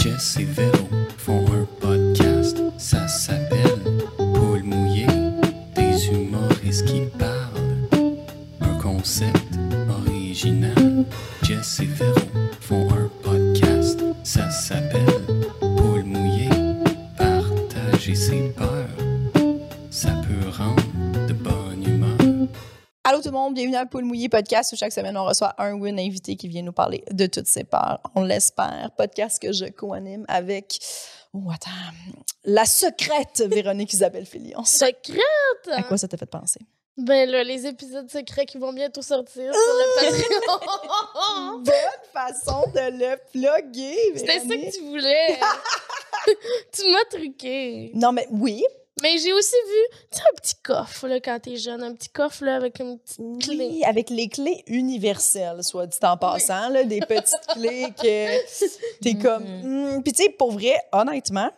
Jess et Véro font un podcast, ça s'appelle Paul mouillé, des humoristes qui parlent. Un concept original. Jess et Véro font un podcast, ça s'appelle Paul mouillé, partager ses peurs. Ça peut rendre de bonne humeur. Allô tout le monde, bienvenue à Poule Mouillé Podcast où chaque semaine on reçoit un ou une invité qui vient nous parler de toutes ses peurs. On l'espère. Podcast que je co-anime avec. Oh, attends. La secrète Véronique Isabelle Filion. À Secrète! quoi ça t'a fait penser? Ben là, les épisodes secrets qui vont bientôt sortir sur le Patreon! Bonne façon de le plugger, C'était ça Véronique. que tu voulais! tu m'as truqué! Non, mais oui. Mais j'ai aussi vu, tu sais, un petit coffre, là, quand t'es jeune, un petit coffre, là, avec une petite clé. Oui, avec les clés universelles, soit dit en passant, là, des petites clés que Mmh t'es comme. hmm. Puis, tu sais, pour vrai, honnêtement,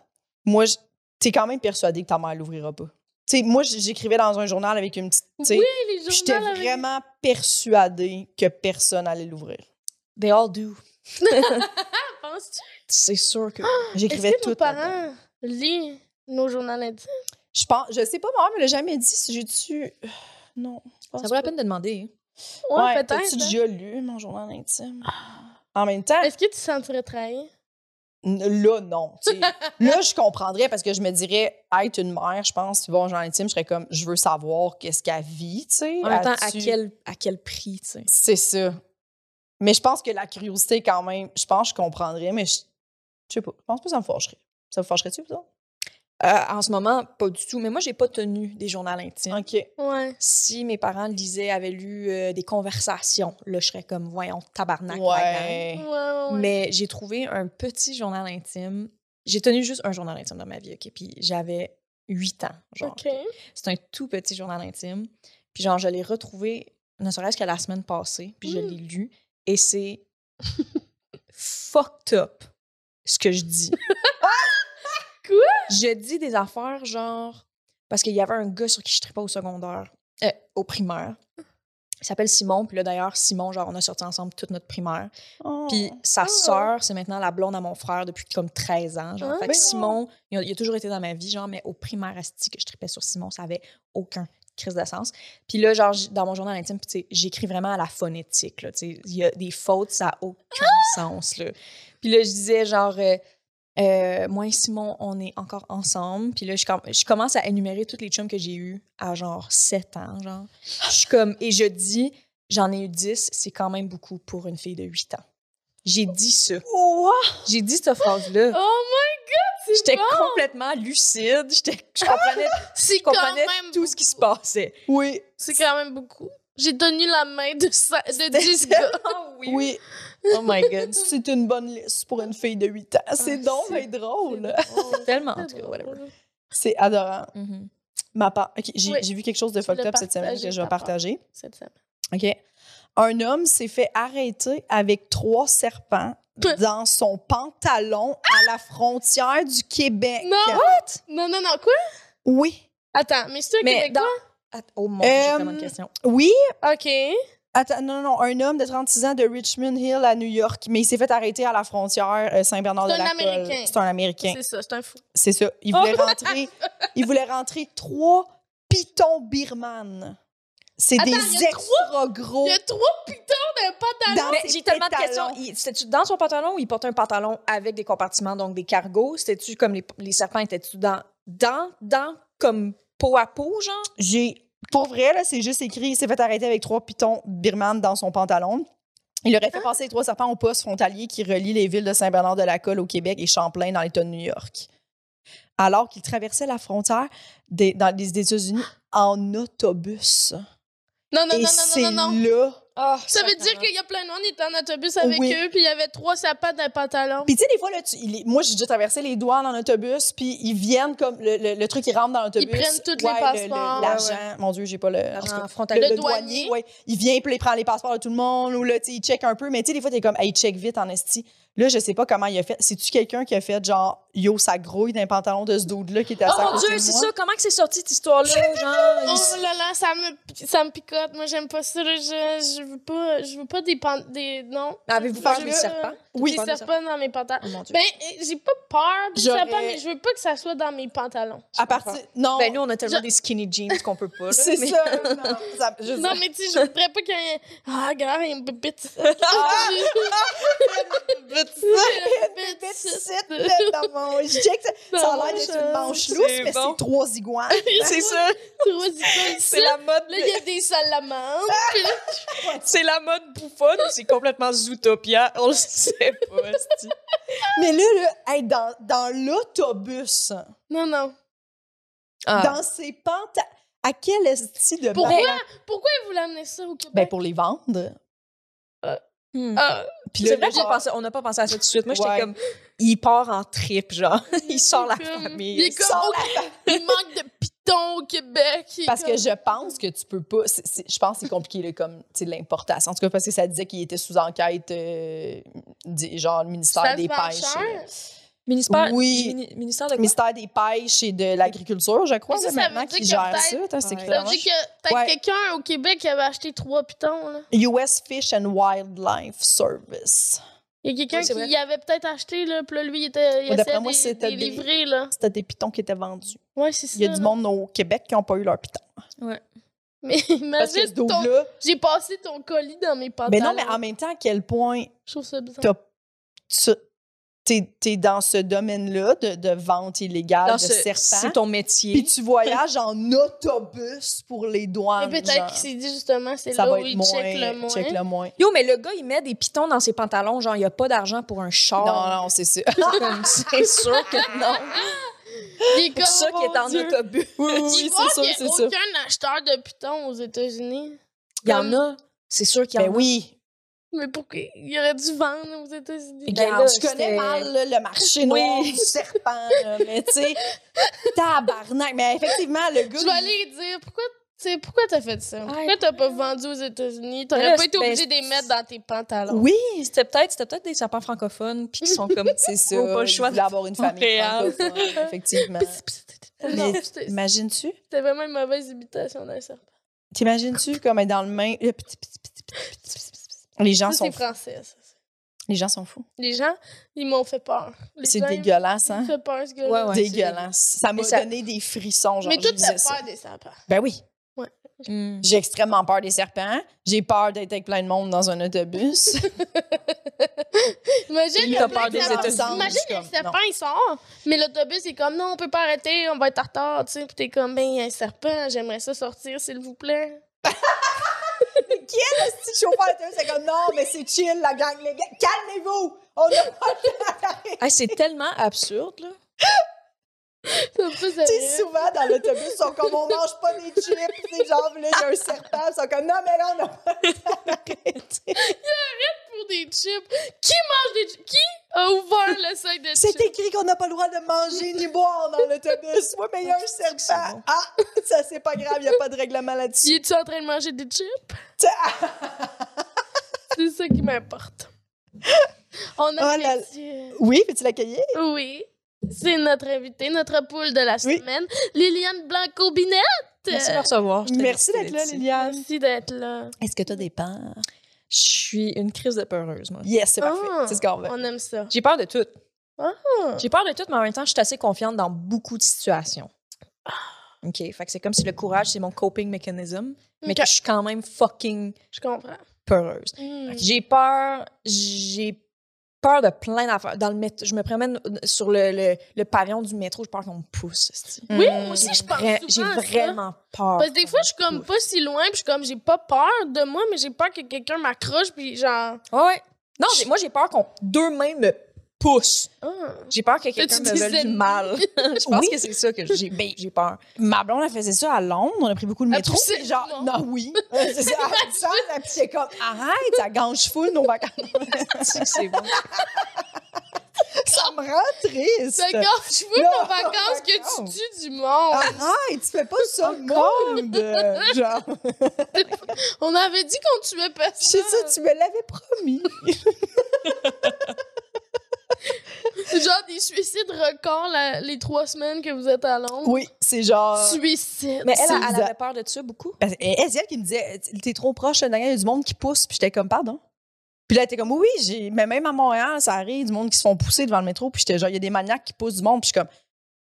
moi, je- t'es quand même persuadée que ta mère l'ouvrira pas. Tu sais, moi, j- j'écrivais dans un journal avec une petite. tu sais, Oui, les J'étais journaux avec... vraiment persuadée que personne allait l'ouvrir. They all do. Penses-tu? C'est sûr que Ah! Est-ce j'écrivais que tout. nos là-dedans. parents lisent nos journaux intimes? Je pense, je sais pas, moi, elle me l'a jamais dit si j'ai dû. Non. je pense Ça vaut la pas. peine de demander. hein. Ouais, Ouais, T'as-tu peut-être. hein. déjà lu mon journal intime? En même temps, Est-ce que tu te sentirais trahi? n- là, non. tu sais. là, je comprendrais parce que je me dirais, être une mère, je pense, tu vas au journal intime, je serais comme, je veux savoir qu'est-ce qu'elle vit, tu sais. En même temps, à As-tu- quel, à quel prix, tu sais. C'est ça. Mais je pense que la curiosité, quand même, je pense que je comprendrais, mais je, je sais pas. Je pense pas que ça me fâcherait. Ça vous fâcherait-tu, vous autres? Euh, en ce moment, pas du tout. Mais moi, j'ai pas tenu des journaux intimes. OK. Ouais. Si mes parents lisaient, avaient lu euh, des conversations, là, je serais comme, voyons, tabarnak. madame. Ouais, Ouais. ouais, ouais. Mais j'ai trouvé un petit journal intime. J'ai tenu juste un journal intime dans ma vie, OK? Puis j'avais 8 ans, genre. OK. C'est un tout petit journal intime. Puis genre, je l'ai retrouvé, ne serait-ce que la semaine passée, puis je Mm. l'ai lu. Et c'est fucked up ce que je dis. Quoi? Je dis des affaires genre... Parce qu'il y avait un gars sur qui je tripais au secondaire, euh, au primaire. Il s'appelle Simon. Puis là, d'ailleurs, Simon, genre, on a sorti ensemble toute notre primaire. Puis sa Oh. sœur, c'est maintenant la blonde à mon frère depuis comme 13 ans. Genre. Ah, fait ben. que Simon, il a, il a toujours été dans ma vie, genre, mais au primaire asti que je tripais sur Simon, ça avait aucun crise de sens. Puis là, genre, j- dans mon journal intime, puis tu sais, j'écris vraiment à la phonétique. là, tu sais. Il y a des fautes, ça n'a aucun sens. Là. Puis là, je disais genre. euh, euh, moi et Simon, on est encore ensemble. Puis là, je, com- je commence à énumérer toutes les chums que j'ai eu à genre 7 ans, genre. Je suis comme, et je dis, j'en ai eu 10, c'est quand même beaucoup pour une fille de 8 ans. J'ai dit ça. J'ai dit cette phrase-là. Oh my God, c'est J'étais bon! complètement lucide. J'étais, je comprenais, C'est je comprenais quand même tout ce qui se passait. Oui. C'est quand même beaucoup. J'ai tenu la main de, ça, de 10 gars. Oh Oui. Oh my God. C'est une bonne liste pour une fille de 8 ans. C'est donc bien drôle. Tellement, en tout cas, whatever. C'est adorant. Mhm. Ma part. OK, j'ai Oui. j'ai vu quelque chose de fucked l'as up cette semaine partagé, que je vais ta part. partager. Cette semaine. OK. Un homme s'est fait arrêter avec trois serpents Peu- dans son pantalon à la frontière du Québec. Non! Non, non, non, quoi? Oui. Attends, mais c'est un Mais Québécois? Att- Oh mon Dieu, j'ai Euh, tellement de questions. Oui, OK. Attends, non, non, non, un homme de 36 ans de Richmond Hill à New York, mais il s'est fait arrêter à la frontière euh, C'est un Saint-Bernard-de-la-Colle. Américain. C'est un Américain. C'est Oh ça, c'est un fou. C'est ça. Il voulait rentrer, il voulait rentrer trois pitons birmanes. C'est Attends, des il y a extra gros. Il y a trois putains de pantalons. dans Mais ses j'ai tellement de pétalons. questions. Il- C'était-tu dans son pantalon ou il portait un pantalon avec des compartiments, donc des cargos? C'était-tu comme les, les serpents? Étaient-tu dans, dans, dans, comme peau à peau, genre? J'ai, pour vrai, là, c'est juste écrit, il s'est fait arrêter avec trois pitons birmanes dans son pantalon. Il aurait fait Ah. passer les trois serpents au poste frontalier qui relie les villes de Saint-Bernard-de-la-Colle au Québec et Champlain dans l'État de New York. Alors qu'il traversait la frontière des, dans les des États-Unis en autobus. Ah. Non, non, et non, c'est non, non, non, non. là. Ah, Ça veut dire qu'il y a plein de monde, il était en autobus avec Oui. eux, puis il y avait trois sapins d'un pantalon. Puis tu sais, des fois, là, tu- il est- moi, j'ai déjà traversé les doigts dans l'autobus, puis ils viennent comme le, le- le truc, ils rentrent dans l'autobus. prennent tous les Ouais, le- le- passeports. Ah. L'argent. Mon Dieu, j'ai pas le. en tout cas, L'argent frontal. le, Le le douanier, douanier. ouais, il vient, puis là, il prend les passeports de tout le monde, ou là, tu sais, il check un peu, mais tu sais, des fois, t'es comme, hey, check vite en esti. Là, je sais pas comment il a fait. C'est-tu quelqu'un qui a fait genre, yo, ça grouille d'un pantalon de ce dude-là qui était à Oh sa mon côté Dieu, de c'est moi? ça. Comment que c'est sorti cette histoire-là? Genre, Oh là là, ça me, ça me picote. Moi, j'aime pas ça. là. Je, je veux pas, je veux pas des, pan- des non. Mais Avez-vous Parce peur que, des euh, serpents? Oui. Des serpents dans mes pantalons. Oh mon Dieu. Ben, euh, j'ai pas peur des J'aurais- serpents, mais je veux pas que ça soit dans mes pantalons. À partir. Non. Ben, nous, on a tellement Je- des skinny jeans qu'on peut pas. là, c'est mais- ça. non, ça- je- Non, mais tu sais, je voudrais pas qu'il y ait. Ah, grave, il y a une bébite. Ah, Une Petite bébite. euh, site, là, dans mon- Je disais que ça, ça a l'air d'être une manche lousse, C'est mais bon. c'est trois iguanes. C'est ça. Trois icônes ici. C'est la mode. Là, il y a des salamandres. Puis là, C'est la mode bouffonne. C'est complètement Zootopia. On le sait pas. esti. Mais là, là, hey, dans, dans l'autobus, Non, non. Ah. dans ces pentes, à quel esti de Pourquoi? bar- Pourquoi vous l'amenez ça au Québec? Ben, pour les vendre. Ben, Hmm. Ah, Puis C'est là, vrai là, que j'ai genre, pensé, on n'a pas pensé à ça tout de suite. Moi, j'étais Ouais. comme, il part en trip, genre. Il sort la comme- famille. Il est comme, Sors oh, il manque de pitons au Québec. Il est parce que comme- je pense que tu peux pas. c'est- c'est- je pense que c'est compliqué, là, comme tu sais, l'importation. En tout cas, parce que ça disait qu'il était sous enquête, euh, du- genre le ministère Ça se des vend Pêches. cher? euh, Ministère, Oui. mini- ministère de quoi? ministère des Pêches et de l'agriculture, je crois, Mais ça, là, ça veut maintenant, dire qui que gère ça. peut-être- Attends, c'est Ouais. que Ça veut dire que peut-être Ouais. quelqu'un au Québec qui avait acheté trois pitons. Là. US Fish and Wildlife Service. Il y a quelqu'un Oui, c'est qui vrai. y avait peut-être aché, là, puis là, lui, il était. Il Ouais, d'après essayait moi, de- c'était de des- livrer, là. C'était des pitons qui étaient vendus. Ouais, c'est ça. Il y a du là. monde au Québec qui n'ont pas eu leur piton. Mais Parce que ce imagine, ton- double-là. j'ai passé ton colis dans mes Mais pantalons. non, mais en même temps, à quel point Je trouve ça bizarre. t'as- tu- t'es es dans ce domaine-là de, de vente illégale, Dans de ce- serpents. C'est ton Puis métier. tu voyages en autobus pour les douanes. Mais peut-être genre. qu'il s'est dit justement, c'est ça là où va il être moins. check le moins. check le moins. Yo, mais le gars, il met des pitons dans ses pantalons. Genre, il n'y a pas d'argent pour un char. Non, non, c'est ça. Comme, c'est sûr que non. Il est Pour ça qu'il est en autobus. Oui, oui, Tu oui, vois c'est qu'il y ça, a c'est ça. aucun acheteur de pitons aux États-Unis. Il y en a. C'est sûr qu'il y en Ben oui. Mais pourquoi il aurait dû vendre aux États-Unis? Ben Regarde, là, je connais c'était- mal là, le marché Oui. noir du serpent, là, mais tu sais, tabarnak. Mais effectivement, le gars. Je vais aller lui dire pourquoi tu sais, pourquoi t'as fait ça? Pourquoi Ouais. t'as pas vendu aux États-Unis? Mais T'aurais là, pas été ben, obligé de les mettre dans tes il- pantalons. Oui, a. C'était peut-être c'était peut-être des serpents francophones puis qui sont comme. c'est ça. Faut pas le il choix voulait avoir une famille Montréal. francophone, effectivement. Non, Mais- c'était Imagines-tu? c'était vraiment une mauvaise imitation d'un serpent. T'imagines-tu comme être dans le main. le petit, petit, petit, petit, petit, petit, petit. Les gens Ça, c'est sont fous. français, ça. Les gens sont fous. Les gens, ils m'ont fait peur. Les C'est gens, dégueulasse, Ils hein? m'ont fait peur, ce gars Ouais, ouais, c'est dégueulasse. Ça m'a Mais ça- donné des frissons, genre. Mais je toute disais la ça. peur des serpents. Ben oui. Hmm. J'ai extrêmement peur des serpents. J'ai peur d'être avec plein de monde dans un autobus. Imagine, Il le a black peur des serpent. États-Unis, Imagine, je suis le comme, serpent, non. il sort, mais l'autobus est comme, non, on peut pas arrêter, on va être en retard, tu sais. Puis t'es comme, ben, il y a un serpent, j'aimerais ça sortir, s'il vous plaît. si je chauffeur d'autobus, c'est comme non, mais c'est chill, la gang, les gars. Calmez-vous! On a pas Hey, c'est tellement absurde, là. C'est un peu Tu sérieux. sais, souvent dans l'autobus, ils sont comme on mange pas des chips, des gens, là, il y a un serpent, ils sont comme non, mais là, on a pas le temps d'arrêter. pour des chips. Qui mange des chips? Qui a ouvert le sac de C'est chips? écrit qu'on n'a pas le droit de manger ni boire dans l'autobus. Oui, mais il y a un C'est serpent. bon. Ah, ça, c'est pas grave, il n'y a pas de règlement Tu là-dessus. es-tu en train de manger des chips? C'est ça qui m'importe. On a Oh là Oui, peux-tu l'accueillir? Oui. C'est notre invité, notre poule de la Oui. semaine, Liliane Blanco-Binette. Merci de me recevoir. Je t'ai Merci dit d'être là, ici. Liliane. Merci d'être là. Est-ce que tu as des peurs? Je suis une crise de peureuse, moi. Yes, c'est parfait. Ah. C'est ce qu'on veut. On aime ça. J'ai peur de tout. Ah. J'ai peur de tout, mais en même temps, je suis assez confiante dans beaucoup de situations. OK, fait que c'est comme si le courage, c'est mon coping mechanism, mais Ok. que je suis quand même fucking Je comprends. peureuse. Hmm. J'ai peur, j'ai peur de plein d'affaires. Dans le métro, je me promène sur le, le- le pavillon du métro, je peur qu'on me pousse. esti. Oui, moi aussi, J'ai je pense vra- souvent J'ai à ça. vraiment peur. Parce que des fois, je suis comme pas si loin, puis je suis comme, j'ai pas peur de moi, mais j'ai peur que quelqu'un m'accroche, puis genre. Ouais, ouais. Non, j'ai- moi, j'ai peur qu'on deux mains me poussent. ah. J'ai peur que quelqu'un tu me des veuille du ennemis? mal. je pense Oui. que c'est ça que j'ai ben, j'ai peur. Ma blonde, elle faisait ça à Londres. On a pris beaucoup de Elle métro. poussait C'est genre, le non, oui. Euh, C'est ça, elle dit ça, puis c'est comme, arrête, ça gange full nos vacances. C'est que c'est bon. Ça me rend triste. C'est quand je veux Non, en vacances que non. tu tues du monde. Ah. Arrête, tu fais pas ça au monde. Genre, On avait dit qu'on tuait je sais personne. ça, tu me l'avais promis. C'est genre des suicides records la- les trois semaines que vous êtes à Londres. Oui, c'est genre. Suicide. Mais elle, C'est elle, elle exact. avait peur de ça beaucoup. Ben, c'est- elle, c'est elle qui me disait T'es trop proche, il y a du monde qui pousse. Puis j'étais comme Pardon. Puis là, elle était comme Oui, j'ai... mais même à Montréal, ça arrive, du monde qui se font pousser devant le métro. Puis j'étais genre Il y a des maniaques qui poussent du monde. Puis je suis comme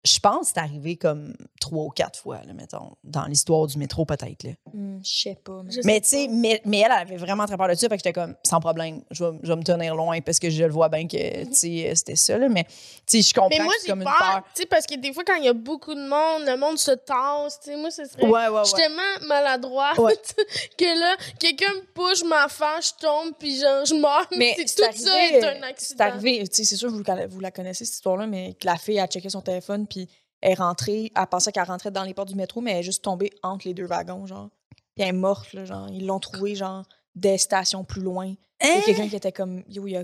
Je pense que c'est arrivé comme trois ou quatre fois, là, mettons, dans l'histoire du métro, peut-être. Là. Hmm, je sais pas. mais- Je sais Mais tu sais, mais, mais elle, elle avait vraiment très peur de ça. Fait que j'étais comme, sans problème, je vais, je vais me tenir loin parce que je le vois bien que, tu sais, c'était ça, là. Mais, tu sais, je comprends Mais moi, que c'est j'ai comme peur, une peur. tu sais, parce que des fois, quand il y a beaucoup de monde, le monde se tasse, tu sais, moi, ce serait... Ouais, ouais, Je suis ouais. tellement maladroite Ouais. que là, quelqu'un me pousse, je m'enfonce, je tombe, puis genre, je meurs. Mais C'est- c'est tout ça arrivé, est un C'est accident. arrivé, tu sais, c'est sûr, vous, la- vous la connaissez, cette histoire-là, mais que la fille a checké son téléphone, puis elle est rentrée, elle pensait qu'elle rentrait dans les portes du métro, mais elle est juste tombée entre les deux wagons, genre. Puis elle est morte, là, genre. Ils l'ont trouvée, genre, des stations plus loin. Il y a Hein? quelqu'un qui était comme, yo, il y a,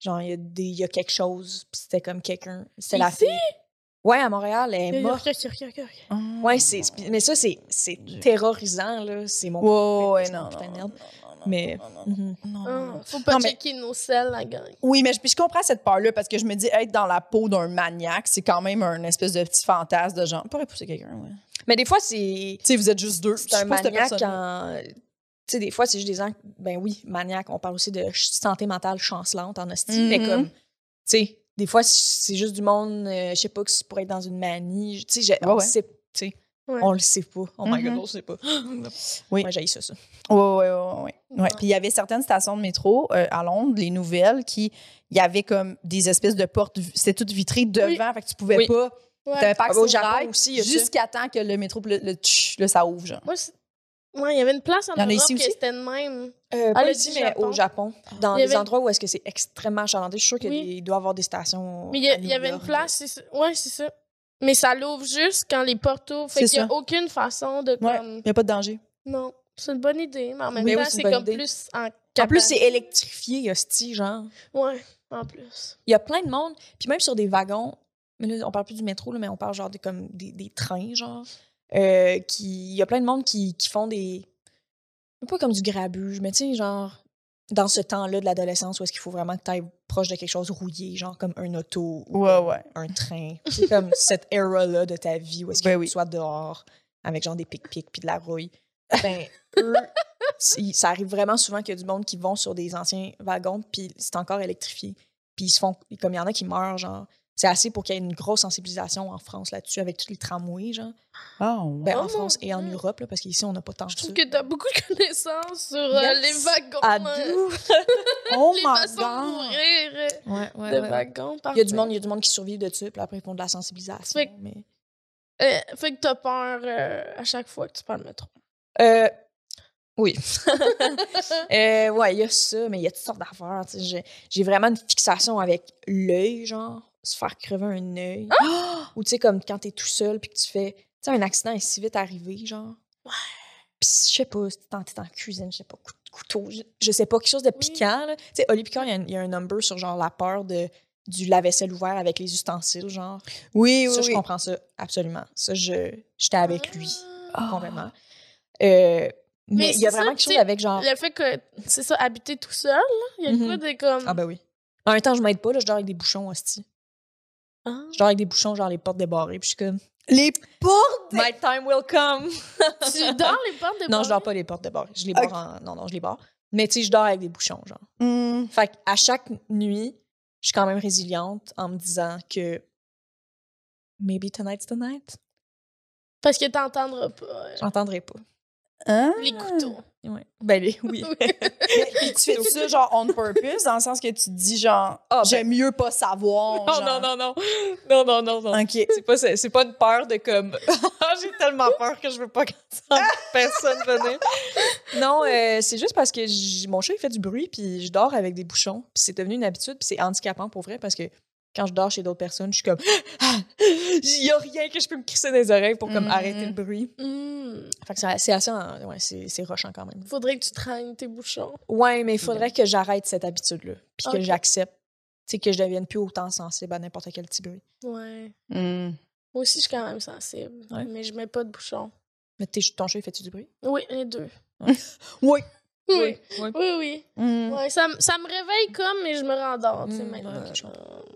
genre, il y a, des, il y a quelque chose, puis c'était comme quelqu'un. C'est la Ici? fille. Ouais, à Montréal, elle est morte. Ouais, c'est, mais ça, c'est, c'est terrorisant, là. C'est mon. Ouais, ouais, Je non, comprends, non, merde. non, non, Mais- non, non, Mhm. non, non, non, Ah, non. faut pas Non, mais- checker nos selles, la gang. Oui, mais je, puis je comprends cette peur-là parce que je me dis être dans la peau d'un maniaque, c'est quand même un espèce de petit fantasme de genre, on pourrait pousser quelqu'un, ouais. Mais des fois, c'est. Tu sais, vous êtes juste deux. C'est un Je pense que cette maniaque personne- en. Tu sais, des fois, c'est juste des gens. Ben oui, maniaque. On parle aussi de ch- santé mentale chancelante en hostie. Mhm. Mais comme. Tu sais, des fois, c'est juste du monde, euh, je sais pas, qui pourrait être dans une manie. Tu sais, je- Ouais, on le ouais. sait. Tu sais, Ouais. on le sait pas. Oh my god, Mhm. on le sait pas. Oui. Moi, j'ai ça, ça. Oui, oui, oui. Ouais. Ouais. Ouais. Puis il y avait certaines stations de métro euh, à Londres, les nouvelles, qui il y avait comme des espèces de portes, vi- c'était tout vitré devant, fait que tu pouvais Oui. pas, Ouais. t'avais pas Ah, accès bah, au au Japon rail aussi, il y a ça. jusqu'à temps que le métro, le, le tch, là, ça ouvre, genre. Moi, c'est- ouais, il y avait une place en Il y en a Europe ici que aussi? c'était de même. Euh, Ah, pas le ici, petit mais Japon. au Japon, dans Il y des avait- endroits où est-ce que c'est extrêmement achalandé. Je suis sûre qu'il y a Oui. des- il doit y avoir des stations. Mais il y, a- à il y avait une New York, place, c'est ça. Ouais, c'est ça. Mais ça l'ouvre juste quand les portes ouvrent. Fait C'est qu'il y a ça. aucune façon de Ouais. comme. Il n'y a pas de danger. Non, c'est une bonne idée, mais en même Mais oui, temps, c'est une c'est bonne comme idée. plus en En plus, capacité. c'est électrifié, hostie, genre. Ouais, en plus. Il y a plein de monde. Puis même sur des wagons, mais là, on parle plus du métro, là, mais on parle genre de, comme des, des trains, genre. euh, qui, il y a plein de monde qui, qui font des. Pas comme du grabuge, mais tu sais, genre, dans ce temps-là de l'adolescence où est-ce qu'il faut vraiment que tu ailles proche de quelque chose rouillé, genre comme un auto ou Ouais, ouais. un train. C'est comme cette era-là de ta vie où est-ce qu'il Ben faut que oui. tu sois dehors avec genre des pic-pics puis de la rouille. Ben, eux, si- ça arrive vraiment souvent qu'il y a du monde qui vont sur des anciens wagons puis c'est encore électrifié. Puis ils se font, comme il y en a qui meurent, genre. C'est assez pour qu'il y ait une grosse sensibilisation en France là-dessus avec tous les tramways, genre. Ah, Ben, Oh en mon France et en Dieu. Europe, là, parce qu'ici, on n'a pas tant Je ça. trouve que t'as beaucoup de connaissances sur euh, Yes. Ah, les wagons. À euh, bout! Oh les my façons de god! mourir euh, Ouais, ouais, de ouais. wagons. Il y a du monde, il y a du monde qui survit de ça, puis après, ils font de la sensibilisation. Fait- mais- Euh, fait que t'as peur euh, à chaque fois que tu parles le métro. Euh, oui. euh, ouais, il y a ça, mais il y a toutes sortes d'affaires. tu sais, J'ai, j'ai vraiment une fixation avec l'œil, genre, se faire crever un œil. Ah! Ou tu sais, comme quand t'es tout seul puis que tu fais. Tu sais, un accident est si vite arrivé, genre. Ouais. Puis je sais pas, si t'es en, t'es en cuisine, je sais pas, coup de couteau, je, je sais pas, quelque chose de piquant, là. Tu sais, Oli Picard, il y a un- il y, a un number sur genre la peur de, du lave-vaisselle ouvert avec les ustensiles, genre. Oui, oui, ça, je oui. comprends ça, absolument. Ça, je, j'étais avec lui Ah. complètement. hein. Euh, mais il y a c'est vraiment ça, quelque chose tu sais, avec genre. Le fait que, c'est ça, habiter tout seul, là, il y a Mhm. quoi de comme. Ah ben oui. En même temps, je m'aide pas, là, je dors avec des bouchons hostie. Ah. Je dors avec des bouchons, genre les portes débarrées. Puis je suis comme. Les portes! My time will come! Tu dors les portes de Ah. Non, je dors pas les portes débarrées. Je les barre Ok. en- Non, non, je les barre. Mais tu sais, je dors avec des bouchons, genre. Hmm. Fait qu'à chaque nuit, je suis quand même résiliente en me disant que. Maybe tonight's the night. Parce que t'entendras pas euh, J'entendrai pas. Hein? les Ah. couteaux. Ouais. Ben les- oui. Mais- puis tu fais ça genre on purpose dans le sens que tu te dis genre Ah, ben. j'aime mieux pas savoir. non, genre. non, non, non. Non, non, non, non. OK. C'est pas, c'est pas une peur de comme. Ah, J'ai tellement peur que je veux pas que personne venir. Non, euh, c'est juste parce que j- mon chat, il fait du bruit, puis je dors avec des bouchons. Puis c'est devenu une habitude, puis c'est handicapant pour vrai, parce que quand je dors chez d'autres personnes, je suis comme. Ah, Il y a rien que je peux me crisser dans les oreilles pour comme Mhm. arrêter le bruit. Hmm. Fait que c'est c'est assez. en- Ouais, c'est c'est rochant quand même. Faudrait que tu traînes tes bouchons. Ouais, mais il faudrait que j'arrête cette habitude-là, puis que Ok. j'accepte. Tu sais, que je devienne plus autant sensible à n'importe quel petit bruit. Ouais. Hmm. Moi aussi, je suis quand même sensible. Ouais. Mais je mets pas de bouchons. Mais t'es- ton chat, il fait-tu du bruit? Oui, les deux. Oui. Oui, oui. oui, oui. Hmm. Ouais, ça, me- ça me réveille comme, mais je me rendors, tu sais, Mm, maintenant. Euh, ouais, je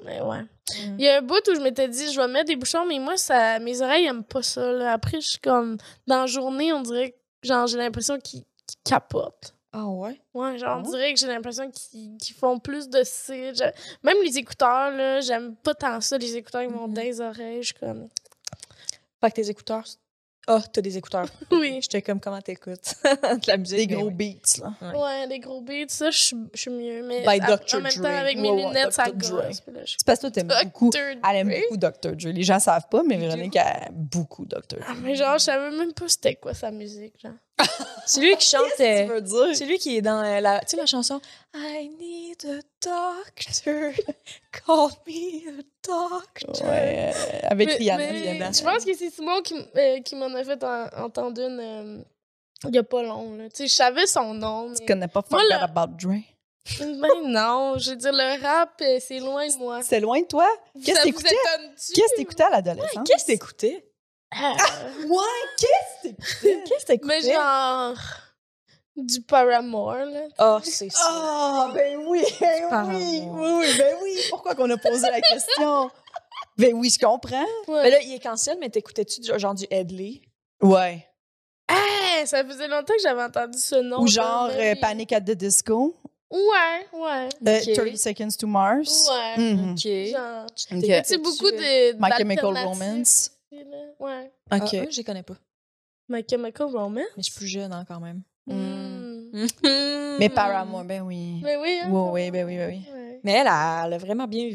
mais ouais. Mm. Il y a un bout où je m'étais dit, je vais mettre des bouchons, mais moi, ça, mes oreilles aiment pas ça. là. Après, je suis comme, dans la journée, on dirait que genre, j'ai l'impression qu'ils qu'ils capotent. Ah ouais? Ouais, genre, Ah on ouais? dirait que j'ai l'impression qu'ils qu'ils font plus de cils. Je- Même les écouteurs, là, j'aime pas tant ça, les écouteurs, ils m'ont Mhm. dans les oreilles. Je suis comme, Fait que tes écouteurs. Ah, t'as des écouteurs. oui. J'étais comme, comment t'écoutes? De la musique. Des mais gros Ben oui. beats, là. Ouais. Ouais, les gros beats, ça, je suis- je suis mieux. Mais By ap- Dr. en même temps, Dre. avec mes Ouais, ouais, lunettes, ça Dr. Dre. gosse. Puis là, je suis C'est parce que toi, t'aimes comme, beaucoup. Dr. Elle aime Dre? beaucoup Dr. Dre. Les gens savent pas, mais Du Véronique a beaucoup Dr. Ah, Dre. mais genre, je savais même pas c'était quoi sa musique, genre. C'est lui qui chante. euh, veux dire? C'est lui qui est dans euh, la, tu sais, la chanson I need a doctor, call me a doctor. Ouais, euh, avec Mais- Rihanna, mais évidemment. Je pense que c'est Simon qui, m- euh, qui m'en a fait en- entendre une euh, il y a pas long, là. Tu sais, je savais son nom, Tu mais... connais pas Moi, Forget là- About Dre. Ben non, je veux dire, le rap, euh, c'est loin de moi. C'est loin de toi? Qu'est-ce Ça que vous t'écoutais? étonne-tu? Qu'est-ce que t'écoutais à l'adolescence? Hein? Qu'est-ce que t'écoutais? Ah, Ouais, qu'est-ce que t'écoutais? Qu'est-ce que mais t'écoutais? genre... Du Paramore, là. Ah, c'est ça. Ah, ben oui, ben Par oui, amour. oui, oui, ben oui. Pourquoi qu'on a posé la question? Ben oui, je comprends. Ouais. Mais là, il est cancel, mais t'écoutais-tu du- genre du Headley? Ouais. Ah, ça faisait longtemps que j'avais entendu ce nom. Ou là, genre mais- euh, Panic at the Disco, Ouais, ouais, euh, Ok. 30 Seconds to Mars. ouais. Mhm. Ok. Genre, Ok. T'écoutais-tu, c'est beaucoup euh, de. My Chemical d'alternatives, Romance. Euh, là. Ouais. Ah, OK. eux, je les connais pas. My Chemical Romance? Mais je suis plus jeune hein, quand même. Mm. Hmm. Mais Paramore, ben oui. Mais oui, hein? Ouais, ouais, ben oui, ben oui. Ouais. Mais elle, elle, elle a vraiment bien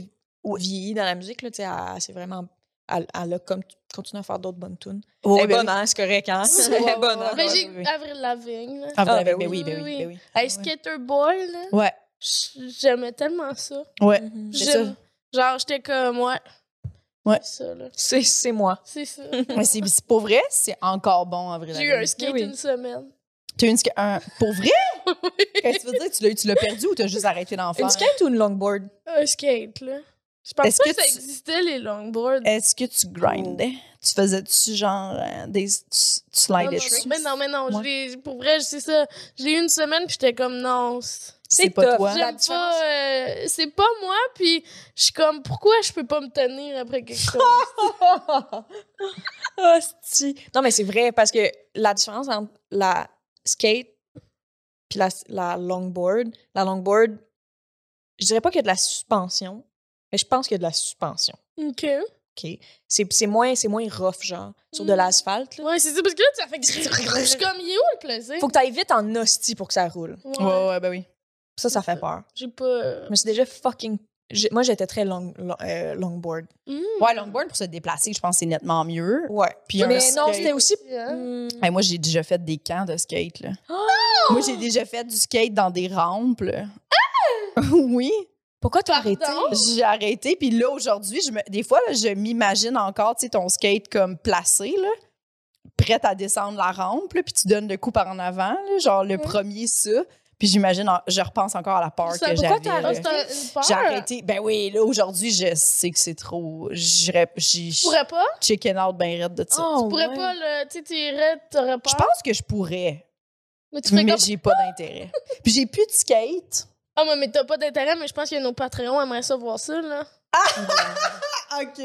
vieilli dans la musique. Là, tu sais, elle, c'est vraiment. Elle, elle a comme, continué à faire d'autres bonnes tunes. Ouais, elle est ben bonne, hein, c'est correct. Hein? Ouais, elle ouais, est bonne. ouais. Hein? Mais ouais, Ben, j'ai ouais, ouais. Avril Lavigne, là. Ah, Ah, ben, ben ben oui, oui, ben oui, oui, ben oui. Hey, Skater Boy, là. Ouais. J'aimais tellement ça. Ouais. Mhm. C'est J'aime- Genre, j'étais comme, ouais. Ouais. C'est ça, là. C'est, c'est moi. C'est ça. Mais c'est c'est pour vrai, c'est encore bon en vrai. J'ai eu un skate Oui, oui. une semaine. T'as une ska- un pour vrai Qu'est-ce que tu veux dire tu l'as tu l'as perdu ou t'as juste arrêté d'en faire Une skate ou une longboard? Un skate, là. Je pense Est-ce pas que, que ça tu- existait, les longboards. Est-ce que tu grindais Tu faisais tu genre euh, des tu, tu Non, non, slidais dessus mais non, mais non. je Ouais. l'ai- Pour vrai, c'est ça. Je l'ai eu une semaine, puis j'étais comme, non. c'est- C'est pas tough. toi. La J'aime différence- pas. euh, c'est pas moi, puis je suis comme, pourquoi je peux pas me tenir après quelque chose? Hostie. Non, mais c'est vrai, parce que la différence entre la skate puis la, la longboard, la longboard, je dirais pas qu'il y a de la suspension, mais je pense qu'il y a de la suspension. ok. OK? C'est c'est moins, c'est moins rough, genre, sur de Mm. l'asphalte. là. Ouais, c'est ça, parce que là, ça fait que je suis comme, il est où le plaisir? Faut que t'ailles vite en hostie pour que ça roule. Ouais ouais, ouais, ben oui. Ça, ça fait peur. J'ai pas. euh, Je me suis déjà fucking... j'ai- Moi, j'étais très long, long- euh, longboard. Ouais, longboard pour se déplacer, je pense que c'est nettement mieux. Ouais. Puis un mais non, skate. c'était aussi... Yeah. Mm. Hey, moi, j'ai déjà fait des camps de skate. Là. Oh! Moi, j'ai déjà fait du skate dans des rampes. là. Ah! oui, Pourquoi t'as arrêté? Pardon? j'ai arrêté. Puis là, aujourd'hui, je me... des fois, là, je m'imagine encore tu sais, ton skate comme placé, là, prête à descendre la rampe. là, puis tu donnes le coup par en avant, là, genre le Ouais. premier, ça. Puis j'imagine, en- je repense encore à la peur Ça- que pourquoi j'avais. t'as là. Ah, c'est un- une peur. J'ai arrêté. Ben oui, là, aujourd'hui, je sais que c'est trop. J'irais- J'ai Tu pourrais pas? chicken out ben raide de ça. Oh, Tu pourrais ouais. pas, le... tu sais, tu irais, t'aurais peur. Je pense que je pourrais, Mais tu fais mais comme. j'ai pas d'intérêt. Puis j'ai plus de skate. Ah, mais- mais t'as pas d'intérêt, mais je pense que nos Patreons aimeraient ça voir ça, là. Ah, OK,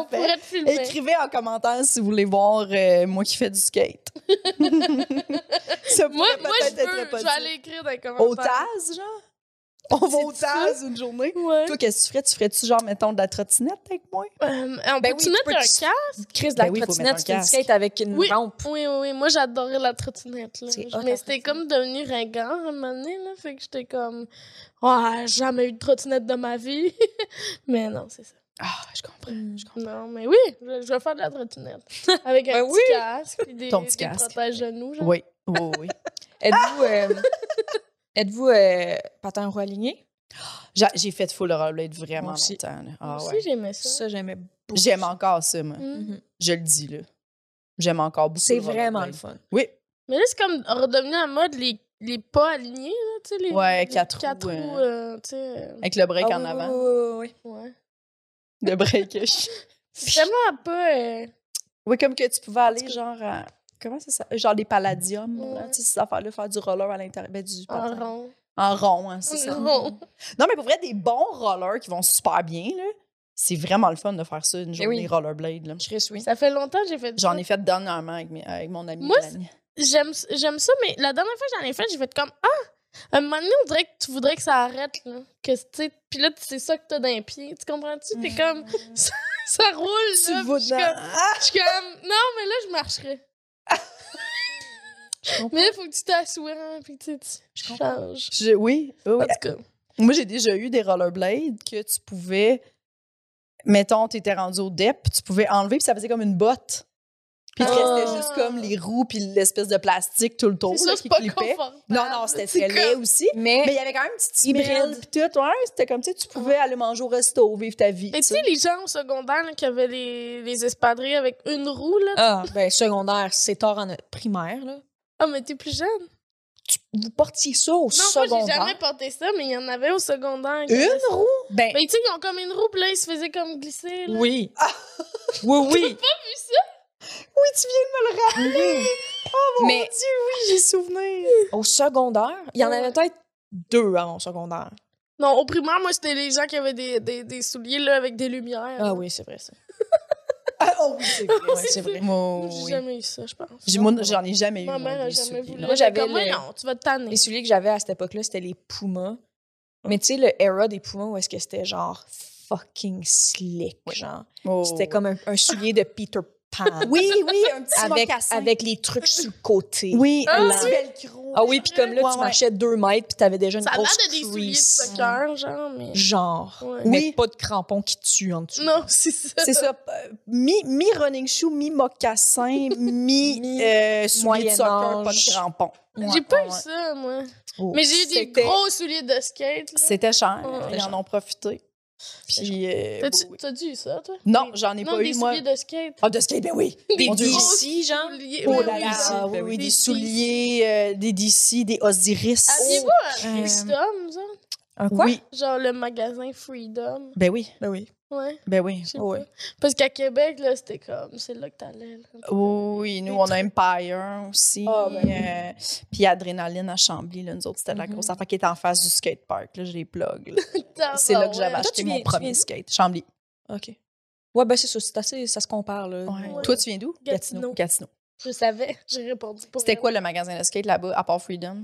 On pourrait te filmer. Écrivez en commentaire si vous voulez voir euh, moi qui fais du skate. Ça Moi, pourrait moi je peut-être être veux. Je répondu. vais aller écrire dans les commentaires. Au Taz, genre? On va au C'est ça? Taz une journée. Ouais. Toi, qu'est-ce que tu ferais? Tu ferais-tu, genre, mettons, de la trottinette avec moi? Euh, on Ben peut-tu oui, tu mettre peux un te- casque? crise de la Ben oui, faut trottinette, mettre un c'est une casque. skate avec une Oui. rampe. Oui, oui, oui. Moi, j'adorais la trottinette. là. C'est hot, Mais la c'était trottinette. comme devenu ringard à un moment donné. Là. Fait que j'étais comme, Ah, j'ai jamais eu de trottinette de ma vie. mais non, c'est ça. Ah, je comprends. Non, mais oui, je, je vais faire de la trottinette. Avec un Ben petit oui. casque et des, Ton petit des casque. protège-genoux. genre. Oui, oui, oui. Êtes-vous euh, êtes-vous euh, patin roue aligné? J'a- J'ai fait full rollerblade vraiment Moi aussi. longtemps. là. Moi Ah, aussi, ouais. j'aimais ça. Ça, j'aimais beaucoup. J'aime encore ça, moi. Mm. Mhm. Je le dis, là. J'aime encore beaucoup C'est le vraiment le rollerblade. fun. Oui, Mais là, c'est comme redevenu en mode les, les pas alignés. Là, tu sais, les, Ouais, les quatre roues, roues, euh, tu sais, euh, avec le break Ah en oui, avant. oui, oui, oui. ouais. Le break. C'est vraiment pas. euh, oui, comme que tu pouvais aller, genre, à- Comment ça s'appelle? Genre des palladiums, Ouais. là, tu sais, ces affaires-là, faire du roller à l'intérieur. Ben, du En patin. rond. En rond, hein, c'est ça. Non. Non, mais pour vrai, des bons rollers qui vont super bien, là, c'est vraiment le fun de faire ça Ben une journée oui. rollerblade. là. Chris, oui. Ça fait longtemps que j'ai fait J'en ça. ai fait dernièrement avec, mes- avec mon ami. Moi, Mélanie. J'aime j'aime ça, mais la dernière fois que j'en ai fait, j'ai fait comme Ah! À un moment donné, on dirait que tu voudrais que ça arrête. Là. Que, tu sais, puis là, c'est ça que t'as dans les pieds. Tu comprends-tu? T'es comme Ça roule. Mm. Tu là, vas puis je suis dedans. comme- je suis comme Non, mais là, je marcherai. comprends. mais il faut que tu t'assoies, hein, puis tu, sais, tu changes. Je- oui, oui, En oui. tout cas. Moi, j'ai déjà eu des rollerblades que tu pouvais. Mettons, tu étais rendu au dep, tu pouvais enlever, puis ça faisait comme une botte. Puis il te Ah. restait juste comme les roues, puis l'espèce de plastique tout le tour C'est là, ça, qui c'est pas clippait. confortable. Non, non, c'était C'est très laid comme- aussi. Mais il y avait quand même une petite hybride. Hybride. Puis tout, ouais, c'était comme, tu sais, tu Ah. pouvais aller manger au resto, vivre ta vie. Et tu tu sais. sais, les gens au secondaire là, qui avaient les, les espadrilles avec une roue, là. Ah, ben secondaire, c'est tard en primaire, là. Ah, mais t'es plus jeune. Non, Vous portiez ça au moi, j'ai secondaire? jamais porté ça, mais il y en avait au secondaire. qui avaient Une ça. roue? Ben, Mais tu sais, ils ont comme une roue, puis là, ils se faisaient comme glisser. Là. oui. oui, oui. Oui, tu viens de me le rappeler. Oh, Mais Oui, j'ai souvenir. au secondaire, il y en avait peut-être deux à mon secondaire. Non, au primaire, moi, c'était les gens qui avaient des, des, des souliers là, avec des lumières. Ah oui, c'est vrai, ça. Ah, oh, oui, c'est vrai. Ouais, c'est vrai. Moi, Moi, J'ai jamais eu ça, je pense. J'ai- moi, j'en ai jamais eu. Ma moi, mère a des jamais souliers, voulu. non. Moi, j'avais Comme, le- Non, tu vas te tanner. Les souliers que j'avais à cette époque-là, c'était les Pumas. Mais tu sais, le era des Pumas, où est-ce que c'était genre fucking slick, genre. Oh. C'était comme un, un soulier de Peter Pan. Oui, oui, un petit Avec, mocassin. avec les trucs sur le côté. Oui, Ah, un oui. petit velcro. Ah oui, puis comme là, Ouais, tu ouais. marchais deux mètres, puis t'avais déjà une Ça a l'air grosse de des souliers de crease. soccer, genre, mais. Genre. Ouais. Oui. Mais pas de crampons qui tuent en dessous. Non, c'est ça. C'est ça, euh, mi, mi running shoe, mi mocassin, mi, Mi- euh, souliers de Moyen soccer, pas Âge. de crampons. J'ai pas ouais. eu ça, moi. Oh. Mais j'ai eu des C'était- gros souliers de skate. là. C'était cher, Ouais. ils en ont profité. Puis, euh, T'as-tu- oui, oui. T'as dû eu ça, toi? Non, Des- j'en ai non, pas des eu, moi. souliers de skate. Ah, de skate, ben oui. Des Mon Dieu. gros ici, genre. souliers. Oh Oui, là là, oui, oui. ah, ben oui, Des des DC. souliers, euh, des DC, des Osiris. Aviez-vous un Euh, Freedom, ça? Un quoi? Oui, Genre le magasin Freedom. ben oui, Ben oui. Ouais, ben oui. je sais Ouais. pas. Parce qu'à Québec, là, c'était comme, c'est là que t'allais. là. Oui, nous, Des on a Empire aussi. Ah, ben oui. euh, puis Adrénaline à Chambly, là, nous autres, c'était la Mhm. grosse affaire qui était en face du skatepark. Là, je les plug. là. Putain, C'est là bah que j'avais ouais. Toi, acheté tu mon viens- tu viens premier d'où? skate. Chambly. OK. Ouais, ben c'est ça. C'est assez, ça se compare, là. Ouais. Ouais. Toi, tu viens d'où? Gatineau. Gatineau. Je savais, j'ai répondu pour C'était elle. quoi le magasin de skate là-bas, à part Freedom?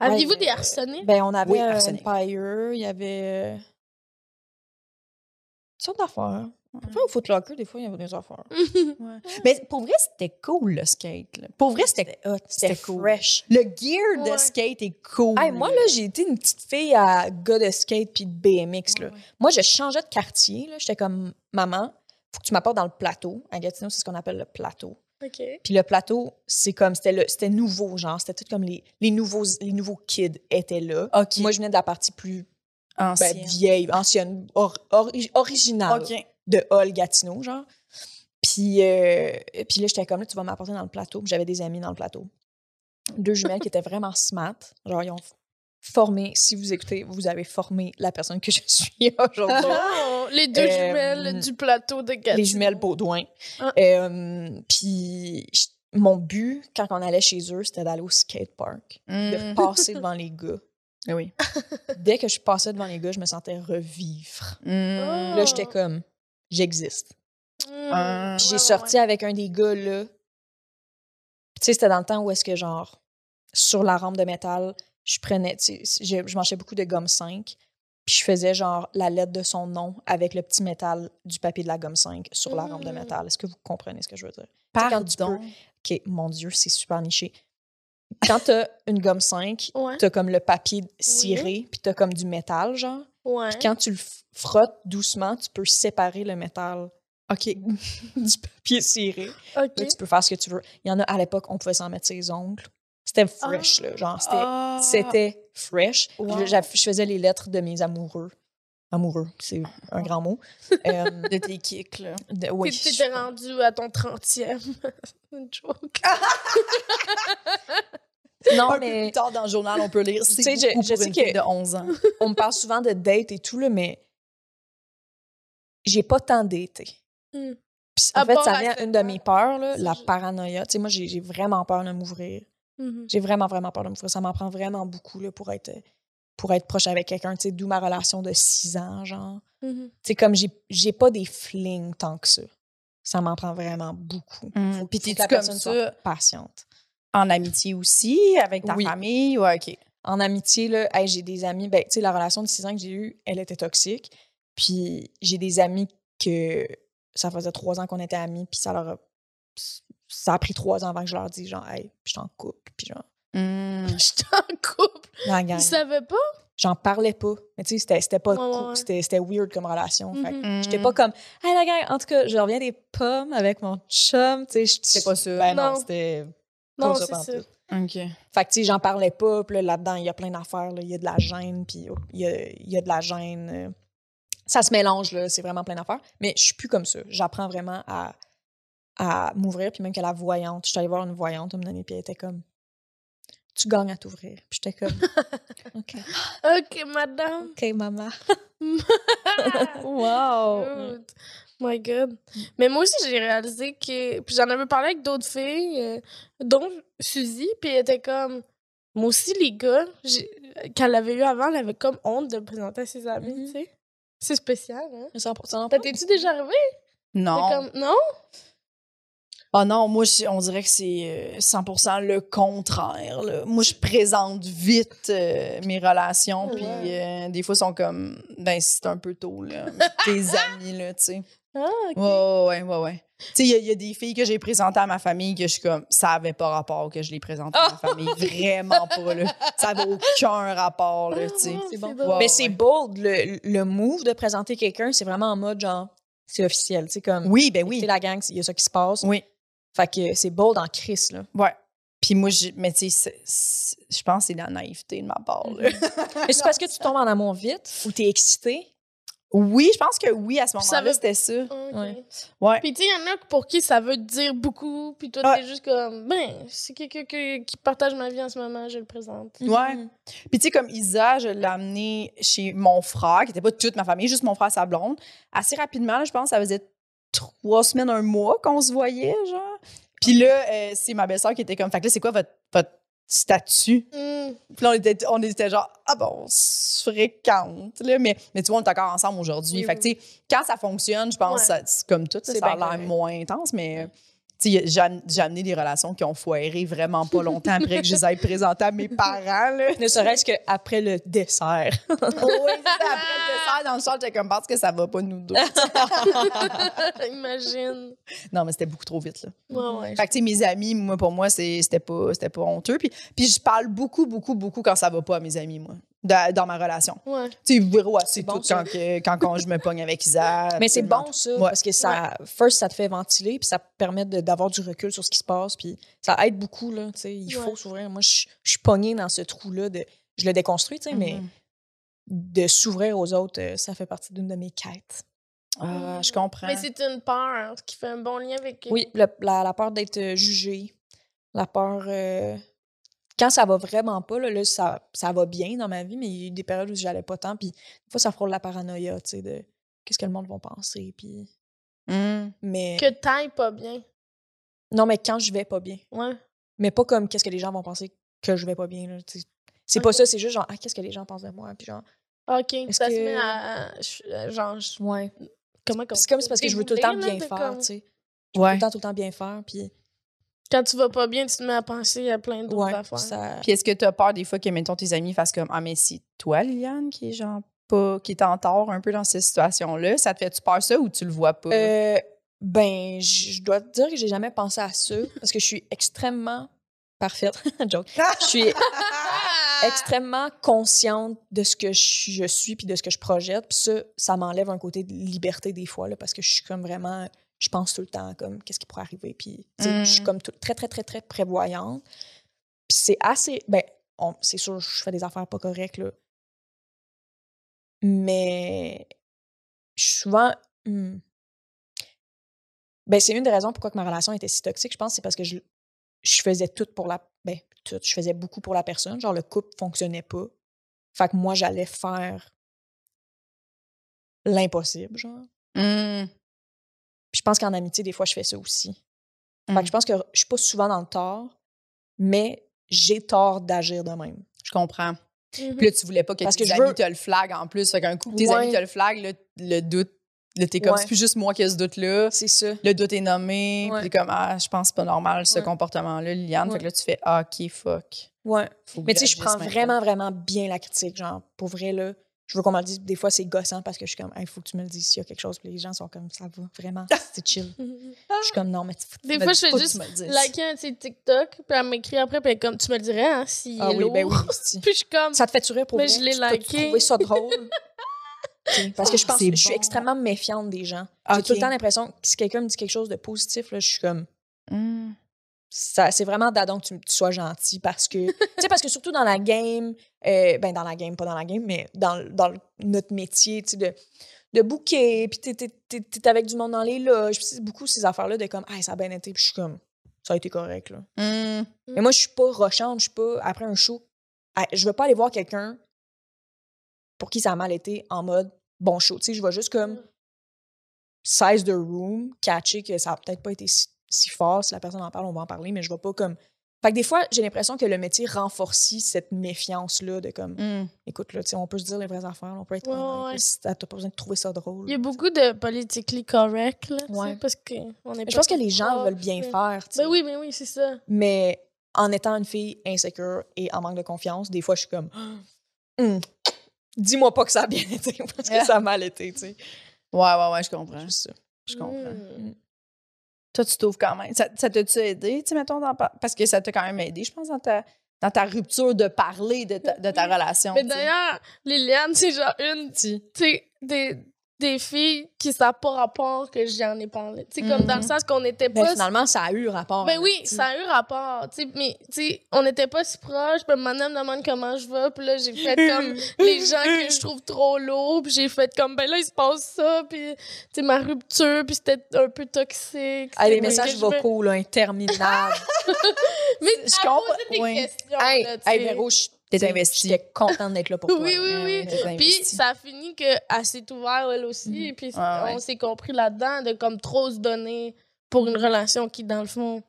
Aviez-vous Ouais, des euh, arsenaux? Ben, on avait Oui, un arsenic. Empire, il y avait... euh, Toutes sortes d'affaires. Enfin, au Footlocker, des fois, il y avait des affaires. Mais pour vrai, c'était cool, le skate. là. Pour vrai, c'était... C'était hot, c'était C'était cool. fresh. Le gear de Ouais. skate est cool. Hey, moi, là, j'ai été une petite fille à gars de skate puis de BMX. Là. Ouais, ouais. Moi, je changeais de quartier. là. J'étais comme maman, faut que tu m'apportes dans le plateau. À Gatineau, c'est ce qu'on appelle le plateau. Ok. Puis le plateau, c'est comme c'était le- c'était nouveau, genre. C'était tout comme les, les nouveaux les nouveaux kids étaient là. OK. Moi, je venais de la partie plus ben, Ancien. vieille, ancienne, or- ori- originale OK. de Hall Gatineau, genre. Puis, euh, puis là, j'étais comme là, tu vas m'apporter dans le plateau. Puis J'avais des amis dans le plateau. Deux jumelles qui étaient vraiment smart. Genre, ils ont formé, si vous écoutez, vous avez formé la personne que je suis aujourd'hui. Oh, les deux Ah! Euh, jumelles du plateau de Gatineau. les jumelles Baudouin. Ah. Euh, puis j- mon but, quand on allait chez eux, c'était d'aller au skatepark, de Mm. passer devant les gars. Ah Oui. Dès que je passais devant les gars, je me sentais revivre. Mm. Là, Ah. j'étais comme, j'existe. Mm. Euh, Puis j'ai Ouais, ouais, sorti ouais. avec un des gars, là. Tu sais, c'était dans le temps où est-ce que, genre, sur la rampe de métal, je prenais, tu sais, je, je mangeais beaucoup de gomme 5, puis je faisais, genre, la lettre de son nom avec le petit métal du papier de la gomme 5 sur la rampe de Mm. métal. Est-ce que vous comprenez ce que je veux dire? quand tu Pardon. OK, mon Dieu, c'est super niché. Quand t'as une gomme 5, Ouais. t'as comme le papier ciré, puis t'as comme du métal, genre. Ouais. Puis quand tu le f- frottes doucement, tu peux séparer le métal OK. du papier ciré. Là, Ok. tu peux faire ce que tu veux. Il y en a à l'époque, on pouvait s'en mettre ses ongles. C'était fresh, là. Genre, c'était, Ah. c'était fresh. Puis Wow. là, j'aff- je faisais les lettres de mes amoureux. Amoureux, c'est un grand mot. Euh, de tes kicks, là. de- Puis oui. tu t'es rendu à ton 30e. C'est une joke. Ah! Non, Un peu mais plus tard dans le journal, on peut lire. C'est Tu sais, je- beaucoup je pour sais une que- fille de 11 ans. on me parle souvent de date et tout, là, mais j'ai pas tant daté. Mm. Puis en À fait, part ça la vient à une de peur. mes peurs, là, Ça, la je- paranoïa. Tu sais, moi, j'ai j'ai vraiment peur de m'ouvrir. hmm, J'ai vraiment, vraiment peur de m'ouvrir. Ça m'en prend vraiment beaucoup là, pour, être, pour être proche avec quelqu'un. Tu sais, d'où ma relation de six ans, genre. hmm. Tu sais, comme j'ai- j'ai pas des flings tant que ça. Ça m'en prend vraiment beaucoup. Mm. Faut- Puis faut t'es-tu que la comme personne ça? soit Patiente. En amitié aussi, avec ta Oui. famille. Ouais, OK. en amitié, là, hey, j'ai des amis. Ben, tu sais, la relation de 6 ans que j'ai eue, elle était toxique. Puis j'ai des amis que ça faisait trois ans qu'on était amis, puis ça leur a, ça a pris trois ans avant que je leur dise, genre, hey, je t'en couple, puis genre, Mm. J'étais en couple. la gang. Ils savaient pas. J'en parlais pas. Mais tu sais, c'était- c'était pas Ouais, ouais, cool, ouais. c'était c'était weird comme relation. Fait que Mhm. Mm. J'étais pas comme, hey, la gang, en tout cas, je reviens des pommes avec mon chum, tu sais, je- C'est pas sûr. Ben non, Non. c'était. Non, pas c'est pantoute. ça. OK. Fait que, tu sais, j'en parlais pas. Puis là, là-dedans, il y a plein d'affaires. là. Il y a de la gêne, puis oh, il y a, il y a de la gêne. euh. Ça se mélange, là. C'est vraiment plein d'affaires. Mais je suis plus comme ça. J'apprends vraiment à, à m'ouvrir. Puis même que la voyante, je suis allée voir une voyante à un moment donné, puis elle était comme, tu gagnes à t'ouvrir. Puis j'étais comme, OK, hmm. Ok, madame. OK, maman. Oh, Wow! Good. My God. Mais moi aussi, j'ai réalisé que. Puis j'en avais parlé avec d'autres filles, euh, dont Suzy, puis elle était comme. Moi aussi, les gars, j'ai- quand elle l'avait eu avant, elle avait comme honte de me présenter à ses amis, Mhm. tu sais. C'est spécial, hein? Ça, pour- ça, non, Ça T'es-tu déjà arrivé? Non. Comme... Non? Ah non, moi, je- on dirait que c'est euh, 100% le contraire. là. Moi, je présente vite euh, mes relations, puis euh, des fois, ils sont comme, ben, c'est un peu tôt, là. Tes amis, là, tu sais. Ah, ok. Ouais, ouais, ouais, ouais. Tu sais, il y a- il y, a des filles que j'ai présentées à ma famille que je suis comme, ça avait pas rapport que je les présente à Ah! ma famille. Vraiment pas, là. Ça avait aucun rapport, là, tu sais. Ah, c'est bon. drôle. Wow. Mais ouais. c'est bold, le, le move de présenter quelqu'un. C'est vraiment en mode, genre, c'est officiel. Tu sais, comme, Oui, ben écoutez oui. la gang, il y a ça qui se passe. Oui. Fait que c'est bold en crise, là. Ouais. Puis moi, j'ai- mais tu sais, c'est- c'est- je pense que c'est de la naïveté de ma part, là. Mm-hmm. Mais c'est parce que tu tombes en amour vite ou t'es excité. Oui, je pense que oui, à ce ça moment-là, veut- c'était ça. Ok. Ouais. Ouais. Puis tu sais, il y en a pour qui ça veut dire beaucoup, puis toi, Ah. t'es juste comme, ben, c'est quelqu'un que- qui partage ma vie en ce moment, je le présente. Ouais. Mm-hmm. Puis tu sais, comme Isa, je l'ai amenée chez mon frère, qui n'était pas toute ma famille, juste mon frère et sa blonde. Assez rapidement, là, je pense que ça faisait trois semaines, un mois qu'on se voyait, genre. Puis là, euh, c'est ma belle-sœur qui était comme, fait que là, c'est quoi votre, votre statut? Mm. Puis là, on était, on était genre, ah bon, on se fréquente, là. Mais, mais tu vois, on est encore ensemble aujourd'hui. Oui, fait que tu sais, quand ça fonctionne, je pense, Ouais. ça- c'est comme tout, là, C'est ça a bien l'air correct. moins intense, mais... euh, tu sais, y a- j'ai am- j'ai amené des relations qui ont foiré vraiment pas longtemps après que je les ai présentées à mes parents. Là. Ne serait-ce qu'après le dessert. Oui, c'est ça. après le Ah! dessert dans le char, j'étais comme parce que ça va pas nous deux. Imagine. non, mais c'était beaucoup trop vite là. Ouais, ouais. Fait que tu sais, mes amis, moi pour moi, c'est- c'était pas c'était pas honteux puis puis je parle beaucoup beaucoup beaucoup quand ça va pas à mes amis moi. Dans, dans ma relation. Ouais. Tu sais, vous ouais, c'est bon, tout ça. quand, que- quand, quand je me pogne avec Isa. Mais c'est absolument bon, ça, Ouais. parce que ça, first, ça te fait ventiler, puis ça te permet de- d'avoir du recul sur ce qui se passe, puis ça aide beaucoup, là, tu sais, il Ouais. faut s'ouvrir. Moi, je je suis pognée dans ce trou-là de... Je le déconstruis, tu sais, tout. mais Mhm. de s'ouvrir aux autres, euh, ça fait partie d'une de mes quêtes. Ah, je comprends. Mais c'est une peur qui fait un bon lien avec. Oui, le- la, la peur d'être euh, jugée, la peur... euh, quand ça va vraiment pas, là, là, ça, ça va bien dans ma vie, mais il y a eu des périodes où j'allais pas tant, puis des fois, ça frôle la paranoïa, tu sais, de qu'est-ce que le monde va penser, puis... Mm. Mais... Que t'ailles pas bien. Non, mais quand je vais pas bien. Ouais. Mais pas comme qu'est-ce que les gens vont penser que je vais pas bien. là, tu sais. C'est pas Ok. ça, c'est juste genre, ah, qu'est-ce que les gens pensent de moi? Puis genre, Ok. Ça se que- met à. à- je- à- Genre, je- ouais. comment qu'on- C'est comme c'est parce que je veux tout le temps dégoûter, bien là, de faire, comme- tu sais. Tout Ouais. le temps, tout le temps bien faire. Puis, Quand tu vas pas bien, tu te mets à penser à plein d'autres ouais, affaires. ça. Puis est-ce que tu as peur des fois que mettons tes amis fassent comme ah mais c'est toi Liliane qui est genre pas qui est en tort un peu dans cette situation là, ça te fait tu peur ça ou tu le vois pas Euh, ben, je je dois te dire que j'ai jamais pensé à ça parce que je suis extrêmement parfaite. Joke. Je suis extrêmement consciente de ce que je je suis puis de ce que je projette. Puis ça, ça m'enlève un côté de liberté des fois, là, parce que je suis comme vraiment... Je pense tout le temps comme qu'est-ce qui pourrait arriver. Puis tu sais, Mm. je suis comme tout- très, très, très, très prévoyante. Puis c'est assez... Ben, on- c'est sûr, je fais des affaires pas correctes, là. Mais je suis souvent... hmm. Ben, c'est une des raisons pourquoi que ma relation était si toxique, je pense, c'est parce que je, je faisais tout pour la... Ben, tout. Je faisais beaucoup pour la personne. Genre, le couple fonctionnait pas. Fait que moi, j'allais ah! faire l'impossible, genre. Mm. Puis je pense qu'en amitié, des fois, je fais ça aussi. Fait Mm. Mmh. que je pense que je suis pas souvent dans le tort, mais j'ai tort d'agir de même. Je comprends. Mhm. Puis là, tu voulais pas que Parce tes que je amis veux- te le flaguent en plus. Fait qu'un coup, que tes Ouais. amis te le flaguent, là, le doute, là, t'es comme, Ouais. c'est plus juste moi qui ai ce doute-là. C'est ça. Le doute est nommé. Ouais. Puis comme, ah, je pense que c'est pas normal ce Ouais. comportement-là, Liliane. Fait Ouais. que là, tu fais, ah, OK, fuck. Ouais. Faut que Mais tu sais, je j'agisse prends maintenant. vraiment, vraiment bien la critique. Genre, pour vrai, là, je veux qu'on me le dise. Des fois, c'est gossant parce que je suis comme, il faut que tu me le dises s'il y a quelque chose. Puis les gens sont comme, ça va, vraiment, c'est chill. Mhm. Je suis comme, non, mais tu Des Mais fois, je fais faut que juste tu me le dises. liker un de ses TikTok, puis elle m'écrit après, puis elle est comme, tu me le dirais, hein, s'il Ah est oui, lourd. ben oui, si. Puis je suis comme, Ça te fait-tu rire pour Mais vrai? je l'ai Tu- t'as- tu liké. trouvais ça drôle? Ok, Parce que je pense C'est je suis bon. extrêmement méfiante des gens. J'ai Ok. tout le temps l'impression que si quelqu'un me dit quelque chose de positif, là, je suis comme, Hmm. ça- c'est vraiment dadon que tu, tu sois gentil parce que, tu sais, parce que surtout dans la game, euh, ben dans la game, pas dans la game, mais dans, le- dans le- notre métier, tu sais, de, de booker, puis t'es, t'es- t'es- t'es avec du monde dans les loges, puis c'est beaucoup ces affaires-là de comme, ah, ça a bien été, puis je suis comme, ça a été correct, là. Hmm. Mais moi, je suis pas rochante, je suis pas, après un show, ah, je veux pas aller voir quelqu'un pour qui ça a mal été en mode bon show, tu sais, je vais juste Mm. comme size the room, catcher que ça a peut-être pas été si, si fort, si la personne en parle, on va en parler, mais je vais pas comme... Fait que des fois, j'ai l'impression que le métier renforcit cette méfiance-là de comme, Hmm. écoute, là, tu sais, on peut se dire les vraies affaires, on peut être Mm. Ouais, honnête, ouais. là, si t'as t'as pas besoin de trouver ça drôle. il y a beaucoup de politically correct, là, tu sais, Ouais. parce qu'on est Je pense que les gens veulent bien mais- faire, tu sais. Ben oui, mais oui, c'est ça. Mais en étant une fille insécure et en manque de confiance, des fois, je suis comme Hum, dis-moi pas que ça a bien été parce que ça a mal été, tu sais. Ouais, ouais, ouais, je comprends. Juste mmh. ça. Je comprends. Mm. Toi, tu t'ouvres quand même. Ça, ça t'a-tu aidé, tu sais, mettons, dans pa- parce que ça t'a quand même aidé, je pense, dans ta, dans ta rupture de parler de ta, de ta Oui. relation. Mais tu sais. d'ailleurs, Liliane, c'est genre une, tu Si. sais, des, des filles qui savent pas rapport que j'en ai parlé. Tu sais, comme dans le Mhm. sens qu'on n'était Ben, pas. finalement, ça a eu rapport. Ben hein, oui, tu sais. ça a eu rapport, tu sais, mais tu sais, on n'était pas si proches, puis maintenant, me demande comment je vais, puis là, j'ai fait comme les gens que je trouve trop lourds, puis j'ai fait comme, ben là, il se passe ça, puis tu sais, ma rupture, puis c'était un peu toxique. Ah, les c'est messages que je me- vocaux, là, interminables. Mais Je je comprends, comprends. des oui. questions, hey, là, tu hey, sais. Véro, je- T'es tu sais, investie. J'étais contente d'être là pour Oui, toi. oui, là. Ouais, oui. ouais, t'es Puis investie. ça a fini qu'elle s'est ouverte, elle aussi. Puis Ouais, ouais. on s'est compris là-dedans de comme trop se donner pour une relation qui, dans le fond.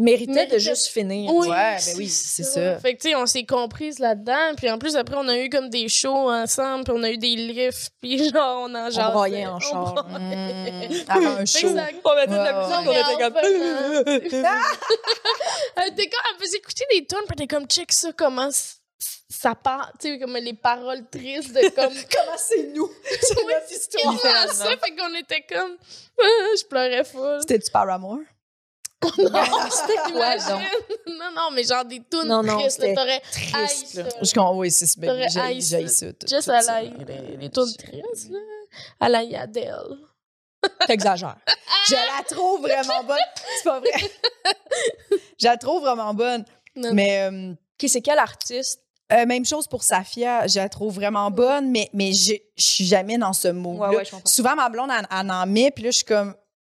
Méritait de Méritait. juste finir. Oui, ouais, ben oui, c'est ça. Fait que, tu sais, on s'est comprises là-dedans. Puis en plus, après, on a eu comme des shows ensemble. Puis on a eu des lifts. Puis genre, on en jasait. broyait en char. broyait. Mmh, avant un Fait show. que ça- On mettait de la Ouais, musique, ouais. on Elle était comme, elle faisait écouter des tunes. Puis elle était comme, check ça, comment c- ça part. Tu sais, comme les paroles tristes de Ah, comme. Comment c'est nous? C'est notre Qu'est-ce que c'est ça? Fait qu'on était comme. Ah, je pleurais full. C'était-tu Paramore? C'était quoi, donc? non, non, mais genre des tunes Non, non, tristes. là, c'était T'aurais triste, haï là. ça. Je comprends, oui, c'est c'est- ben, T'aurais j'ai haï j'ai ça. ça. tout- Juste tout à ça. la les, les tunes tristes, là. À la Yadel. T'exagères. Je la trouve vraiment bonne. C'est pas vrai. Je la trouve vraiment bonne. Non. Mais... euh, OK, c'est quel artiste? Euh, même chose pour Safia, je la trouve vraiment bonne, mais, mais je, je suis jamais dans ce mot. Ouais, ouais, je comprends. Souvent, ma blonde, elle, elle en met, puis là, je suis comme,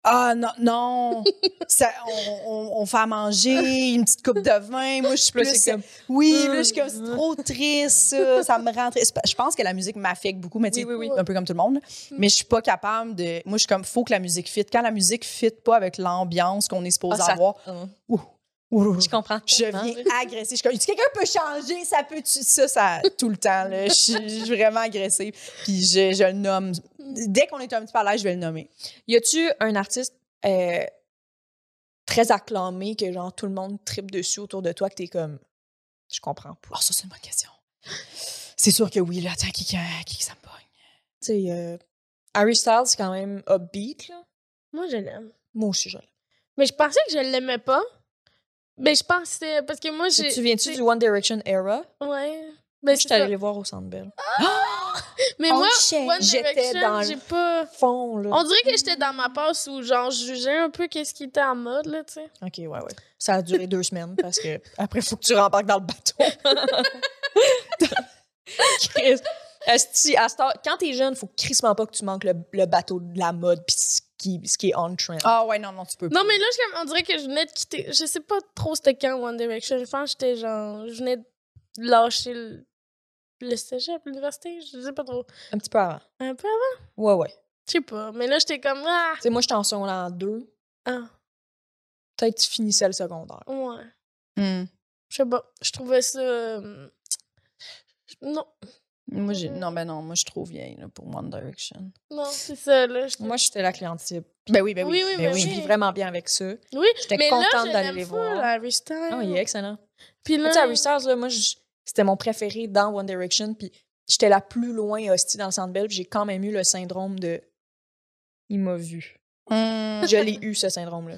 ah non, non, Ça- on, on- on fait à manger, une petite coupe de vin. Moi, je suis Puis plus. là, c'est comme- Oui, Mmh, là, je suis comme, c'est trop triste, ça, ça me rend triste. Je pense que la musique m'affecte beaucoup, mais tu sais, Oui, oui, Mmh. oui. un peu comme tout le monde. Mais je suis pas capable de. Moi, je suis comme, faut que la musique fit. Quand la musique fit pas avec l'ambiance qu'on est supposé Ah, ça- avoir, Hum. ouh, ouh, ouh, Je comprends. je tellement. viens agressée. Je suis comme, Si quelqu'un peut changer, ça peut tu ça, ça tout le temps. Là. Je suis je suis vraiment agressive. Puis je, je le nomme. Dès qu'on est un petit peu à l'aise, je vais le nommer. Y a-tu un artiste euh, très acclamé que genre tout le monde tripe dessus autour de toi que t'es comme je comprends pas. Oh, ça, c'est une bonne question. C'est sûr que oui, là. Attends, qui, qui, qui ça me pogne? Tu sais, euh, Harry Styles c'est quand même upbeat là. Moi, je l'aime. Moi aussi je l'aime. Mais je pensais que je l'aimais pas. Mais je pensais. Parce que moi, j'ai. Tu viens-tu du One Direction era Ouais. Mais Je c'est suis allée ça. les voir au Centre Bell. Mais On moi, check. One Oh, J'étais Direction, dans le- j'ai pas. Fond là. On dirait que j'étais dans ma passe où, genre, je jugeais un peu qu'est-ce qui était en mode, là, tu sais. Ok ouais ouais. Ça a duré deux semaines parce que après faut que tu rembarques dans le bateau. Chris. Asti, à cette heure- quand t'es jeune, faut crissement pas que tu manques le, le bateau de la mode pis ce qui, ce qui est on trend. Ah, ouais, non, non, tu peux pas. Non, mais là, je suis comme- on dirait que je venais de quitter. Je sais pas trop c'était quand One Direction. Je pense que j'étais genre. Je venais de lâcher le, le cégep, l'université. Je sais pas trop. Un petit peu avant. Un peu avant. Ouais, ouais. Je sais pas. Mais là, j'étais comme, ah, Tu sais, moi, j'étais en secondaire 2. ah, Peut-être que tu finissais le secondaire. ouais. Hmm. Je sais pas. Je trouvais ça. euh, Non, Mmh. Moi, j'ai... Non, ben non, moi, je suis trop vieille là, pour One Direction. non, c'est ça, là. Je- Moi, j'étais la cliente type. Ben oui, ben oui. oui, oui, Mais mais oui, je vis vraiment bien avec ça. Oui, J'étais mais là, contente je d'aller l'aime les full, voir. Harry Styles. Ah, il est excellent. Puis Tu là, sais, Harry Styles, là, moi, je- c'était mon préféré dans One Direction, puis j'étais la plus loin hostie dans le Centre Bell, puis j'ai quand même eu le syndrome de « il m'a vu Hmm. ». Je l'ai eu, ce syndrome-là.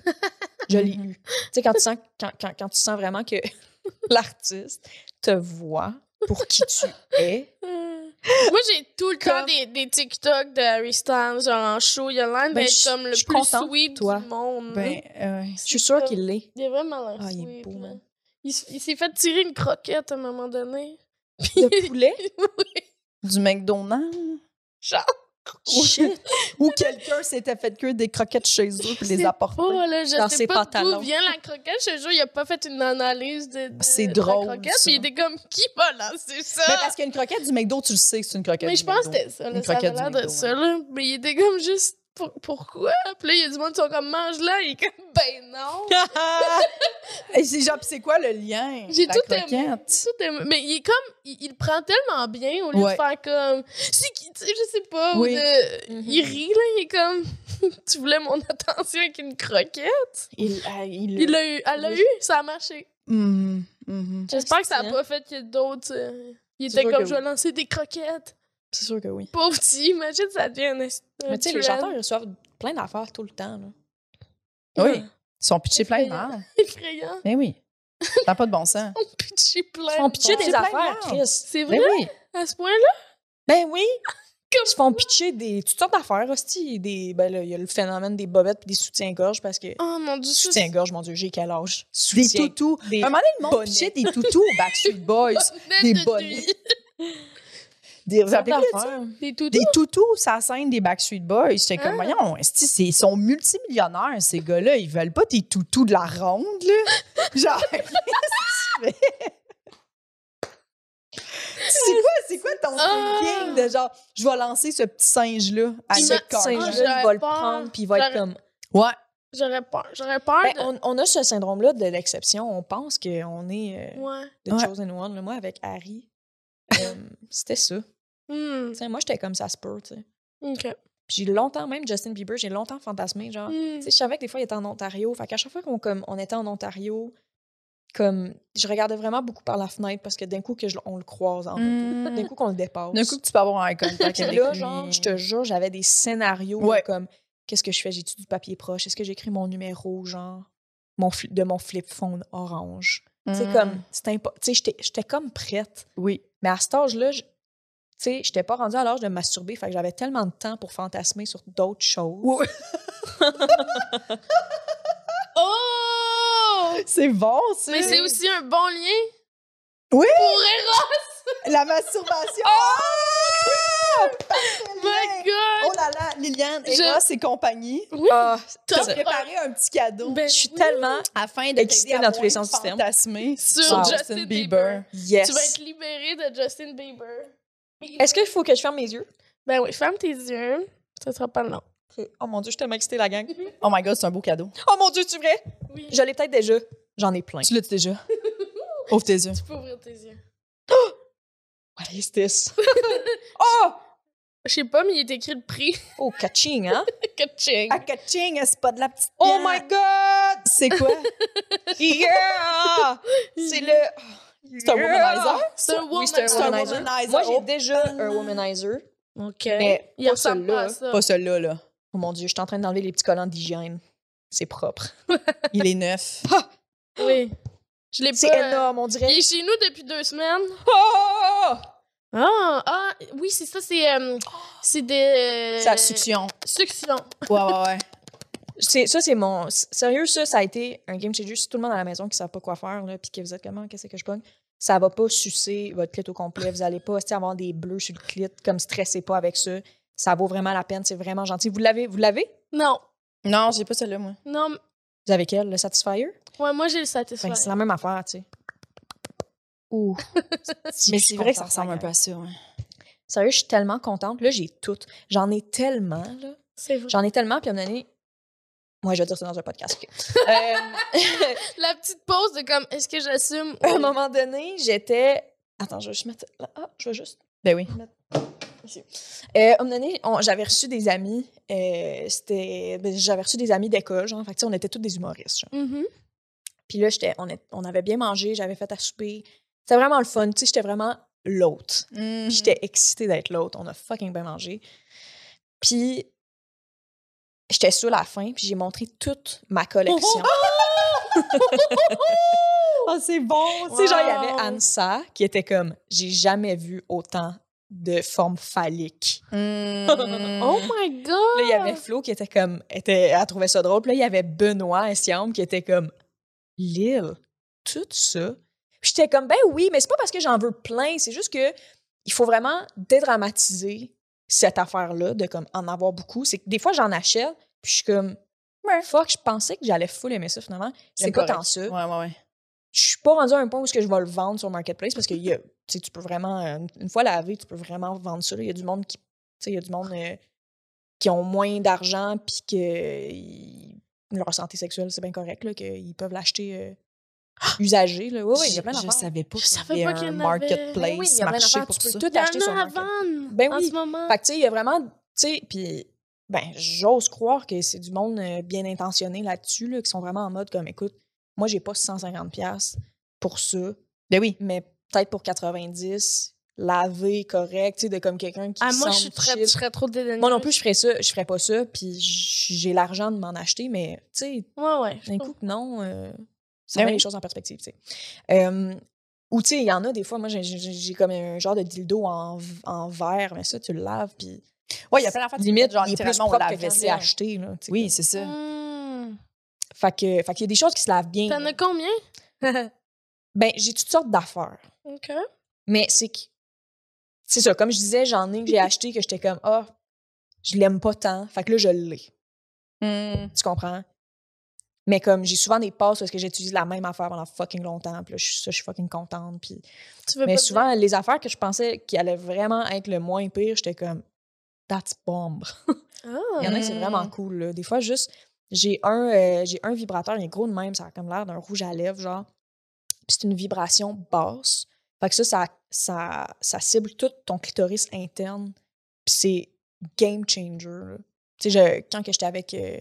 Je l'ai Mmh. eu. Tu sais, quand tu sens, quand, quand, quand tu sens vraiment que l'artiste te voit pour qui tu es, euh, moi, j'ai tout le temps Comme- des, des TikTok de Harry Styles, genre en show. Il a l'air Ben, d'être je- comme le je suis plus contente, sweet toi. du monde. Ben, euh, je suis sûre qu'il l'est. Il est vraiment l'air Ah, il est sweet, beau, là. man. Il, s- il s'est fait tirer une croquette à un moment donné. Le poulet? du McDonald's. Genre. Shit. Ou quelqu'un s'était fait cuire des croquettes chez eux puis les C'est apporter. Oh là, je Dans sais ses pas pantalons. d'où vient la croquette. Je te jure, il a pas fait une analyse de, de- C'est de drôle, la croquette. ça. Puis il était comme, qui va lancer ça? Mais parce qu'une croquette du McDo, tu le sais que c'est une croquette. Mais du je pense McDo. que c'était ça. Une Là, ça avait croquette du l'air de McDo, ça. Là. Mais il était comme juste pour- pourquoi? Puis là, il y a du monde qui sont comme mange-la. Il est comme ben non. Et c'est genre, pis c'est quoi le lien? J'ai la tout aimé. croquette. Tout est- Mais il est comme. Il, il le prend tellement bien au lieu Ouais. de faire comme. C'est qui, tu sais, je sais pas. Oui. Ou de- Mhm. Il rit, là. Il est comme. tu voulais mon attention avec une croquette. Il, euh, ah, il- Il l'a eu. Elle l'a Oui. eu. Ça a marché. Mhm, mhm. J'espère que ça c'est- n'a pas fait que d'autres. euh, Il C'est était sûr comme que je vais lancer des croquettes. C'est sûr que oui. Pauvre petit, imagine ça devient un. Mais tu sais, les chanteurs, ils reçoivent plein d'affaires tout le temps. Là. Oui, ils sont pitchés plein de Effrayant. mal. effrayant. Mais oui. T'as pas de bon sens. Pitché plein. Ils font de pitcher monde. des plein affaires, de merde. Chris. C'est vrai. Mais oui. À ce point-là? Ben oui! Comme- Ils se font pitcher des, toutes sortes d'affaires, hostie. Des, ben là, il y a le phénomène des bobettes puis des soutiens-gorge parce que. Oh mon dieu, ça, c'est- Soutien-gorge, mon Dieu, j'ai quel âge? Des Soutien. toutous. Des- À un moment donné, le monde Bonnets. pitchait des toutous aux Backstreet Boys. Des des bonnets. nuit. Des, vous Toutes rappelez-vous de ça? affaires. Des toutous. Des toutous, ça scène des Backstreet Boys. J'étais comme, voyons, esti, c'est- ils sont multimillionnaires, ces gars-là. Ils veulent pas tes toutous de la ronde, là. Genre, qu'est-ce que tu fais? C'est quoi, c'est quoi ton Ah! thinking de genre, je vais lancer ce petit singe-là à Il Ce m'a- cette petit corde? Ah, singe-là, il j'aurais va le peur. prendre puis il va être J'aurais- comme. Ouais. J'aurais peur. J'aurais peur Ben, de. on, on a ce syndrome-là de l'exception. On pense qu'on est euh, Ouais. the Ouais. chosen one. là. Moi, avec Harry, euh, c'était ça. Hmm. Tu sais, moi, j'étais comme ça se peut. tu sais. Ok. Puis j'ai longtemps, même Justin Bieber, j'ai longtemps fantasmé. Genre, Hmm. Tu sais, je savais que des fois, il était en Ontario. Fait qu'à chaque fois qu'on comme, on était en Ontario, comme, je regardais vraiment beaucoup par la fenêtre parce que d'un coup, que je- on le croise, en- d'un coup qu'on le dépasse. Mmh. D'un coup que tu peux avoir un contact Puis avec là, lui. genre, je te jure, j'avais des scénarios de Ouais. comme, qu'est-ce que je fais? J'ai-tu du papier proche? Est-ce que j'écris mon numéro, genre, mon fl- de mon flip phone orange? Mm. Tu sais, comme, c'était impo- tu sais, j'étais- j'étais comme prête. Oui. Mais à cet âge-là, je- tu sais, j'étais pas rendue à l'âge de me masturber. Fait que j'avais tellement de temps pour fantasmer sur d'autres choses. Ouais. Oh! C'est bon, ça. Mais c'est aussi un bon lien. Oui! Pour Eros! La masturbation. Ah! Parfait lien. My God! Oh là là, Liliane, Je- Eros et compagnie. Ah, T'as c'est- préparé un petit cadeau. Ben, je suis oui. tellement afin de Excité t'aider à dans tous les moins sens du terme. fantasmer Sur Justin Bieber. yes. Tu vas être libérée de Justin Bieber. Est-ce qu'il faut que je ferme mes yeux? Ben oui, ferme tes yeux. Ça sera pas long. Oh mon dieu, je suis tellement excitée, la gang. Oh my god, c'est un beau cadeau. Oh mon dieu, tu vrai? Oui. Mhm. Je l'ai peut-être déjà. J'en ai plein. Tu l'as déjà. Ouvre tes yeux. Tu peux ouvrir tes yeux. What is this? oh! Je sais pas, mais il est écrit le prix. Oh, catching, hein? Catching. Akaching, c'est pas de la petite. Oh my god! C'est quoi? Yeah! C'est le. C'est un womanizer? C'est un Oui, c'est un C'est un womanizer. womanizer. Moi, Oh. j'ai déjà un womanizer. Ok. Mais il pas ressemble pas à ça. Pas celui-là, là. Oh mon dieu, je suis en train d'enlever les petits collants d'hygiène. C'est propre. Il est neuf. Oui. Je l'ai pas. C'est énorme, on dirait. Il est chez nous depuis deux semaines. Oh! Ah, ah oui, c'est ça, c'est euh, c'est des euh, C'est la succion. succion. Ouais, ouais, ouais. C'est- ça, c'est mon. s- Sérieux, ça, ça a été un game changer. Si tout le monde à la maison qui ne savent pas quoi faire, là, puis que vous êtes comment, qu'est-ce que je pogne, ça va pas sucer votre clit au complet. Vous n'allez pas hostie, avoir des bleus sur le clit, comme stressez pas avec ça. Ça vaut vraiment la peine, c'est vraiment gentil. Vous l'avez? Vous l'avez? Non, Non, j'ai pas celui-là, moi. non, Vous avez quel? Le Satisfyer? ouais, moi j'ai le Fait satisfait. que c'est la même affaire, tu sais. Ouh. Mais c'est vrai que ça ressemble un peu à ça, ouais. Sérieux, je suis tellement contente. Là, j'ai tout. J'en ai tellement, là. C'est vrai. J'en ai tellement, puis à un moment donné, moi, je vais dire ça dans un podcast. ok. Euh, La petite pause de comme, est-ce que j'assume? à un moment donné, j'étais. Attends, je vais juste mettre. là. Ah, je vais juste. Ben oui. Euh, à un moment donné, on- j'avais reçu des amis. euh, c'était, ben, j'avais reçu des amis d'école, genre. Fait que, tu sais, on était tous des humoristes. genre. Mhm. Puis là, j'étais, on, est- on avait bien mangé, j'avais fait à souper. C'était vraiment le fun. Tu sais, j'étais vraiment l'autre. Mm-hmm. Puis j'étais excitée d'être l'autre. On a fucking bien mangé. Puis j'étais sur la fin, puis j'ai montré toute ma collection. Oh, c'est bon! Tu sais, genre, il y Wow. avait Ansa qui était comme j'ai jamais vu autant de formes phalliques. Hum. Oh my god! Puis là, il y avait Flo qui était comme était elle trouvait ça drôle. Puis là, il y avait Benoît Essiam qui était comme Lille, tout ça. Puis j'étais comme ben oui, mais c'est pas parce que j'en veux plein, c'est juste que il faut vraiment dédramatiser cette affaire-là de comme en avoir beaucoup, c'est que des fois j'en achète, puis je suis comme fuck, je pensais que j'allais full aimer ça finalement. C'est C'est pas correct. tant ça. Ouais, ouais, ouais. je suis pas rendue à un point où est-ce que je vais le vendre sur Marketplace parce que il y a- tu sais, tu peux vraiment, euh, une fois lavé, tu peux vraiment vendre ça. là. Il y a du monde qui, tu sais, il y a du monde euh, qui ont moins d'argent puis que euh, ils- leur santé sexuelle, c'est bien correct, là, qu'ils peuvent l'acheter euh, usagé. Là. Oui, oui, il y a plein je, je d'affaires. savais pas Je qu'il savais y pas avait qu'il y un en avait. marketplace Oui, il y a plein marché d'affaires, pour tu ça. peux tout Il y en acheter sur a à Marketplace. vendre Ben en oui. ce moment. Fait que, tu sais, il y a vraiment, tu sais, puis, ben, j'ose croire que c'est du monde euh, bien intentionné là-dessus, là, qui sont vraiment en mode comme, écoute, moi, j'ai pas 150$ piastres pour ça, Ben oui. mais peut-être pour 90, lavé, correct, tu sais, de comme quelqu'un qui Ah, moi, semble je suis très, je chill. serais trop dédaigneuse. Moi non plus, je ferais ça, je ferais pas ça, puis j- j'ai l'argent de m'en acheter, mais tu sais, Ouais, ouais. d'un coup que non, euh, ça Ben met oui. les choses en perspective, tu sais. Euh, ou tu sais, il y en a des fois, moi, j'ai- j'ai j'ai comme un genre de dildo en, en verre, mais ça, tu le laves, puis Ouais, il y a plein d'affaires. limite, genre, il est plus littéralement, on propre que lave quand c'est vaisselle. acheté, là, tu sais. Oui, c'est ça. Hmm. Fait que, fait qu'il y a des choses qui se lavent bien. T'en as combien? Ben, j'ai toutes sortes d'affaires. OK. Mais c'est que. C'est ça, comme je disais, j'en ai que j'ai acheté que j'étais comme, ah, je l'aime pas tant. Fait que là, je l'ai. Tu comprends? Mais comme j'ai souvent des passes parce que j'utilise la même affaire pendant fucking longtemps. Puis là, je suis, ça, je suis fucking contente. Puis... Tu veux Mais pas souvent, les affaires que je pensais qui allaient vraiment être le moins pire, j'étais comme, that's bomb. dire- Ah! Il y en a qui c'est Mm. vraiment cool. là. Des fois, juste, j'ai un, euh, j'ai un vibrateur, il est gros de même, ça a comme l'air d'un rouge à lèvres, genre. Puis c'est une vibration basse. Fait que ça, ça, ça, ça cible tout ton clitoris interne. Puis c'est game changer. là. Tu sais, je- quand que j'étais avec euh,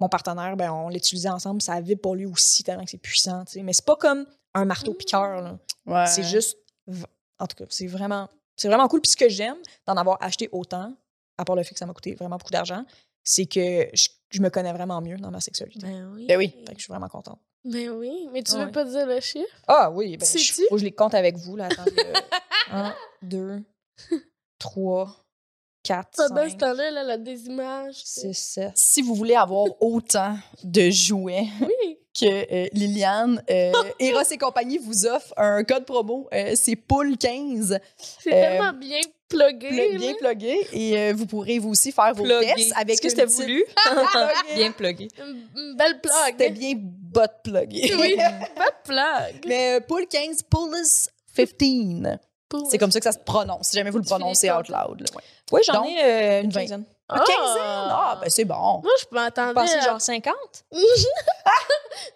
mon partenaire, ben, on l'utilisait ensemble, ça vibre pour lui aussi, tellement que c'est puissant. tu sais. Mais c'est pas comme un marteau Mm. piqueur. là. Ouais. C'est juste. v- En tout cas, c'est vraiment, c'est vraiment cool. Puis ce que j'aime d'en avoir acheté autant, à part le fait que ça m'a coûté vraiment beaucoup d'argent, c'est que je, je me connais vraiment mieux dans ma sexualité. Ben oui. Ben oui. Fait que je suis vraiment contente. Ben oui. Mais tu Ouais. veux pas dire le chiffre? Ah oui, ben, je, Sais-tu? faut que je les compte avec vous. Là, attendez. euh, un, deux, trois, quatre, Pendant ce cinq, temps-là, là, la des images. c'est- six, sept. Si vous voulez avoir autant de jouets Oui. que euh, Liliane, euh, Eros et compagnie vous offre un code promo, euh, c'est POUL15, Euh, C'est tellement bien plugué. pl- là. bien plugué, et euh, vous pourrez vous aussi faire vos Plugué. tests avec Est-ce que une c'était petite- voulu? Plugué. Bien plugué. Une une belle C'était plug. hein. bien bot plugué. Oui, pas de plug. Mais euh, POUL15, POULIS 15. Pour- C'est comme ça que ça se prononce, si jamais vous le Tu finis prononcez ton- out loud. là, ouais. Oui, j'en Donc, ai euh, une une quinzaine. Ah! Quinzaine! Ah, ben c'est bon. Moi, je m'attendais. Passé à- genre 50?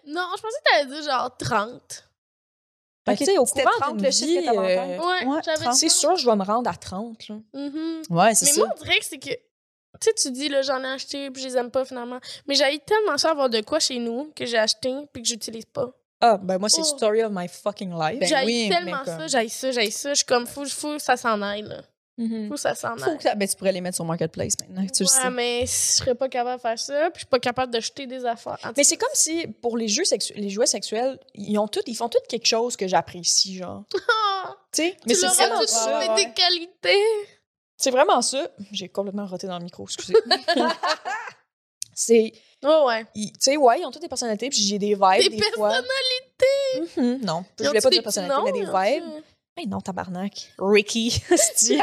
Non, je pensais que t'allais dire genre 30. Ben, Ok, tu sais, au c'était courant 30, d'une le chiffre vie, est avantage. euh, Ouais, Ouais, j'avais 30. C'est sûr, je vais me rendre à 30. Là. Mhm. Ouais, c'est Mais ça. moi, on dirait que c'est que. Tu sais, tu dis, là, j'en ai acheté, puis je les aime pas finalement. Mais j'ai tellement ça avoir de quoi chez nous que j'ai acheté, puis que j'utilise pas. Ah, ben moi, c'est Oh. story of my fucking life. Ben j'ai oui, tellement mais comme- ça, j'ai ça, j'ai ça. Je suis comme, faut, faut que ça s'en aille, là. Mhm. Faut que ça s'en Faut aille. que ça- ben, tu pourrais les mettre sur Marketplace maintenant, que tu le ouais, sais. mais je serais pas capable de faire ça, puis je suis pas capable de jeter des affaires. En tout Mais c'est comme si, pour les, jeux sexu- les jouets sexuels, ils, ont tout, ils font tout quelque chose que j'apprécie, genre. tu cas, sais? tu Mais c'est l'auras vraiment tout ça. de suite des qualités. C'est vraiment ça. J'ai complètement roté dans le micro, excusez. c'est... Ouais, ouais. ils- Tu sais, ouais, ils ont toutes des personnalités, puis j'ai des vibes Des des, fois. Mhm, non, je voulais pas dire personnalité, mais des vibes. Mais non, tabarnak. Ricky, c'est-tu?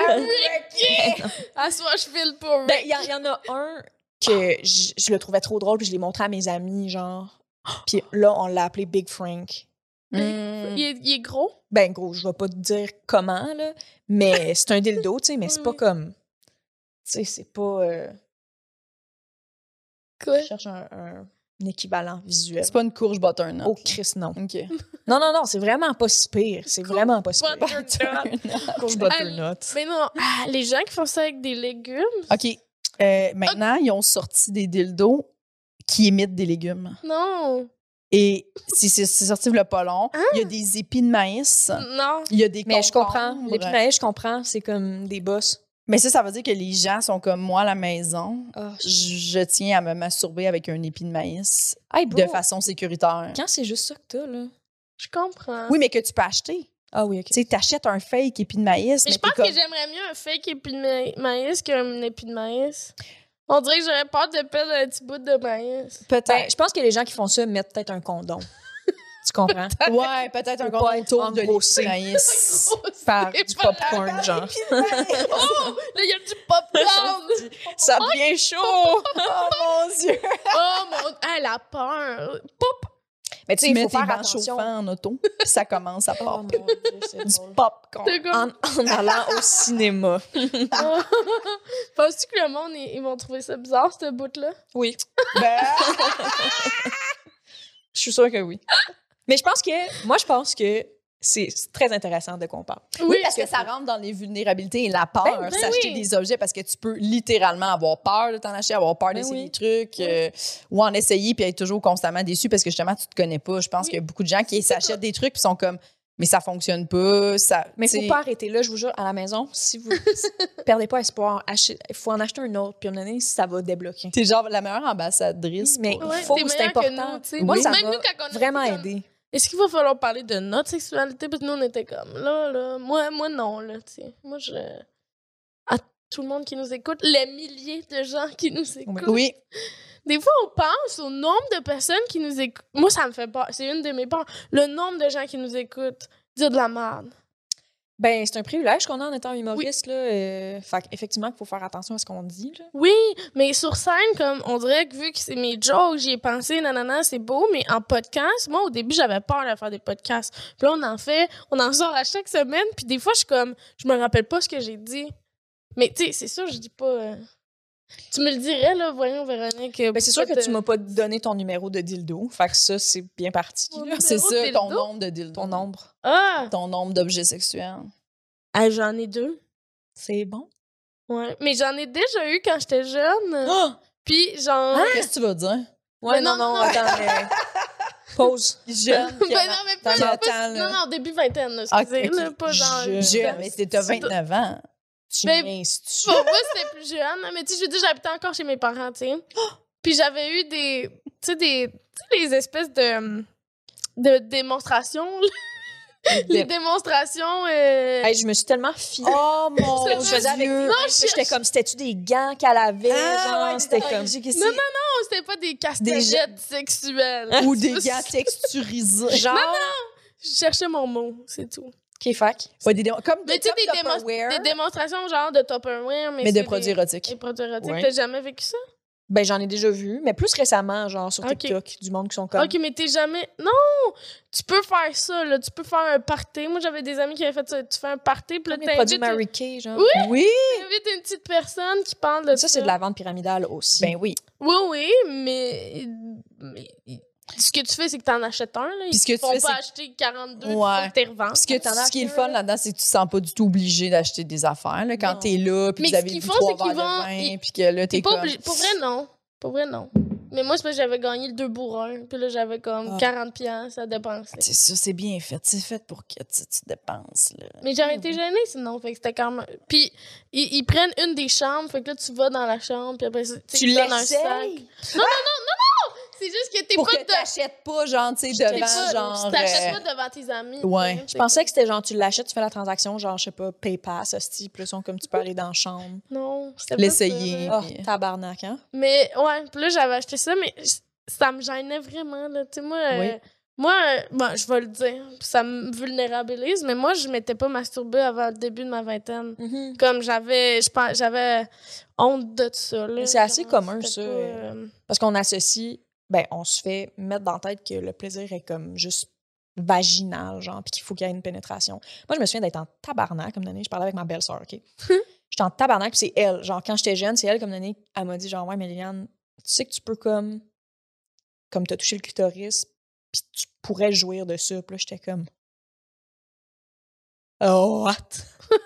Ah À soi, je file pour Ben, il y, en- il y en a un que je, je le trouvais trop drôle, puis je l'ai montré à mes amis, genre. Puis là, on l'a appelé Big Frank. Mm. il, est, il est gros. Ben, gros, je vais pas te dire comment, là, mais c'est un dildo, tu sais, mais c'est pas Oui. comme. Tu sais, c'est pas. euh, Quoi? Je cherche un, un- un équivalent visuel. C'est pas une courge butternut. Oh, Chris, non. OK. Non, non, non, c'est vraiment pas si pire. C'est Courge vraiment pas si pire. Butternut. Courge butternut. Mais non, ah, les gens qui font ça avec des légumes, OK. Euh, maintenant, ils ont sorti des dildos qui imitent des légumes. non. Et si c'est c'est sorti le pas long. Il y a des épis de maïs. Non. Il y a des Ah! Mais je comprends. concombres. L'épi de maïs, je comprends. C'est comme des bosses. Mais ça, ça veut dire que les gens sont comme moi à la maison. Ah, Je, je tiens à me masturber avec un épi de maïs Hey, bro, de façon sécuritaire. quand c'est juste ça que t'as, là. Je comprends. Oui, mais que tu peux acheter. Ah oui, OK. Tu sais, t'achètes un fake épi de maïs. mais je t'es pense que comme- j'aimerais mieux un fake épi de maï- maïs qu'un épi de maïs. On dirait que j'aurais peur de perdre un petit bout de maïs. Ben, Peut-être. je pense que les gens qui font ça mettent peut-être un condom. tu comprends? ouais, peut-être un Faut pas gros être tour de l'épi engrossé. de maïs. Oh, Par Et du voilà. popcorn, genre. Là, il y a du popcorn! Ça devient chaud! oh mon Dieu! oh mon... Ah, la peur! Mais tu Tu sais, il mets faut tes faire bancs attention. chauffants en auto, puis ça commence à Oh pop. mon Dieu, c'est du drôle. popcorn. T'es comme- En, en allant au cinéma. Penses-tu que le monde, ils, ils vont trouver ça bizarre, ce bout-là? Oui, Ben, je suis sûre que oui. Mais je pense que, moi, je pense que c'est c'est très intéressant de comparer. oui, parce que ça rentre dans les vulnérabilités et la peur, Ben, ben s'acheter oui. des objets, parce que tu peux littéralement avoir peur de t'en acheter, avoir peur Ben d'essayer des oui. trucs, euh, ou en essayer puis être toujours constamment déçu parce que justement, tu te connais pas. Je pense Oui. qu'il y a beaucoup de gens qui s'achètent des trucs puis sont comme, mais ça fonctionne pas, ça. Mais tu faut sais. pas arrêter là, je vous jure, à la maison. Si vous perdez pas espoir, il faut en acheter un autre, puis à un moment donné, ça va débloquer. T'es genre la meilleure ambassadrice. Mais pour- il Ouais, faut, t'es c'est meilleur que important. nous, tu sais. Moi, Oui. ça Même m'a nous, quand on est vraiment comme- aidé. Est-ce qu'il va falloir parler de notre sexualité? Parce que nous, on était comme, là, là, moi, moi non, là, tu sais. Moi, je... À tout le monde qui nous écoute, les milliers de gens qui nous écoutent. Oui, Des fois, on pense au nombre de personnes qui nous écoutent. Moi, ça me fait peur. C'est une de mes peurs. Le nombre de gens qui nous écoutent dire de la merde. Ben, c'est un privilège qu'on a en étant humoriste, là. euh, fait effectivement, il faut faire attention à ce qu'on dit, là. Oui, mais sur scène, comme on dirait que vu que c'est mes jokes, j'y ai pensé, nanana, c'est beau, mais en podcast, moi, au début, j'avais peur de faire des podcasts. Puis là, on en fait, on en sort à chaque semaine, puis des fois, je suis comme, je me rappelle pas ce que j'ai dit. Mais tu sais, c'est sûr, je dis pas. euh, Tu me le dirais, là, voyons, Véronique. euh, Ben, c'est sûr que pourquoi tu m'as pas donné ton numéro de dildo. Fait que ça, c'est bien parti. Mon là. numéro c'est de ça, ton dildo. nombre de dildos. Ton nombre. Ah! Ton nombre d'objets sexuels. Ah, j'en ai deux. C'est bon. Ouais. Mais j'en ai déjà eu quand j'étais jeune. Oh! Puis genre. Ah! Ah! Qu'est-ce que tu vas dire? Ouais, Ben non, non, non, attends. mais- Pause. Jeune. Ben non, mais pas, Dans pas- le temps, là. non, non, début vingtaine, là, Ah, excusez, ok. là, pas genre... Je- Jeune, mais t'as 29 ans. Tu Ben- m'institues. Pour moi, c'était plus jeune, hein, mais tu sais, je veux dire, j'habitais encore chez mes parents, tu sais. Puis j'avais eu des, tu sais, des, tu sais, les espèces de, de démonstrations, là. les démonstrations... euh, Hey, je me suis tellement fière. Oh mon Je faisais avec Dieu. mes mains, puis j'étais comme c'était-tu des gants qu'elle avait genre c'était comme comme... Non, non, non, c'était pas des casse-têtes sexuelles. Ou des gants texturisés. genre Je cherchais mon mot, c'est tout. OK fac. Ouais, des démo- comme Mais tu sais, comme des démon- Hein? Tupperware, Des démonstrations genre de Tupperware, mais mais de c'est produits des- érotiques. Des produits érotiques. Ouais. T'as jamais vécu ça? Ben j'en ai déjà vu, mais plus récemment genre sur Ok. TikTok du monde qui sont comme Ok, mais t'es jamais. Non! Tu peux faire ça, là. Tu peux faire un party. Moi, j'avais des amis qui avaient fait ça. Tu fais un party, puis là, comme les produits t'invites Mary Kay genre. Oui, Oui, t'invites une petite personne qui parle de ça. Ça c'est de la vente pyramidale aussi. ben oui. Oui, oui, mais. mais- Ce que tu fais, c'est que t'en achètes un, là. Ils Puis ce que ne tu font fais, pas c'est- acheter Ouais. 42 puis faut que t'es revends. Parce que t'en as ce qui est le acheté un, fun là-dedans, c'est que tu te sens pas du tout obligé d'acheter des affaires. Là, quand Non. t'es là, puis Mais vous ce avez qu'ils bu font, trois c'est qu'ils verres de vont- vin, ils- puis que là, t'es T'es pas comme... obligé- Pour vrai, non. Pour vrai, non. Mais moi, c'est parce que j'avais gagné deux bourrins, puis là, j'avais comme Ah. 40 piastres à dépenser. C'est ça, c'est bien fait. C'est fait pour que tu, tu dépenses. Là. Mais j'aurais été gênée sinon, fait que c'était quand même. Puis ils, ils prennent une des chambres, fait que là tu vas dans la chambre, puis après ça, tu Tu sais, ils donnent un sac. l'essayes C'est juste que t'es Pour pas que de. t'achètes pas, genre, tu sais, J'étais devant, pas- genre... tu t'achètes euh, pas devant tes amis. ouais. tu sais, Je c'est- pensais que c'était genre tu l'achètes, tu fais la transaction genre je sais pas PayPass, hostie, plus sont comme tu peux aller dans la chambre. Non, c'était pas L'essayer. ça. Oh, puis- tabarnak hein. Mais ouais, puis là j'avais acheté ça, mais j- ça me gênait vraiment, là. Tu sais, moi. euh, Oui. Moi, euh, bon, je vais le dire, ça me vulnérabilise, mais moi, je m'étais pas masturbée avant le début de ma vingtaine. Comme j'avais, je pense, j'avais honte de ça. là. C'est assez Genre, commun, c'était ça. pas, euh, Parce qu'on associe, ben, on se fait mettre dans la tête que le plaisir est comme juste vaginal, genre, puis qu'il faut qu'il y ait une pénétration. Moi, je me souviens d'être en tabarnak, comme donné, je parlais avec ma belle-sœur, OK? J'étais en tabarnak, puis c'est elle. Genre, quand j'étais jeune, c'est elle, comme donné, elle m'a dit, genre, ouais, mais Liliane, tu sais que tu peux comme comme t'as touché le clitoris puis tu pourrais jouir de ça puis là j'étais comme oh what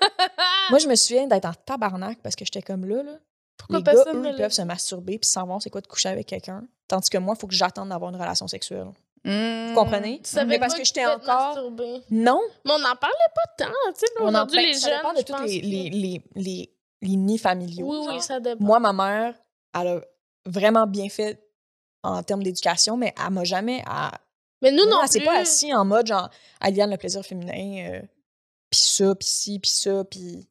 moi je me souviens d'être en tabarnak parce que j'étais comme là là Pourquoi les gars, personne eux, ne ils l'a- peuvent se masturber puis savoir c'est quoi de coucher avec quelqu'un. Tandis que moi, il faut que j'attende d'avoir une relation sexuelle. hmm. Vous comprenez? Tu savais Mais parce pas que j'étais tu pouvais te encore- masturber. Non. Mais on n'en parlait pas tant, tu sais. nous, On en Aujourd'hui, parle. les ben, Ça jeunes, dépend de tous les, les, les, les, les nids familiaux. Oui, oui, genre. ça dépend. Moi, ma mère, elle a vraiment bien fait en termes d'éducation, mais elle m'a jamais... Elle, mais nous, non, elle s'est plus. pas assise en mode, genre, Aliane, le plaisir féminin, euh, puis ça, puis ci, puis ça, puis...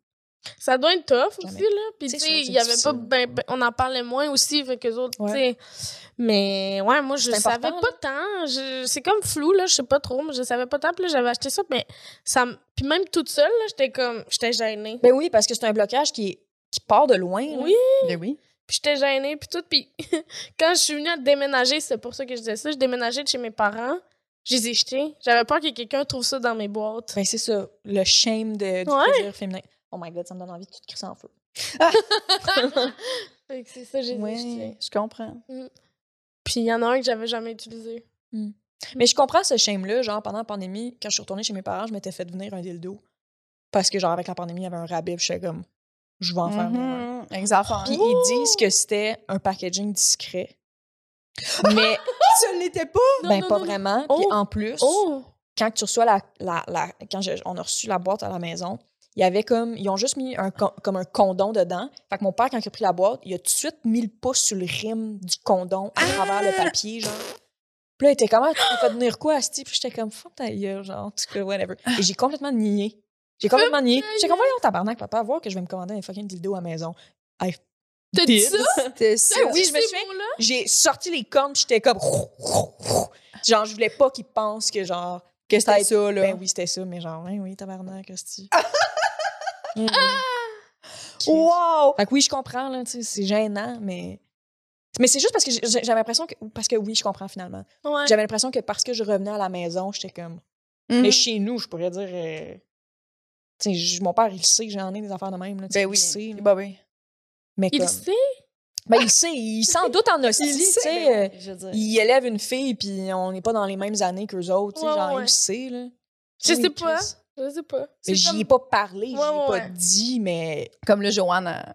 Ça doit être tough Jamais. aussi, là. Puis, tu C'est sais, sûr, c'est il y avait pas. difficile. ben- ben, on en parlait moins aussi, fait qu'eux autres, Ouais. tu sais. Mais, ouais, moi, je C'est savais important, pas tant. Je- C'est comme flou, là. Je sais pas trop, mais je savais pas tant. Puis là, j'avais acheté ça, mais ça. m- Puis même toute seule, là, j'étais comme. J'étais gênée. Ben oui, parce que c'est un blocage qui, est- qui part de loin. là. Oui, Ben oui. puis j'étais gênée, puis tout. Puis quand je suis venue à déménager, c'est pour ça que je disais ça, je déménageais de chez mes parents, je les ai jetés. J'avais peur que quelqu'un trouve ça dans mes boîtes. Ben, c'est ça, le shame de, du Ouais. plaisir féminin. Oh my god, ça me donne envie de tout crisser en feu. Fait que c'est ça, j'ai euh, Ouais. jetés. Je comprends. Puis il y en a un que j'avais jamais utilisé. Mais je comprends ce shame-là. Genre, pendant la pandémie, quand je suis retournée chez mes parents, je m'étais fait venir un dildo. Parce que, genre, avec la pandémie, il y avait un rabais, puis j'étais comme, je vais en faire Mm-hmm. venir un. Mhm. Exactement. Puis ils disent que c'était un packaging discret. Mais, ça ne l'était pas. Non, ben, non, pas non, non. vraiment. Puis Oh! en plus, Oh! quand tu reçois la. la, la- quand je- on a reçu la boîte à la maison, il y avait comme. Ils ont juste mis un, con- comme un condom dedans. Fait que mon père, quand il a pris la boîte, il a tout de suite mis le pouce sur le rime du condom à travers Ah! le papier, genre. Puis là, il était comme, ah, tu fait venir quoi, Asti? Puis j'étais comme, fuck ta gueule, genre, en tout cas, whatever. Ah! Et j'ai complètement nié. J'ai complètement nié. J'étais comme, voyons, tabarnak, papa, voir que je vais me commander un fucking dildo à la maison. I T'as dit did. ça? C'était ça. oui, je me Ces souviens. mots-là? J'ai sorti les cornes, puis j'étais comme, genre, je voulais pas qu'il pense que, genre, Que c'était Peut-être. ça, là. ben oui, c'était ça, mais genre, hein, oui, tabarnak, hostie. Mm. Ok. Wow! Fait que oui, je comprends, là, tu sais, c'est gênant, mais. Mais c'est juste parce que j'ai- j'avais l'impression que. Parce que oui, je comprends finalement. Ouais. J'avais l'impression que parce que je revenais à la maison, j'étais comme. Mm-hmm. Mais chez nous, je pourrais dire. euh, Tu sais, je- mon père, il sait que j'en ai des affaires de même, là. tu sais, Ben oui. Il sait. là. Ben oui. Mais Il comme- sait? Ben, il sait, il s'en doute en hostie, Il tu sait, sais. ben euh, oui, je veux dire. Il élève une fille, puis on n'est pas dans les mêmes années qu'eux autres, tu sais. Ouais, genre, il ouais. le sait, là. Je Oui, sais pas. Chris. Je sais pas. Mais C'est j'y ai comme- pas parlé, j'y ai Ouais, ouais, pas ouais. dit, mais Comme le Joanne, elle,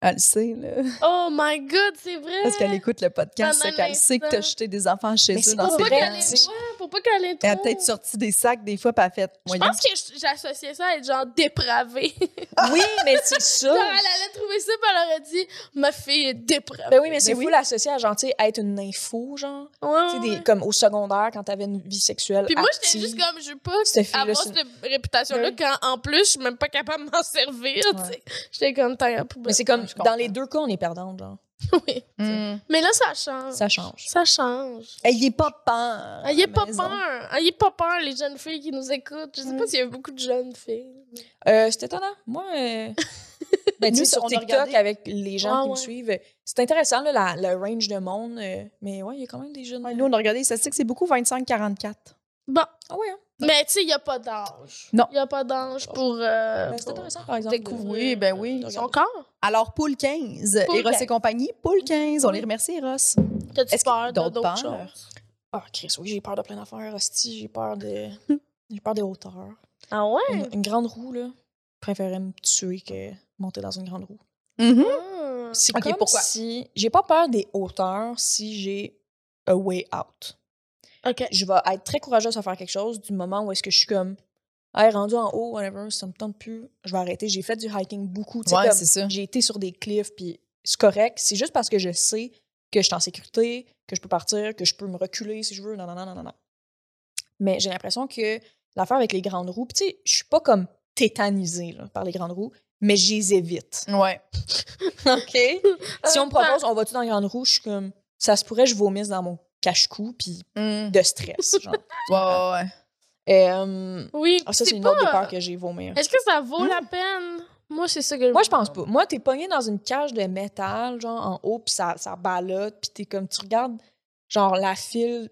elle le sait, là. Oh my god, c'est vrai! Parce qu'elle écoute le podcast, Pendant c'est qu'elle sait que t'as l'instant. jeté des enfants chez Mais eux c'est dans pas ses Pour pas vrai, qu'elle c'est- ait- ouais, pour pas qu'elle ait Elle a trop. peut-être sorti des sacs des fois, pas elle a fait. Je Voyons. pense que j'associais ça à être genre dépravée. Oui, mais c'est ça. Genre, elle allait trouver ça, puis elle aurait dit Ma fille est dépravée. Ben oui, mais c'est Ben fou oui. l'associer à genre, tu sais, être une info, genre. Ouais, Tu sais, des- ouais. comme au secondaire, quand t'avais une vie sexuelle. Puis moi, j'étais active. juste comme Je veux pas Cette fille-là, avoir c'est- cette réputation-là, Ouais. quand en plus, je suis même pas capable de m'en servir. tu sais. Ouais. J'étais comme T'as pour Mais c'est comme, Je comprends. dans les deux cas, on est perdant, genre. oui. Mm. Mais là, ça change. Ça, Ça change. change. Ayez pas peur. Ayez à la Ah, pas maison. peur. Ayez pas peur, les jeunes filles qui nous écoutent. Je sais pas s'il y a beaucoup de jeunes filles. Euh, c'est étonnant. Moi, euh, ben, tu Nous, sais, sur on a TikTok, regardé- avec les gens Ah, qui ouais. me suivent, c'est intéressant, là, la- le range de monde. euh, mais ouais, il y a quand même des jeunes. euh. Ouais, nous, on a regardé les statistiques, c'est beaucoup 25-44. Bon. Ah ouais, hein? Mais tu sais, il n'y a pas d'âge. Non. Il n'y a pas d'âge pour. euh, Ben, c'est pour- intéressant, par exemple. découvrir. de- Oui, euh, ben oui. de regarder. Son corps. Alors, Pool 15, Pool Eros 15. et compagnie, Pool 15. On les remercie, Eros. T'as-tu Est-ce qu'il y a peur de d'autres d'autres peurs? choses? Ah, Chris, oui, j'ai peur de plein d'affaires. Hostie, j'ai peur de. j'ai peur des hauteurs. Ah ouais? Une, une grande roue, là, je préférais me tuer que monter dans une grande roue. Ah. C'est Ok, comme pourquoi? si... J'ai pas peur des hauteurs si j'ai a way out. Ok. Je vais être très courageuse à faire quelque chose du moment où est-ce que je suis comme... Hey, rendu en haut, whatever, ça me tente plus, je vais arrêter. J'ai fait du hiking beaucoup. tu sais, Ouais, comme, c'est ça. J'ai été sur des cliffs, puis c'est correct. C'est juste parce que je sais que je suis en sécurité, que je peux partir, que je peux me reculer si je veux. Non, non, non, non, non, non. Mais j'ai l'impression que l'affaire avec les grandes roues, puis tu sais, je suis pas comme tétanisée là, par les grandes roues, mais je les évite. Ouais. OK. si on me propose, on va-tu dans le Grande Roue, je suis comme, ça se pourrait, je vomisse dans mon cache-cou, puis Mm. de stress. genre. Ouais, ouais, ouais. Euh, Oui. ah, ça, c'est c'est une pas- autre des peurs que j'ai vomir. Euh, Est-ce que ça vaut Hmm. la peine? Moi, c'est ça que Moi, je pense pas. Moi, t'es pogné dans une cage de métal, genre en haut, puis ça, ça ballotte, puis t'es comme, tu regardes, genre, la file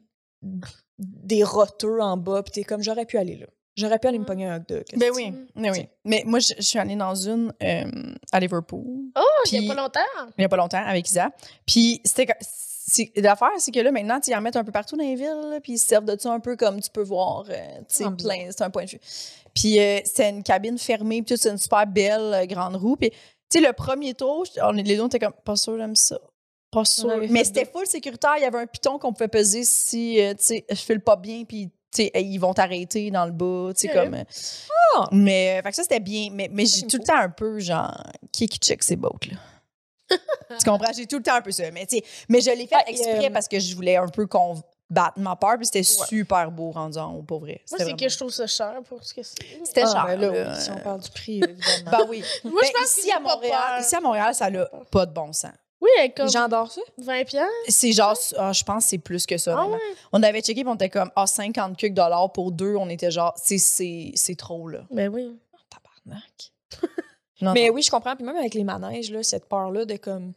des roteux en bas, puis t'es comme, j'aurais pu aller là. J'aurais pu aller me pogner un hot dog. Ben esti. oui, ben oui. Mais moi, je, je suis allée dans une euh, à Liverpool. Oh, il Puis- n'y a pas longtemps. il n'y a pas longtemps avec Isa. Puis c'était que- c'est- l'affaire, c'est que là, maintenant, tu y en mets un peu partout dans les villes, là, puis ils se servent de ça un peu comme tu peux voir, euh, tu sais, Ah, plein, c'est un point de vue. Puis euh, c'est une cabine fermée, puis tout, c'est une super belle euh, grande roue. Puis, tu sais, le premier tour, j't- on, les deux, on était comme, pas sûr, j'aime ça. Pas sûr. avait fait Mais c'était full sécuritaire, il y avait un piton qu'on pouvait peser si, euh, tu sais, je file pas bien, puis tu sais, ils vont t'arrêter dans le bas, tu sais, Ok. comme. euh. Ah! Mais, euh, fait que ça, c'était bien. Mais, mais j'ai j'aime tout le temps un peu, genre, qui est qui check ces boats, là? Tu comprends? J'ai tout le temps un peu ça. Mais, tu sais, mais je l'ai fait Ah, et, exprès euh, parce que je voulais un peu qu'on batte ma peur. Puis c'était Ouais. super beau rendu en haut, pour vrai. Moi, c'est vraiment- que je trouve ça cher pour ce que c'est. C'était Ah, cher. ben là, là. euh, oui, si on parle du prix, évidemment. Ben oui. Moi, Ben, ici, à Montréal, ici à Montréal, ça n'a pas de bon sens. Oui, elle est comme Les gens adorent ça. 20 piastres. C'est genre, ah, je pense que c'est plus que ça. Ah vraiment. ouais. On avait checké, puis on était comme, ah, 50 quelques dollars pour deux. On était genre, c'est- c'est c'est trop, là. Ben oui. Ah, Tabarnak. Ah, Non, Mais oui, je comprends. Puis même avec les manèges, là, cette peur-là de comme.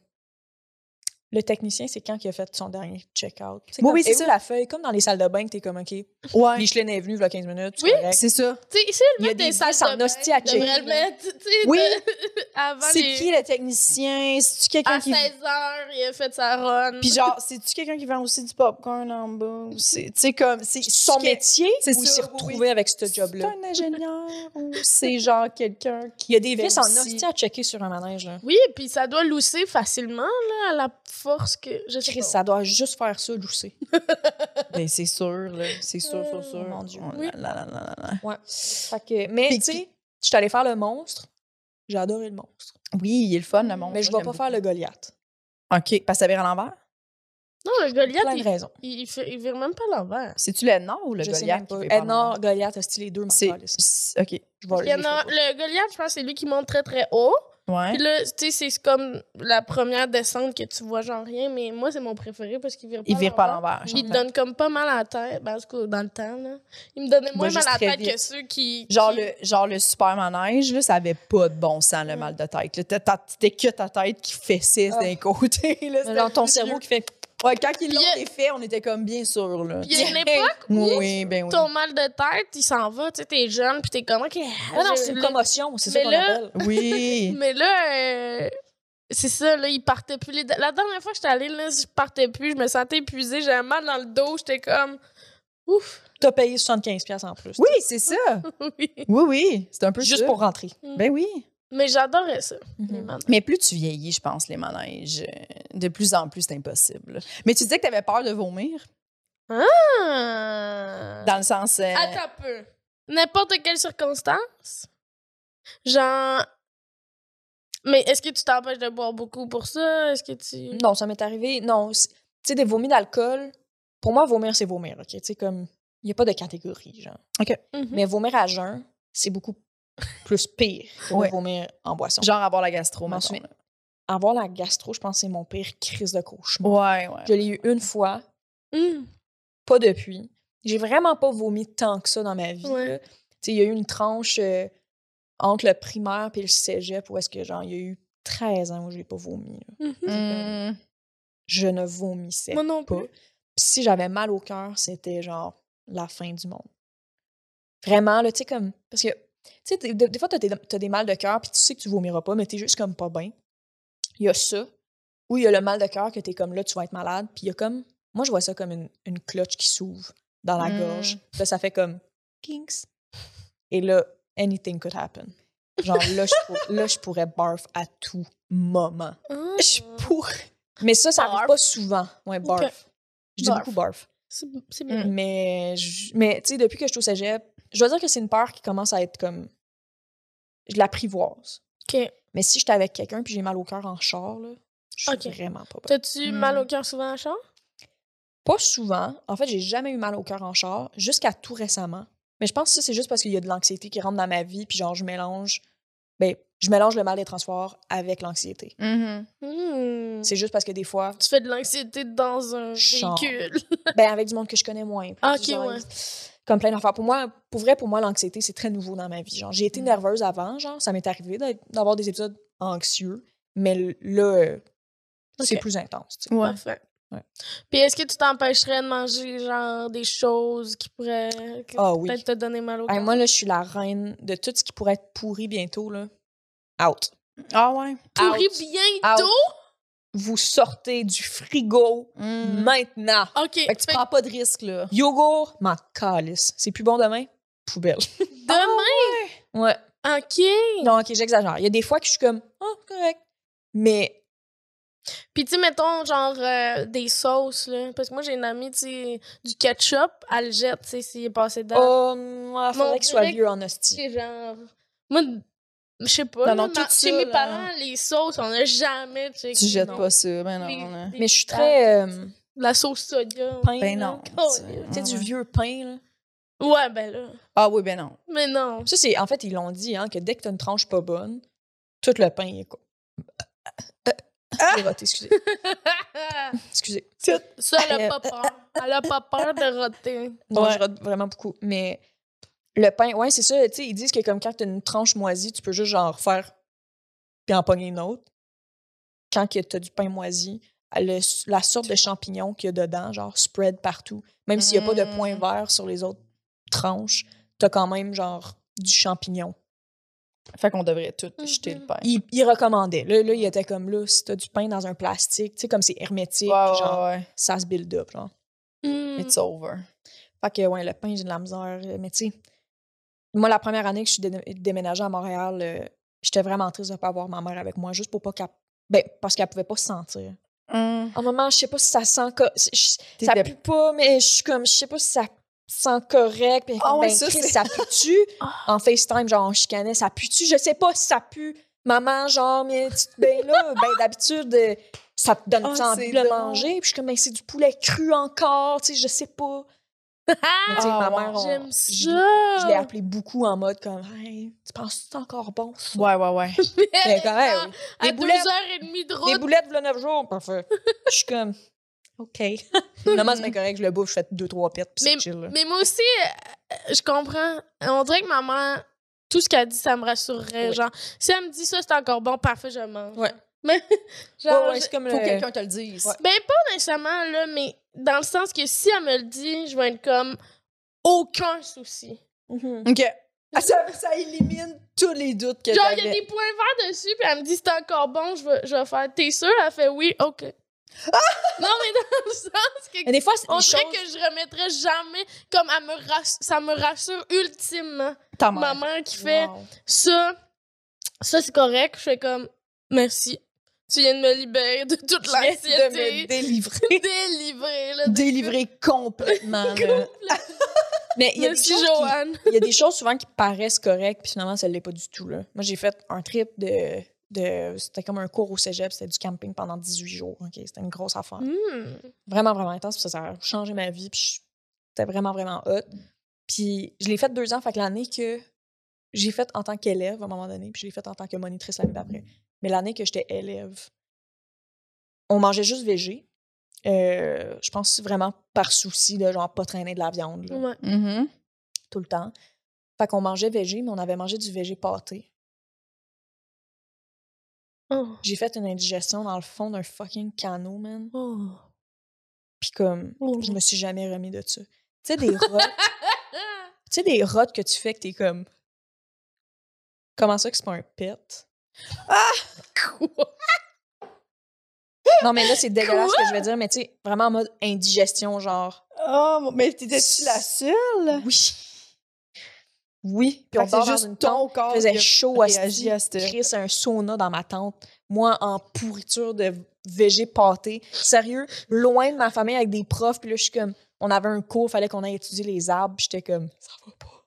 Le technicien, c'est quand il a fait son dernier check-out. Oui, comme, oui, c'est eh ça. la feuille. Comme dans les salles de bain, que t'es comme, OK, Ouais, Michelin est venu, il y a 15 minutes. c'est Oui. correct. c'est ça. Tu sais, ici, Il le y a mettre des des salles vis en de bain, hostie à il devrait checker, le là. mettre, tu sais, Oui. de- avant C'est les... qui le technicien? C'est-tu Ah, quelqu'un À qui 16 h il a fait sa run. Puis genre, c'est-tu quelqu'un qui vend aussi du popcorn en bas? C'est, tu sais, comme, c'est Son c'est- métier, C'est où il ça, s'est oui, oui. retrouvé avec ce job-là. C'est un ingénieur ou c'est genre quelqu'un qui. Il y a des fait vis en aussi. hostie à checker sur un manège. Là. Oui, puis ça doit lousser facilement, là, à la force que... Je sais Chris, pas. ça doit juste faire ça, lousser. Ben, c'est sûr, là. C'est sûr, sûr, sûr. Euh, Mon Dieu. Oh là Oui. là là là là là. Ouais. Fait que, mais, Puis- tu sais, je suis allée faire le monstre. J'ai adoré le monstre. Oui, il est le fun, le monde. mais je Moi, vais pas j'aime faire le Goliath. beaucoup. OK, parce que ça vire à l'envers? Non, le Goliath, Plein de il, raisons. il, il fait- il vire même pas à l'envers. C'est-tu le Nord ou le je sais Goliath qui même pas. vire par l'envers? Ednor, Goliath, hostie, les deux, m'en C'est. calisse. c'est- OK. Oh, Je vais Il y en les a- fais pas. le Goliath, je pense, c'est lui qui monte très, très haut. Ouais. Puis là, tu sais, c'est comme la première descente que tu vois genre rien, mais moi, c'est mon préféré parce qu'il vire pas Il vire pas à l'envers. hein? l'envers. Puis il te j'entends. donne comme pas mal à la tête, ben, en tout cas, dans le temps, là. Il me donnait Il va moins mal à la juste très tête vite. que ceux qui... Genre qui- le, genre le super manège, là, ça avait pas de bon sens, le Ouais. mal de tête. là. T'as- t'as- C'était que ta tête qui fessait Mm. Ah. d'un côté. Là, c'était Dans ton plus cerveau vieux. qui fait. Ouais, quand ils l'ont Puis il y défait, on était comme bien sûr. Là. Puis il y a une époque où Oui, oui, ben oui. ton mal de tête, il s'en va, tu sais, t'es jeune, puis t'es comme... OK, Ah non, je- c'est une le- commotion, c'est ça Mais qu'on là- appelle. Oui. Mais là, euh, c'est ça, là, il partait plus. Les- La dernière fois que j'étais allée, là, je partais plus, je me sentais épuisée, j'avais mal dans le dos, j'étais comme ouf, T'as payé 75$ en plus. Oui, c'est ça. oui. Oui, oui. C'est un peu Juste ça. pour rentrer. Ben oui. Mais j'adorais ça. les Mhm. manèges. Mais plus tu vieillis, je pense, les manèges, euh, de plus en plus, c'est impossible. Mais tu disais que tu avais peur de vomir, Ah. dans le sens... euh, Attends un peu. N'importe quelle circonstance. Genre. Mais est-ce que tu t'empêches de boire beaucoup pour ça? Est-ce que Mm. tu. Non, ça m'est arrivé. Non, c'est- tu sais, des vomis d'alcool, pour moi, vomir, c'est vomir, OK? Tu sais, comme, il n'y a pas de catégorie, genre. Mm-hmm. Mhm. Mais vomir à jeun, c'est beaucoup plus pire que de Ouais. vomir en boisson. genre avoir la gastro, M'en mettons, souviens. là. Avoir la gastro, je pense que c'est mon pire crise de cauchemar. Ouais, ouais. Je l'ai eu une fois, Mhm. pas depuis. J'ai vraiment pas vomi tant que ça dans ma vie. Ouais. là. Tu sais, il y a eu une tranche euh, entre le primaire et le cégep où est-ce que, genre, il y a eu 13 ans où j'ai pas vomi. là. Mhm. Hmm. Je ne vomissais Moi non pas. plus. Puis si j'avais mal au cœur, c'était genre la fin du monde. Vraiment, là, tu sais, comme. Parce que, tu sais, des, des- des fois, t'as des, t'as des mal de cœur, puis tu sais que tu vomiras pas, mais t'es juste comme pas bien. Il y a ça. Ou il y a le mal de cœur que t'es comme là, tu vas être malade. Puis il y a comme. Moi, je vois ça comme une, une cloche qui s'ouvre dans la Mm. gorge. Là, ça fait comme. Kinks. Et là, anything could happen. Genre, là, je, pour- là, je pourrais barf à tout moment. Ah. Je pourrais... Mais ça, ça arrive Barf. pas souvent. Ouais, barf. Ok. Je dis Barf. Mm. beaucoup barf. C'est c'est bien. Mais, je- mais tu sais, depuis que je suis au cégep, je dois dire que c'est une peur qui commence à être comme. Je l'apprivoise. Ok. Mais si j'étais avec quelqu'un puis j'ai mal au cœur en char, là, je suis Ok. vraiment pas bien. T'as-tu mal au cœur souvent à char? Pas souvent. En fait, j'ai jamais eu mal au cœur en char, jusqu'à tout récemment. Mais je pense que ça, c'est juste parce qu'il y a de l'anxiété qui rentre dans ma vie, puis genre, je mélange. Ben, je mélange le mal des transports avec l'anxiété. Mhm. Hmm. C'est juste parce que des fois, Tu fais de l'anxiété dans un Genre. véhicule. ben, avec du monde que je connais moins. puis Ah, du ok, genre, ouais. Comme plein d'affaires. Pour moi, pour vrai, pour moi, l'anxiété, c'est très nouveau dans ma vie. Genre, j'ai été Mm. nerveuse avant, genre, ça m'est arrivé d'être- d'avoir des épisodes anxieux, mais l- là, euh, c'est Ok. plus intense. tu sais. Ouais. Parfait. Ouais. Puis est-ce que tu t'empêcherais de manger, genre, des choses qui pourraient qui Ah oui. peut-être te donner mal au Hey, cœur? moi, là, je suis la reine de tout ce qui pourrait être pourri bientôt, là. Out. Ah ouais. Pourri out. bientôt? Vous sortez du frigo Mm. maintenant. Mm. OK. ben Fait que tu Fait Ah, prends pas de risque, là. Yogourt, ma calice. C'est plus bon demain? Poubelle. que demain, Ouais. OK. Non, OK, j'exagère. Il y a des fois que je suis comme, ah, correct. Mais, Puis, tu sais, mettons, genre, euh, des sauces, là. Parce que moi, j'ai une amie, tu sais, du ketchup, elle le jette, tu sais, s'il est passé dedans. oh, il Mon faudrait que je sois direct- vieux en hostie. C'est genre... Moi, je sais pas. Non, là, non, ma- tout chez ça, mes là. parents, les sauces, on a jamais, tu sais... Tu jettes non. pas ça. Ben non. Les- là. les- Mais je suis très euh, de La sauce soda. pain. Ben là. non. Tu Oh, tu sais. sais, du vieux pain, là. Ouais, ben là. Ah oui, ben non. Mais non. Ça, c'est, en fait, ils l'ont dit, hein, que dès que t'as une tranche pas bonne, tout le pain, il est Euh, quoi? J'ai roté, euh, excusez. excusez. Ça, elle Euh, a pas peur. Elle a pas peur de roter. Non, Ouais. je rote vraiment beaucoup. Mais le pain, ouais, c'est ça. Tu sais, ils disent que comme quand t'as une tranche moisie, tu peux juste genre faire puis en pogner une autre. Quand que t'as du pain moisi, le- la sorte de champignon qu'il y a dedans, genre spread partout, même s'il n'y a pas de point Mm. vert sur les autres tranches, t'as quand même genre du champignon. Fait qu'on devrait tout Mhm. jeter le pain. Il, il recommandait. Là, là, il était comme là, si t'as du pain dans un plastique, tu sais, comme c'est hermétique, Ouais, ouais, genre, ouais. ça se build up, genre. Hmm. It's over. Fait que, ouais, le pain, j'ai de la misère. euh, Mais tu sais, moi, la première année que je suis dé- déménagée à Montréal, euh, j'étais vraiment triste de ne pas avoir ma mère avec moi, juste pour pas qu'elle. Ben, parce qu'elle pouvait pas se sentir. En moment, je sais pas si ça sent. co- si- je- Ça T'étais- pue pas, mais je suis comme, je sais pas si ça sent correct. Puis, elle est Ah comme, ouais, ben, ça, Chris, c'est- ça Ah. pue-tu? en FaceTime, genre, on chicanait, ça pue-tu? Je sais pas si ça pue. Maman, genre, mais tu- ben là, ben d'habitude, euh, ça te donne Ah, envie c'est de le drôle. manger. Puis, je suis comme, ben, c'est du poulet cru encore, tu sais, je sais pas. Mais tu sais, Ah, ma mère, on- J'aime je- ça. je l'ai appelé beaucoup en mode comme Hey, tu penses que c'est encore bon ça? Ouais, ouais, ouais. Mais quand même, À Des deux boulettes. heures et demie de Des route. boulettes, voilà 9 jours, parfait. Je suis comme OK. non, moi, c'est bien correct, je le bouffe, je fais deux, trois pets, puis c'est chill. là. Mais moi aussi, euh, euh, je comprends. On dirait que maman, tout ce qu'elle dit, ça me rassurerait. Ouais. Genre, si elle me dit ça, c'est encore bon, parfait, je mange. Ouais. Mais, genre, Ouais, ouais, c'est comme Faut le- que quelqu'un te le dise. Ouais. je- ben, pas nécessairement, là, mais dans le sens que si elle me le dit, je vais être comme aucun souci. Mhm. OK. Ah, ça, ça élimine tous les doutes que Genre, il y a t'avais. des points verts dessus, puis elle me dit c'est encore bon, je vais, je vais faire. T'es sûre? Elle fait oui, OK. non, mais dans le sens que. Ah! Mais des fois, c'est On des dirait choses- que je remettrais jamais, comme elle me rass- ça me rassure ultimement. Ta mère. Maman qui fait, Wow. ça, ça c'est correct. Je fais comme, merci. Tu viens de me libérer de toute Je viens de me l'anxiété. délivrer. Délivrée, là. de- Délivrer complètement. là. Mais il y a des Merci, choses qui- Joanne. il y a des choses souvent qui paraissent correctes, puis finalement, ça ne l'est pas du tout. Là. Moi, j'ai fait un trip de. de c'était comme un cours au cégep, c'était du camping pendant 18 jours. ok? C'était une grosse affaire. Hmm. Vraiment, vraiment intense, puis ça, ça a changé ma vie, puis je- c'était vraiment, vraiment hot. Puis je l'ai fait deux ans, fait que l'année que j'ai fait en tant qu'élève à un moment donné, puis je l'ai fait en tant que monitrice l'année d'après. Mais l'année que j'étais élève, on mangeait juste végé. Euh, je pense vraiment par souci de genre pas traîner de la viande. là Ouais. Mhm. tout le temps. Fait qu'on mangeait végé, mais on avait mangé du végé pâté. Oh. J'ai fait une indigestion dans le fond d'un fucking canot, man. Oh. Puis comme, Oh. je me suis jamais remis de ça. Tu sais, des rottes, tu sais, des rottes que tu fais que t'es comme... Comment ça que c'est pas un pet? Ah! Quoi? Non, mais là, c'est dégueulasse ce que je vais dire, mais tu sais, vraiment en mode indigestion, genre... Oh, mon- mais t'étais-tu la seule? Oui. Oui. Puis Euh. Fait on que dort c'est dans juste une tente. ton corps Il faisait qui Oh, a chaud à réagi ce à cette... Chris, un sauna dans ma tente. Moi, en pourriture de végé pâté. Sérieux, loin de ma famille avec des profs. Puis là, je suis comme, on avait un cours, fallait qu'on aille étudier les arbres. Puis j'étais comme, ça va pas.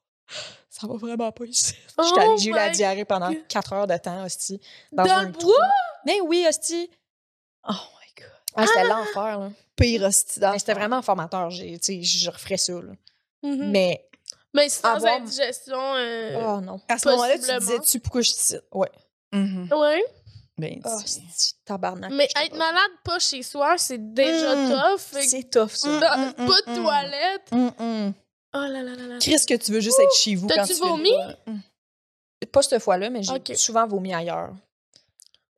Ça va vraiment pas ici. J'étais Oh allée- J'ai eu la my diarrhée pendant God. quatre heures de temps, hostie. Dans, Dans un le trou. bois? Mais oui, hostie. Oh my God. Ah. Ah, c'était l'enfer, là. Pire hostie Mais c'était vraiment formateur. J'ai- tu sais, Je referais ça, là. Hmm. Mhm. Mais, Mais, sans avoir- indigestion. euh, oh non. À ce moment-là, Ah, tu Possiblement. disais-tu pourquoi je suis Ouais. Mmh. Ouais. Ben, Oh, dis- hostie, tabarnak. Mais j'étais être pas- malade pas chez soi, c'est déjà Hmm. tough. Fait que C'est tough, ça. Mm. pas hmm, pas de hmm. toilette. Hum, hum. Oh là là là là. Chris, que tu veux juste être chez vous quand T'as-tu tu fais le- vomi? Hum. Pas cette fois-là, mais j'ai Ok. souvent vomi ailleurs.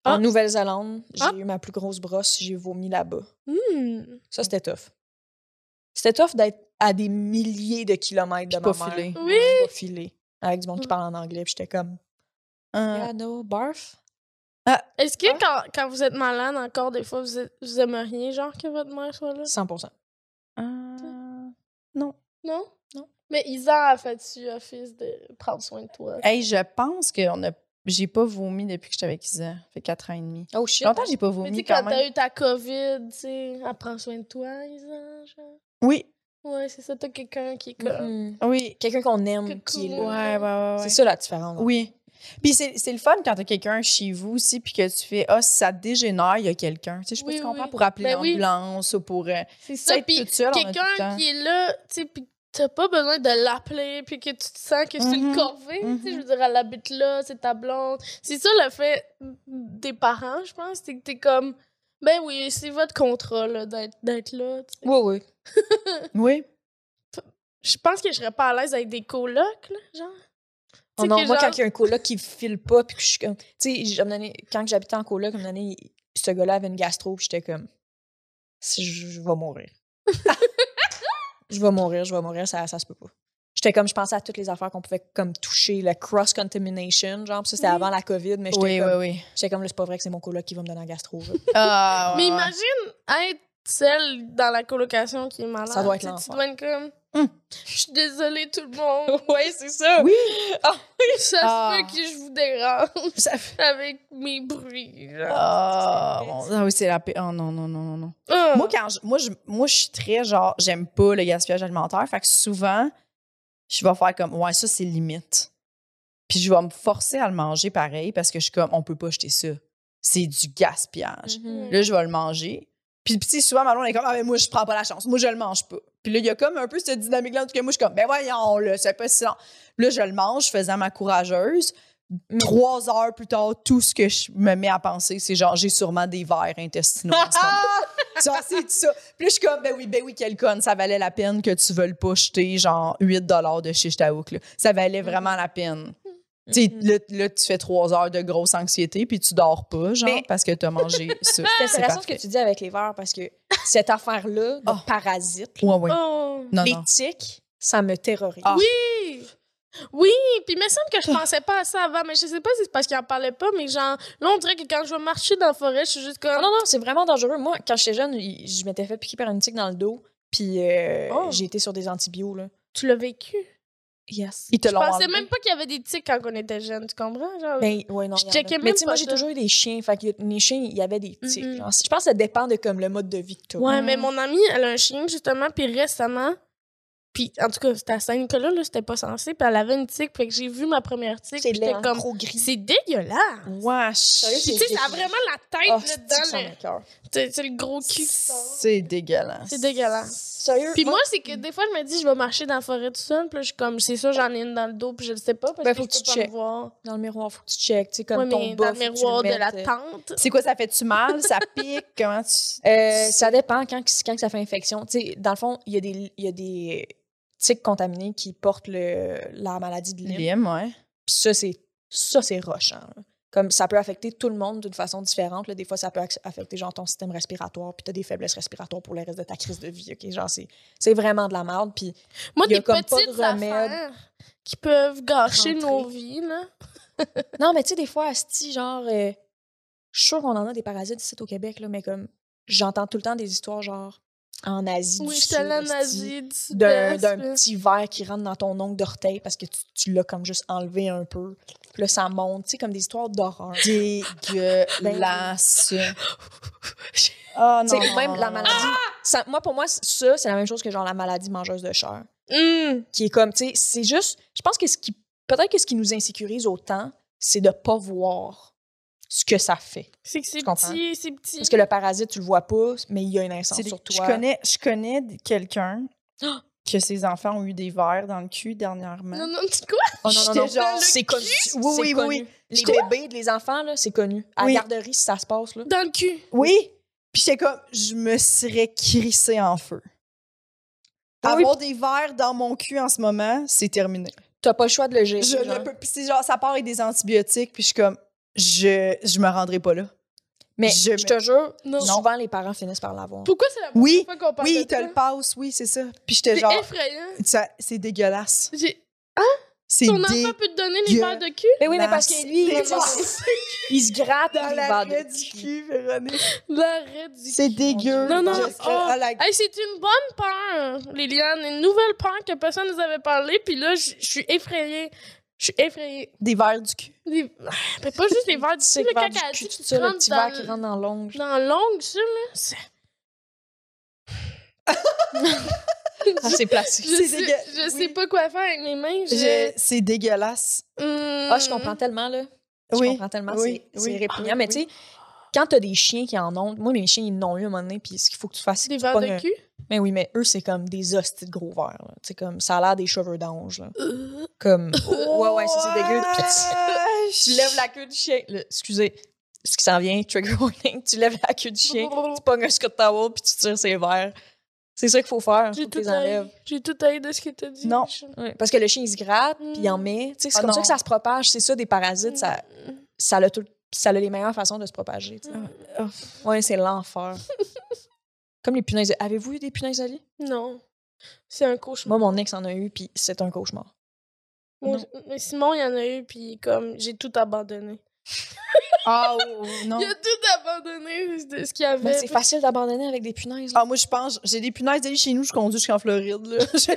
Ah. En Nouvelle-Zélande, j'ai Ah. eu ma plus grosse brosse, j'ai vomi là-bas. Hmm. Ça, c'était tough. C'était tough d'être à des milliers de kilomètres de Puis ma pas mère. filé. Mm. Oui. Pas filé. Avec du monde qui parle en anglais, puis j'étais comme, Euh, yeah, no, barf. Est-ce que quand, quand vous êtes malade, encore des fois, vous, êtes- vous aimeriez genre que votre mère soit là? 100%. euh, Non? Non. Mais Isa a fait-tu office de prendre soin de toi? hey, je pense que on a... j'ai pas vomi depuis que j'étais avec Isa. Ça fait 4 ans et demi. Oh shit. Longtemps, que j'ai pas Mais tu sais, vomi quand quand t'as même. eu ta COVID, tu sais, elle prend soin de toi, Isa, genre. Oui, Ouais, c'est ça, t'as quelqu'un qui est Mm-hmm. comme... Mhm. oui. Quelqu'un qu'on aime Que qui est cool. là. Ouais, ouais, ouais. ouais. C'est ça la différence. Oui. Puis c'est c'est le fun quand t'as quelqu'un chez vous aussi, puis que tu fais Ah, si ça dégénère, il y a quelqu'un. Tu sais, je sais pas Oui, si tu comprends oui. pour appeler Ben oui. l'ambulance ou pour. euh, C'est ça, ça, être puis toute seule, on a tout le quelqu'un temps. qui est là, tu sais, puis t'as pas besoin de l'appeler, puis que tu te sens que c'est une Mm-hmm. Mhm. corvée, tu sais, je veux dire, elle habite là, c'est ta blonde. C'est ça le fait des parents, je pense, c'est que t'es comme... Ben oui, c'est votre contrat, là, d'être d'être là, tu sais. Oui, oui. Oui. Je pense que je serais pas à l'aise avec des colocs, là, genre. Tu Oh sais non, que moi, genre- quand il y a un coloc qui file pas, puis que je suis comme. Tu sais, j'ai- à un moment donné, quand j'habitais en coloc, à un moment donné, il- ce gars-là avait une gastro, puis j'étais comme. Si je, je vais mourir. je vais mourir, je vais mourir, ça, ça se peut pas. J'étais comme, je pensais à toutes les affaires qu'on pouvait comme toucher, la cross-contamination, genre, puis ça c'était Oui. avant la COVID, mais j'étais Oui, comme, oui, oui. j'étais comme, là, c'est pas vrai que c'est mon coloc qui va me donner la gastro. là. Ah, Mais ouais, ouais. imagine être celle dans la colocation qui est malade. Ça doit être Tu sais, Tu l'enfer. dois être comme. Hum. Je suis désolée, tout le monde. ouais, c'est ça! Oui. Ça Ah. se peut que je vous dérange Ça- avec mes bruits. genre. Ah, bon, ah oui, c'est la paix. Oh non, non, non, non, non. Ah. Moi, quand je, moi, je, moi, je suis très genre, j'aime pas le gaspillage alimentaire. Fait que souvent, je vais faire comme, ouais, ça, c'est limite. Puis je vais me forcer à le manger pareil parce que je suis comme, on peut pas jeter ça. C'est du gaspillage. Hmm. Mm. Mhm. Là, je vais le manger. Puis, tu sais, souvent, Malon est comme, ah, mais moi, je prends pas la chance. Moi, je le mange pas. Puis là, il y a comme un peu cette dynamique-là. En tout cas, moi, je suis comme, ben voyons, là, c'est pas si long. Là, je le mange, faisant ma courageuse. Trois heures plus tard, tout ce que je me mets à penser, c'est genre, j'ai sûrement des vers intestinaux. en ce moment. Genre, c'est ça. Puis là, je suis comme, ben oui, ben oui, quel con, ça valait la peine que tu veuilles pas jeter genre 8 de shish taouk. là. Ça valait Mm. vraiment la peine. Tu sais, Mhm. là, là, tu fais trois heures de grosse anxiété, puis tu dors pas, genre, Mais- parce que t'as mangé ça. C'est intéressant ce parfait. que tu dis avec les verres, parce que cette affaire-là, de Oh. parasite, Ouais, ouais. Oh. Non, les non. tiques, ça me terrorise. Ah. Oui! Oui, puis il me semble que je pensais pas à ça avant, mais je sais pas si c'est parce qu'il en parlait pas, mais genre, là, on dirait que quand je vais marcher dans la forêt, je suis juste Ah comme. non, non, c'est vraiment dangereux. Moi, quand j'étais jeune, il- je m'étais fait piquer par une tique dans le dos, puis euh, Oh. j'ai été sur des antibiotiques, là. Tu l'as vécu. Yes. Ils te Je l'ont pensais enlevé. même pas qu'il y avait des tics quand on était jeune, tu comprends? Genre, Ben, ouais, non, Je il y en a. checkais Mais même tu sais, moi, pas j'ai ça. toujours eu des chiens. Fait que les chiens, il y avait des tiques. Mhm. genre. Je pense que ça dépend de comme, le mode de vie que tu Ouais, mais mon amie, elle a un chien, justement, puis récemment, puis en tout cas, c'était à Saint-Nicolas, là, c'était pas censé, puis elle avait une tique, fait que j'ai vu ma première tique, C'est puis j'étais laid, comme, trop gris. c'est dégueulasse! Wesh. Sérieux, Puis tu sais, ça a vraiment la tête Oh, là-dedans, là. c'est Tu sais, le gros cul. C'est dégueulasse. C'est dégueulasse. Sérieux? mm. Puis moi, c'est que des fois, je me dis, je vais marcher dans la forêt tout seul, puis là, je suis comme, c'est sûr, j'en ai une dans le dos, puis je le sais pas, parce Ben, que faut je peux que tu pas checkes. me voir. Dans le miroir, faut que tu checkes. Tu sais, comme Ouais, mais ton dans bas, le faut que tu le miroir de la mettes, euh. tente. C'est quoi, ça fait-tu mal? Ça pique? Comment tu. Euh, ça dépend quand, quand ça fait infection. Tu sais, dans le fond, il y a des, il y a des tiques contaminées qui portent le, la maladie de Lyme. Lime, ouais. Puis ça, c'est ça, c'est rochant. là. Comme ça peut affecter tout le monde d'une façon différente. là. Des fois, ça peut ac- affecter genre ton système respiratoire, puis t'as des faiblesses respiratoires pour le reste de ta crise de vie. ok? Genre, c'est, c'est vraiment de la merde. Puis Moi, Il y a des comme pas de petites remède. affaires qui peuvent gâcher Rentrer. nos vies, là. non, mais tu sais, des fois, asti, genre, euh, je suis sûre qu'on en a des parasites ici au Québec, là, mais comme j'entends tout le temps des histoires genre en Asie. du Oui, je Sud, te l'en asti. Asie, du d'un Sud-Est, d'un là. petit verre qui rentre dans ton ongle d'orteil parce que tu, tu l'as comme juste enlevé un peu. Puis là, ça monte, tu sais, comme des histoires d'horreur. Tu Ben, Dégueulasse. Ah non. sais, non, même non, la non, maladie. Ah! ça- moi, pour moi, c- ça, c'est la même chose que genre la maladie mangeuse de chair. Hum. Qui est comme, tu sais, c'est juste. Je pense que ce qui. Peut-être que ce qui nous insécurise autant, c'est de pas voir ce que ça fait. C'est que c'est Tu comprends? petit, c'est petit. Parce que le parasite, tu le vois pas, mais il y a une non. incense C'est des- sur Je toi. Ah! connais, je connais quelqu'un que ses enfants ont eu des verres dans le cul dernièrement. Non, non, tu quoi? Oh non, non, non. J'étais genre, c'est connu. Oui, oui, C'est oui, connu. oui. Les J'étais- bébés, les enfants, là, c'est connu. À Oui. la garderie, si ça se passe, là. Dans le cul. Oui. Puis j'étais comme, je me serais crissée en feu. Ah oui, Avoir des verres dans mon cul en ce moment, c'est terminé. T'as pas le choix de le gérer. Je genre. ne peux puis c'est genre, ça part avec des antibiotiques, puis je suis comme, je, je me rendrai pas là. Mais Je je, me- te jure, Non. souvent les parents finissent par l'avoir. Pourquoi c'est la première Oui, fois qu'on parle oui, de ils te ça? le passent, oui, c'est ça. Puis j'étais C'est genre, effrayant. ça- c'est dégueulasse. J'ai- C'est Ton dé- enfant peut te donner les balles de cul? Mais oui, mais Dans- parce que lui, il, Des est morceaux il se gratte dans il la va de- raie du cul, Véronique. L'arrêt du C'est dégueu. Non, non, Je- oh. ah, la- Hey, c'est une bonne peur, Liliane. Une nouvelle peur que personne nous avait parlé. Puis là, je je suis effrayée. Je suis effrayée. Des verres du cul. Les- ah, Mais pas juste les verres d'ici, C'est le le verre caca du dit cul, que tout tu ça, te le rentres petit verre qui dans, rentre dans l'ongle. dans l'ongle, ça, là. c'est- Ah, c'est Je, placé. C'est sais, dégueu- je sais oui. pas quoi faire avec mes mains. Je- Je... C'est dégueulasse. Hum. Ah, je comprends tellement, là. Je Oui, comprends tellement, oui, c'est oui. c'est répugnant. Ah, mais oui. tu sais, quand t'as des chiens qui en ont, moi, mes chiens, ils n'ont eu à un moment donné, puis ce qu'il faut que tu fasses, c'est Des que tu verres pognes de un- cul. Mais oui, mais eux, c'est comme des hosties de gros verres. là. Tu sais, comme, ça a l'air des cheveux d'ange, là. Euh, Comme, ouais, ouais, ça, c'est dégueu. Puis tu- tu lèves la queue du chien. Là, excusez, ce qui s'en vient, trigger warning. Tu lèves la queue du chien, tu pognes un Scott Towel, puis tu tires ses verres. C'est ça qu'il faut faire. Faut J'ai que tu tout les haï. enlèves. J'ai tout haï de ce que t'as dit. Non. Je- Ouais, Parce que le chien, il se gratte, puis il en Mm. met. Tu sais, C'est Ah comme ça non. que ça se propage. C'est ça, des parasites, ça, ça, a, tout- ça a les meilleures façons de se propager. tu sais. Mm. Ouais, c'est l'enfer. Comme les punaises. de- Avez-vous eu des punaises de lit? Non. C'est un cauchemar. Moi, mon ex en a eu, puis c'est un cauchemar. Moi, je- mais Simon, il y en a eu, puis comme, j'ai tout abandonné. Ah, oh, oh, non. Il a tout abandonné de ce qu'il y avait. Mais Ben, c'est facile d'abandonner avec des punaises. là. Ah, moi, je pense, j'ai des punaises de lit chez nous, je conduis jusqu'en Floride. Là. Je,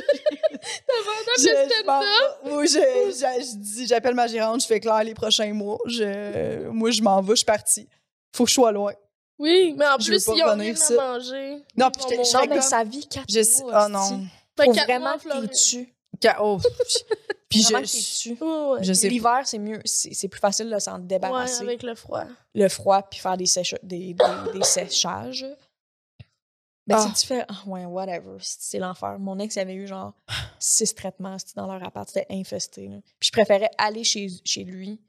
T'abandonnes je- le je stand-up. pars pas. Moi, je- je- je dis- j'appelle ma gérante, je fais clair les prochains mois. Je, moi, je m'en vais, je suis partie. Faut que je sois loin. Oui, mais en Je plus, veux pas ils ont revenir rien ça. à manger. Non, Ils puis vont j'étais- mourir. Genre, j'étais mais comme- ça vit quatre Je sais- mois, oh non. Fait Faut quatre mois vraiment en que t'es Floride. dessus. Ca- oh, puis Vraiment que t'es je, Ouais, dessus. ouais. je sais pas. L'hiver, c'est mieux. C'est c'est plus facile de s'en Ouais, débarrasser. avec le froid. Le froid, puis faire des, sécha- des, des- des séchages. Ben, Ah. c'est différent. Ah, Ouais, whatever. C'est c'est l'enfer. Mon ex, il avait eu genre six traitements c'était dans leur appart. C'était infesté. là. Puis je préférais aller chez, chez lui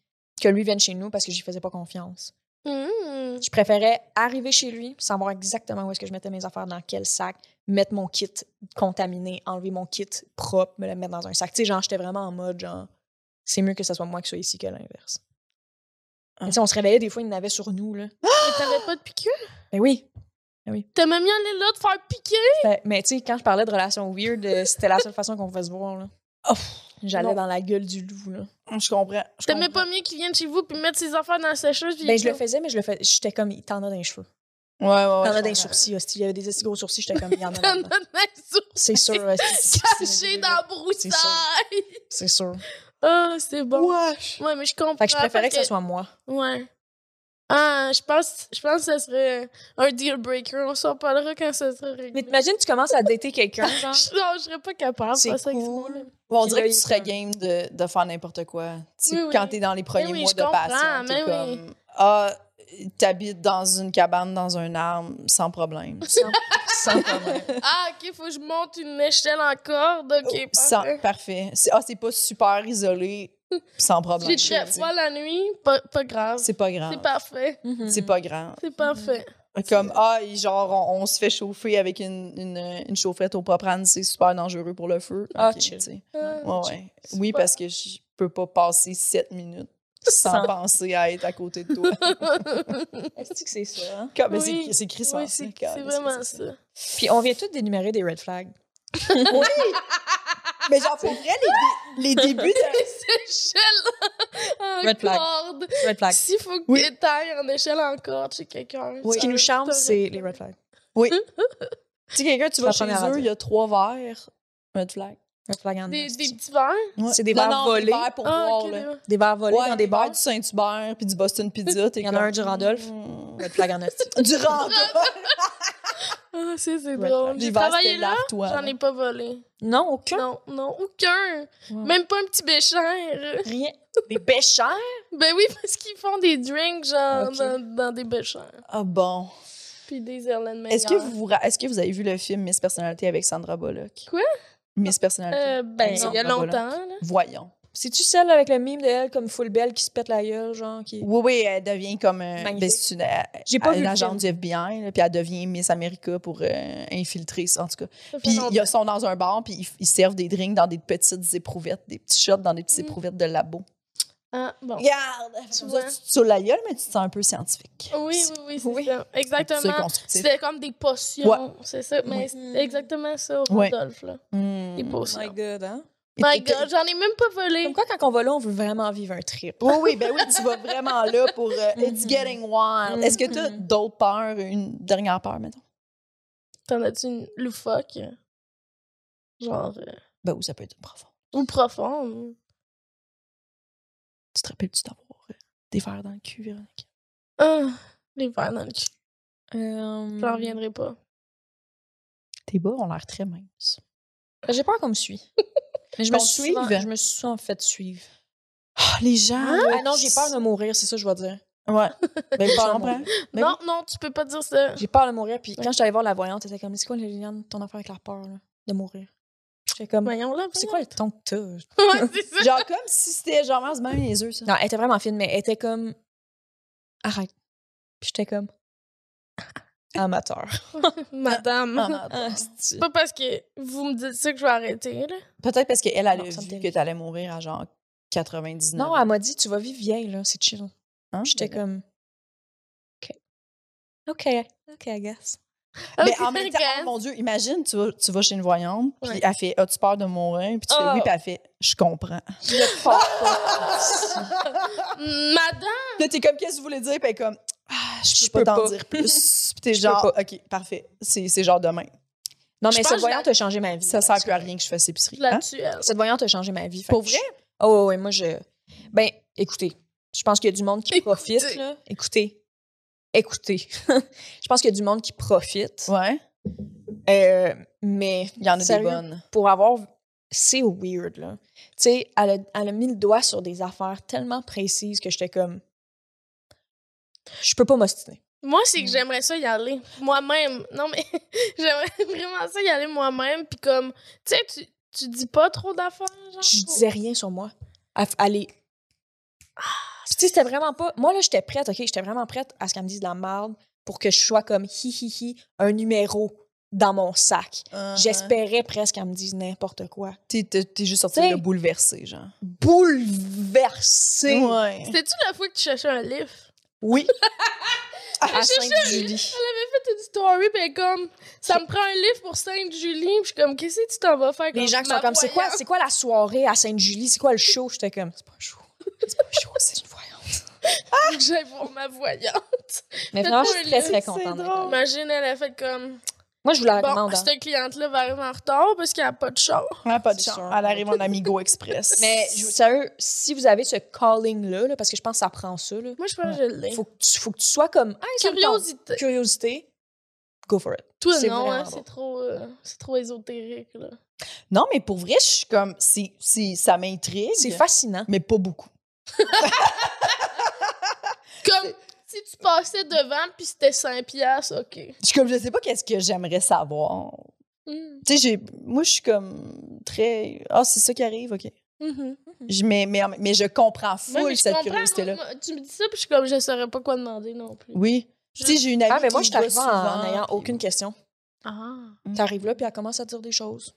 que lui vienne chez nous parce que j'y faisais pas confiance. Mmh. Je préférais arriver chez lui, savoir exactement où est-ce que je mettais mes affaires, dans quel sac, mettre mon kit contaminé, enlever mon kit propre, me le mettre dans un sac. Tu sais, genre, j'étais vraiment en mode, genre, c'est mieux que ce soit moi qui soit ici que l'inverse. Mais Tu sais, on se réveillait des fois, il y en avait sur nous, là. Mais t'avais pas de piqûre? Ben oui. T'as même mis aller là te faire piquer? Fait- mais tu sais, quand je parlais de relations weird, euh, c'était la seule façon qu'on pouvait se voir, là. Oh, non. J'allais dans la gueule du loup, là. je comprends. je T'aimais comprends. pas mieux qu'il vienne chez vous puis mettre ses affaires dans la sécheuse? puis Ben, il- je le faisais, mais je le faisais. J'étais comme, il t'en a dans les cheveux. Ouais, ouais, ouais. T'en je as dans les comprends. sourcils, hostie. Il y avait des assez gros sourcils, j'étais comme, il y en a. T'en as là-dedans. dans C'est sûr, hostie. Caché dans la broussaille! C'est sûr. Ah, c'est bon. Wesh. Ouais, mais je comprends. Fait que je préférais que parce ce soit moi. Ouais. Ah, je pense, je pense que ce serait un deal breaker. On s'en parlera quand ça sera Mais réglé. t'imagines, tu commences à dater quelqu'un, genre. Je- Non, je serais pas capable de C'est faire ça avec ce cool. mot-là. Bon, on Puis dirait là, que il tu est serais comme- game de, de faire n'importe quoi. Tu sais, Oui, oui. quand t'es dans les premiers oui, mois je de comprends, passion, t'es mais oui. comme Ah, t'habites dans une cabane, dans un arbre, sans problème. Sans, sans problème. Ah, ok, faut que je monte une échelle en corde. Oh, Ok, Sans- parfait. parfait. C'est- Ah, c'est pas super isolé, sans problème. J'ai très froid la nuit, pas, pas grave. C'est pas C'est grave. parfait. Mhm. C'est pas grand. Mm. C'est parfait. Comme, ah, et genre, on, on se fait chauffer avec une, une, une chaufferette au propane, c'est super dangereux pour le feu. Ah, Ok, chill. tu sais. Ah, Ouais, ouais. Oui, Super. parce que je peux pas passer sept minutes sans Sans- penser à être à côté de toi. Est-ce que c'est ça? hein? Comme, mais Oui. c'est- c'est Chris oui, c'est c'est vraiment ça. Puis on vient tous d'énumérer des red flags. Mais genre, pour vrai, les, dé- les débuts de... Échelle en Red flag. corde. Red flags. S'il faut que Oui. tu t'ailles en échelle en corde chez quelqu'un. Oui. Ce qui nous charme, c'est les red flags. Tu sais, quelqu'un, tu C'est vas la chez première eux, radio. il y a trois verres, red flag. Red flags en Des, esti. des petits verres. Ouais. C'est des Non, verres non, volés. verres pour Ah, boire, ok, là. des verres. Des verres volés Ouais, dans des bars. du Saint-Hubert puis du Boston Pizza. hmm. Il y en a un du Randolph. Red flag en esti. Du Randolph. Ah, c'est c'est Red drôle. flag. J'ai J'ai travaillé là, toi. j'en ai pas volé. Non, aucun. Non, non, aucun. Wow. Même pas un petit bécher. Rien. Des béchères. Ben oui, parce qu'ils font des drinks, genre, Ok. dans, dans des béchers. Ah bon. Puis des Erlen Est-ce que, vous, vous ra- est-ce que vous avez vu le film Miss Personnalité avec Sandra Bullock? Quoi? Miss Personnalité. Euh, ben, Non, il y a ben voilà. longtemps, là. Voyons. C'est-tu celle avec le mime de elle comme full belle qui se pète la gueule, genre? Qui... Oui, oui, elle devient comme un, Magnifique. ben, c'est une, elle- J'ai pas vu une le agente film. du FBI, là, puis elle devient Miss America pour euh, infiltrer, ça, en tout cas. Ça fait Puis longtemps. ils sont dans un bar, puis ils, ils servent des drinks dans des petites éprouvettes, des petits shots dans des petites Mm. éprouvettes de labo. Ah, bon. Regarde! Tu Tu vois, vois? tu te saoules la gueule, mais tu te sens un peu scientifique. Oui, oui, oui, c'est Oui. ça. C'est Exactement. constructif. C'était comme des potions, Ouais. c'est ça. Mais Ouais. c'est exactement ça, Ouais. Rodolphe, là. Hmm. Des potions. My My God, hein? God, j'en ai même pas volé. Comme quoi, quand on va là, on veut vraiment vivre un trip. Oui, oui, ben oui, tu vas vraiment là pour euh, It's Mhm. getting wild. Mm-hmm. Est-ce que tu as Mhm. d'autres peurs, une dernière peur, mettons? T'en as-tu une loufoque? Genre... euh, Ben oui, ça peut être profond. ou profonde? Tu te rappelles-tu d'avoir euh, des verres dans le cul, Véronique? Ah, les verres dans le cul. Euh, Mmh. J'en reviendrai pas. Tes bas ont l'air très minces. J'ai peur qu'on me suit. Mais je me Qu'on te suis souvent- suive? je me suis souvent fait suivre. Ah, les gens! Ah non, j'ai peur de mourir, c'est ça que je vais dire. Ouais. Ben, je J'ai peur de comprends. mourir. Ben non, non, tu peux pas dire ça. J'ai peur de mourir. Puis Ouais. quand je suis allée voir la voyante, elle était comme, c'est quoi, Liliane, ton affaire avec la peur, là, de mourir? J'étais comme, Voyons là. c'est quoi le ton que t'as? voyons. Ouais, c'est ça. Genre comme si c'était genre mince, même les yeux, ça. Non, elle était vraiment fine, mais elle était comme, arrête. Puis j'étais comme, amateur. Madame. Non, non, Ah, attends. c'est- C'est pas parce que vous me dites ça que je vais arrêter, là. Peut-être parce qu'elle, elle a Non, ça me vu que terrifie. t'allais mourir à genre 99. non, elle m'a dit, tu vas vivre vieille, là, c'est chill. Hein? J'étais comme, OK. OK, OK, I guess. Mais Ok, en même temps, regarde. oh mon Dieu, imagine, tu vas, tu vas chez une voyante, puis Ouais. elle fait As-tu peur de mourir Puis tu fais Oh. oui, puis elle fait Je comprends. Ah. Madame, Là, t'es comme Qu'est-ce que vous voulez dire Puis elle est comme Ah, je Je peux peux pas t'en pas. dire plus. Puis t'es Je genre peux Ok, parfait. C'est c'est genre demain. Non, Je mais pense cette que je la- voyante a changé ma vie. Ça sert plus à rien que je fasse épicerie. je la Hein? tue, elle. Cette voyante a changé ma vie. fait Pour que vrai? je- Ah ouais, ouais, moi, je... Ben, écoutez, je pense qu'il y a du monde qui Écoutez. profite, là. Écoutez. Écoutez. je pense qu'il y a du monde qui profite. Ouais. Euh, mais Il y en a Sérieux? des bonnes. pour avoir... C'est weird, là. Tu sais, elle a, elle a mis le doigt sur des affaires tellement précises que j'étais comme... Je peux pas m'ostiner. Moi, c'est que Mmh. j'aimerais ça y aller moi-même. Non, mais j'aimerais vraiment ça y aller moi-même. Puis comme, tu sais, tu- tu dis pas trop d'affaires, genre. Je disais rien sur moi. Elle, elle est- Puis Ah, tu sais, c'était vraiment pas... Moi, là, j'étais prête, OK? J'étais vraiment prête à ce qu'elle me dise de la merde pour que je sois comme hi hi hi un numéro dans mon sac. Uh-huh. J'espérais presque qu'elle me dise n'importe quoi. T'es t'es- t'es juste sorti T'sais- de bouleversé, genre. Bouleversée! Ouais. C'était-tu la fois que tu cherchais un livre? Oui. À Sainte-Julie. Elle avait fait une story, ben comme, ça me prend un livre pour Sainte-Julie. Puis je suis comme, qu'est-ce que tu t'en vas faire? Les gens qui sont ma comme, c'est quoi, voyante. c'est quoi la soirée à Sainte-Julie? C'est quoi le show? J'étais comme, c'est pas un show. C'est pas un show, c'est une voyante. J'ai pour ma voyante. Mais vraiment, Faites-moi je suis un très, livre, très c'est contente. d'être drôle. là. Imagine, elle a fait comme, Moi, je vous la bon, recommande. hein. cette cliente-là va arriver en retard parce qu'elle a pas de char. Elle a pas de C'est chance. sûr. Elle arrive en Amigo Express. Mais je- sérieux, si vous avez ce calling-là, là, parce que je pense que ça prend ça, là, Moi, je pense que je l'ai. faut, que tu, faut que tu sois comme, hey, ça me tente. Curiosité. Curiosité, go for it. Toi, C'est non, hein, vraiment c'est bon. trop, euh, c'est trop ésotérique, là. Non, mais pour vrai, je suis comme, c'est, c'est- ça m'intrigue. C'est fascinant. Mais pas beaucoup. Comme si tu passais devant puis c'était 5 piastres, OK. Je suis comme, je sais pas qu'est-ce que j'aimerais savoir. Mm-hmm. Mm. Tu sais, j'ai, moi, je suis comme très. Ah, c'est ça qui arrive, OK. Mhm. Je, mais, mais, mais je comprends Ouais, full mais je cette comprends, curiosité-là. moi, moi, tu me dis ça puis je suis comme, je saurais pas quoi demander non plus. Oui. Tu sais, j'ai une amie. Ah, mais moi, qui je y suis va arrivée en- en souvent, n'ayant puis- aucune question. Ah. T'arrives là, puis elle commence à te dire des choses.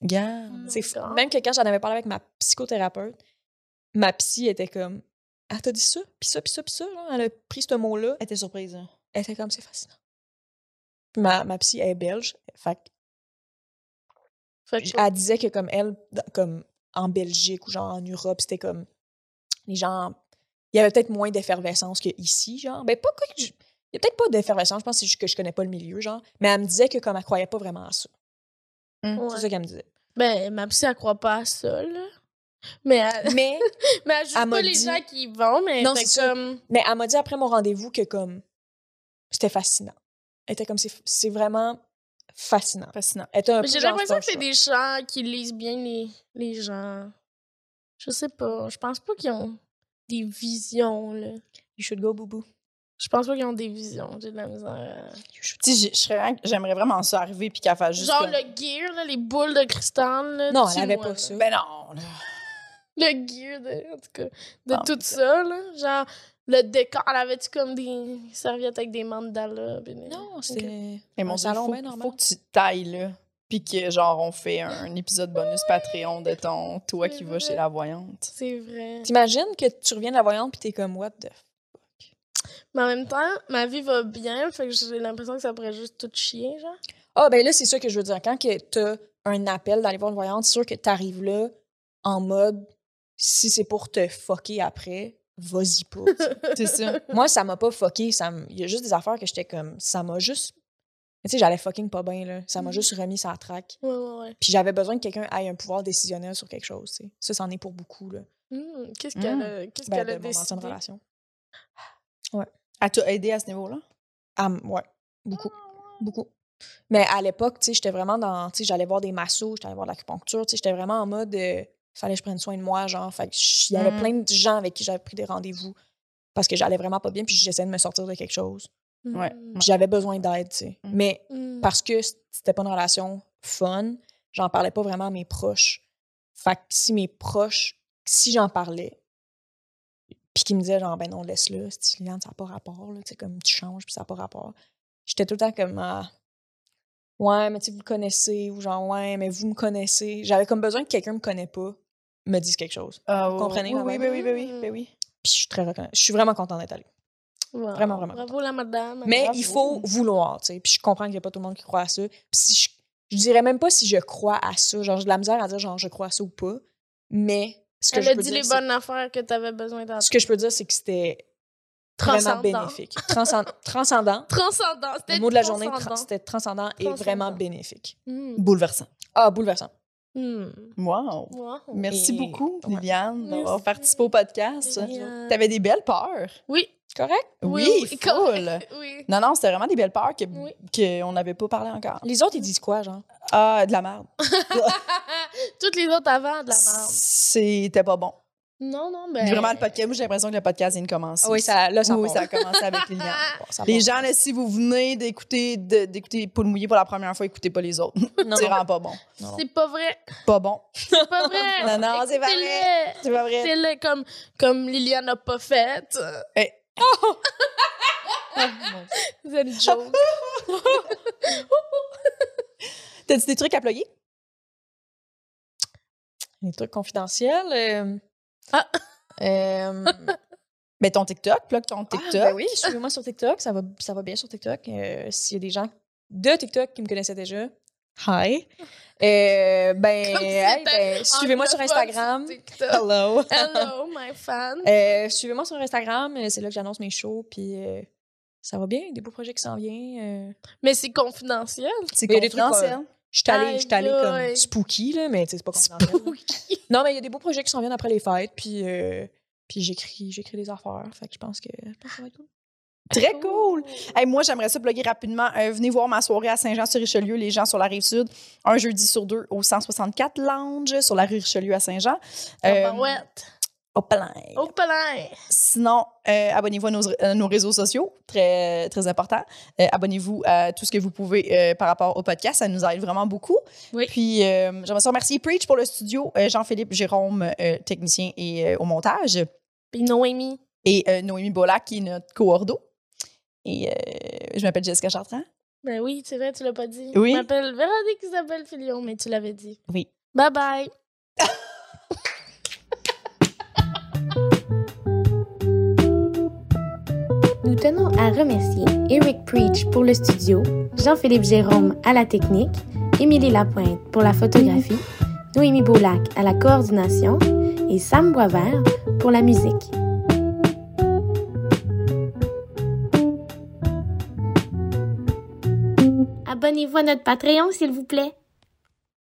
Hmm. Regarde. Mm. C'est my fou. God. Même que quand j'en avais parlé avec ma psychothérapeute, ma psy était comme Elle t'a dit ça, puis ça, puis ça, puis ça. là? Elle a pris ce mot-là. Elle était surprise. hein. Elle était comme C'est fascinant. Puis ma, ma psy, elle est belge. Fait que- Fait que- elle disait que, comme elle, dans- comme en Belgique ou genre en Europe, c'était comme les gens. Il y avait peut-être moins d'effervescence qu'ici, genre. Ben, pas quoi que je- Il y a peut-être pas d'effervescence, je pense que c'est juste que je connais pas le milieu, genre. Mais elle me disait que, comme elle croyait pas vraiment à ça. Mm. Ouais. C'est ça qu'elle me disait. Ben, ma psy, elle croit pas à ça, là. Mais elle, Mais mais elle juge Elle m'a pas les dit- gens qui y vont, mais Non, fait c'est ça. comme... Mais elle m'a dit après mon rendez-vous que comme c'était fascinant. Elle était comme c'est c'est vraiment fascinant. Fascinant. Elle était un Mais peu J'ai genre, l'impression que c'est des starstruck. gens qui lisent bien les, les gens. Je sais pas. Je pense pas qu'ils ont des visions, là. You should go boubou. Je pense pas qu'ils ont des visions. J'ai de la misère. à- Tu sais, j'ai- je serais vraiment- j'aimerais vraiment ça arriver puis qu'elle fasse juste. Genre comme- le gear, là, les boules de cristal. Là, Non, tu elle avait vois, pas là. ça. Ben non. là. Le gear, de, en tout cas, de Ah, tout ça, là. Genre le décor. Elle avait-tu comme des serviettes avec des mandalas? puis des- non, c'était c'était Mais mon Un Dieu, salon faut, bien normal. faut que tu tailles, là. Puis que, genre, on fait un, un épisode bonus Patreon de ton Toi qui vas chez la voyante. C'est vrai. T'imagines que tu reviens de la voyante puis t'es comme what the f- Mais en même temps, ma vie va bien, fait que j'ai l'impression que ça pourrait juste tout chier, genre. Ah, ben là, c'est ça que je veux dire. Quand que t'as un appel d'aller voir une voyante, c'est sûr que t'arrives là en mode si c'est pour te fucker après, vas-y pas. tu sais. C'est ça. Moi, ça m'a pas fucké. ça m- Il y a juste des affaires que j'étais comme. Ça m'a juste. Tu sais, j'allais fucking pas bien, là. Ça m'a Mhm. juste remis sa traque. Ouais, ouais, ouais. Puis j'avais besoin que quelqu'un ait un pouvoir décisionnel sur quelque chose, tu sais. Ça, c'en est pour beaucoup, là. Hmm, Qu'est-ce Hmm. qu'elle a, qu'est-ce Ben, qu'elle a de mon ancienne décidé? relation. Elle t'a aidé à ce niveau-là? Ah, m- ouais. Beaucoup. Beaucoup. Mais à l'époque, tu sais, j'étais vraiment dans. Tu sais, j'allais voir des massos, j'étais allée voir de l'acupuncture, tu sais, j'étais vraiment en mode. euh, fallait que je prenne soin de moi, genre. Fait que j- il y avait Mm. plein de gens avec qui j'avais pris des rendez-vous parce que j'allais vraiment pas bien, puis j'essayais de me sortir de quelque chose. Hmm. Ouais. Puis j'avais besoin d'aide, tu sais. Mm. Mais Hmm. parce que c'était pas une relation fun, j'en parlais pas vraiment à mes proches. Fait que si mes proches, si j'en parlais, puis qu'ils me disaient genre, ben non, laisse-le, c'est Liliane, ça n'a pas rapport, là, tu sais, comme tu changes, puis ça n'a pas rapport. J'étais tout le temps comme, Ah, ouais, mais tu sais, vous le connaissez, ou genre, ouais, mais vous me connaissez. J'avais comme besoin que quelqu'un me connaît pas, me dise quelque chose. Ah, Vous oui, comprenez, ma oui, oui, mère? oui, ben oui, ben oui. Puis je suis très reconnaissante. Je suis vraiment contente d'être allée. Wow. Vraiment, vraiment. Bravo la madame. Mais Bravo. il faut vouloir, tu sais. Puis je comprends qu'il n'y a pas tout le monde qui croit à ça. Puis si je, je dirais même pas si je crois à ça. Genre, j'ai de la misère à dire, genre, je crois à ça ou pas. Mais ce que, Elle je a peux, dit les dire, c'est- bonnes affaires que t'avais besoin d'entendre. ce que je peux dire, c'est que c'était vraiment Transcendant. bénéfique. Transcend- transcendant. Transcendant. C'était Le mot de la journée, tra- transcendant. c'était transcendant, et Transcendant. vraiment bénéfique. Hmm. Bouleversant. Ah, bouleversant. Hmm. Wow. Wow. Merci Et- beaucoup, ouais. Liliane, d'avoir Merci. participé au podcast. Liliane. T'avais des belles peurs. Oui. Correct? Oui, comme- full. Oui. Non, non, c'était vraiment des belles peurs que- Oui. qu'on n'avait pas parlé encore. Les autres, ils disent quoi, genre? Ah, de la merde. Toutes les autres avant de la merde. C'était pas bon. Non, non, ben, mais. Vraiment, le podcast, moi, j'ai l'impression que le podcast vient de commencer. oui, ça, là, ça Ah Oui, part. ça a commencé avec Liliane. Bon, ça Les part. gens, là, si vous venez d'écouter de- d'écouter Poule mouillée pour la première fois, écoutez pas les autres. Non, C'est non. vraiment pas bon. Non, C'est pas vrai. Pas bon. C'est pas Non, vrai. non, c'est pas Écoutez-le. C'est pas vrai. Écoutez-le comme, comme Liliane n'a pas fait. Ah, C'est une joke. T'as-tu des trucs à plugger? Les trucs confidentiels. euh, Ah. euh, Ben, ton TikTok, plug ton Ah, TikTok. ben oui, suivez-moi sur TikTok. Ça va, ça va bien sur TikTok. Euh, S'il y a des gens de TikTok qui me connaissaient déjà, hi. Euh, ben, Comme si hey, c'était ben, suivez-moi sur Anglophone Instagram. sur TikTok. Hello. Hello, my fan. Euh, suivez-moi sur Instagram. euh, C'est là que j'annonce mes shows. Puis euh, ça va bien. Des beaux projets qui s'en viennent. euh. Mais c'est confidentiel. C'est Il y a des trucs, confidentiel. Je suis allée, je suis allée Aïe, aïe. comme spooky, là, mais tu sais, c'est pas confidentiel. Non, mais il y a des beaux projets qui s'en viennent après les fêtes. Puis, euh, puis j'écris, j'écris des affaires. Fait que je pense que, je pense que ça va être cool. Très cool. Hey, moi, j'aimerais ça plugger rapidement. Euh, venez voir ma soirée à Saint-Jean-sur-Richelieu, les gens sur la rive sud, un jeudi sur deux au 164 Lounge sur la rue Richelieu à Saint-Jean. Ah, Euh, bah Cacahuète. au plein. Au palais. Sinon, euh, abonnez-vous à nos, à nos réseaux sociaux, très, très important. Euh, abonnez-vous à tout ce que vous pouvez euh, par rapport au podcast, ça nous aide vraiment beaucoup. Oui. Puis, euh, j'aimerais ça remercier Preach pour le studio, euh, Jean-Philippe Jérôme, euh, technicien et euh, au montage, Puis Noémie. et euh, Noémie Bolac, qui est notre coordo. Et euh, je m'appelle Jessica Chartrand. Ben oui, c'est vrai, tu l'as pas dit. Oui. Je m'appelle Véronique Isabelle Filion, mais tu l'avais dit. Oui. Bye bye. Nous tenons à remercier Eric Preach pour le studio, Jean-Philippe Jérôme à la technique, Émilie Lapointe pour la photographie, Noémie Boulac à la coordination et Sam Boisvert pour la musique. Abonnez-vous à notre Patreon, s'il vous plaît.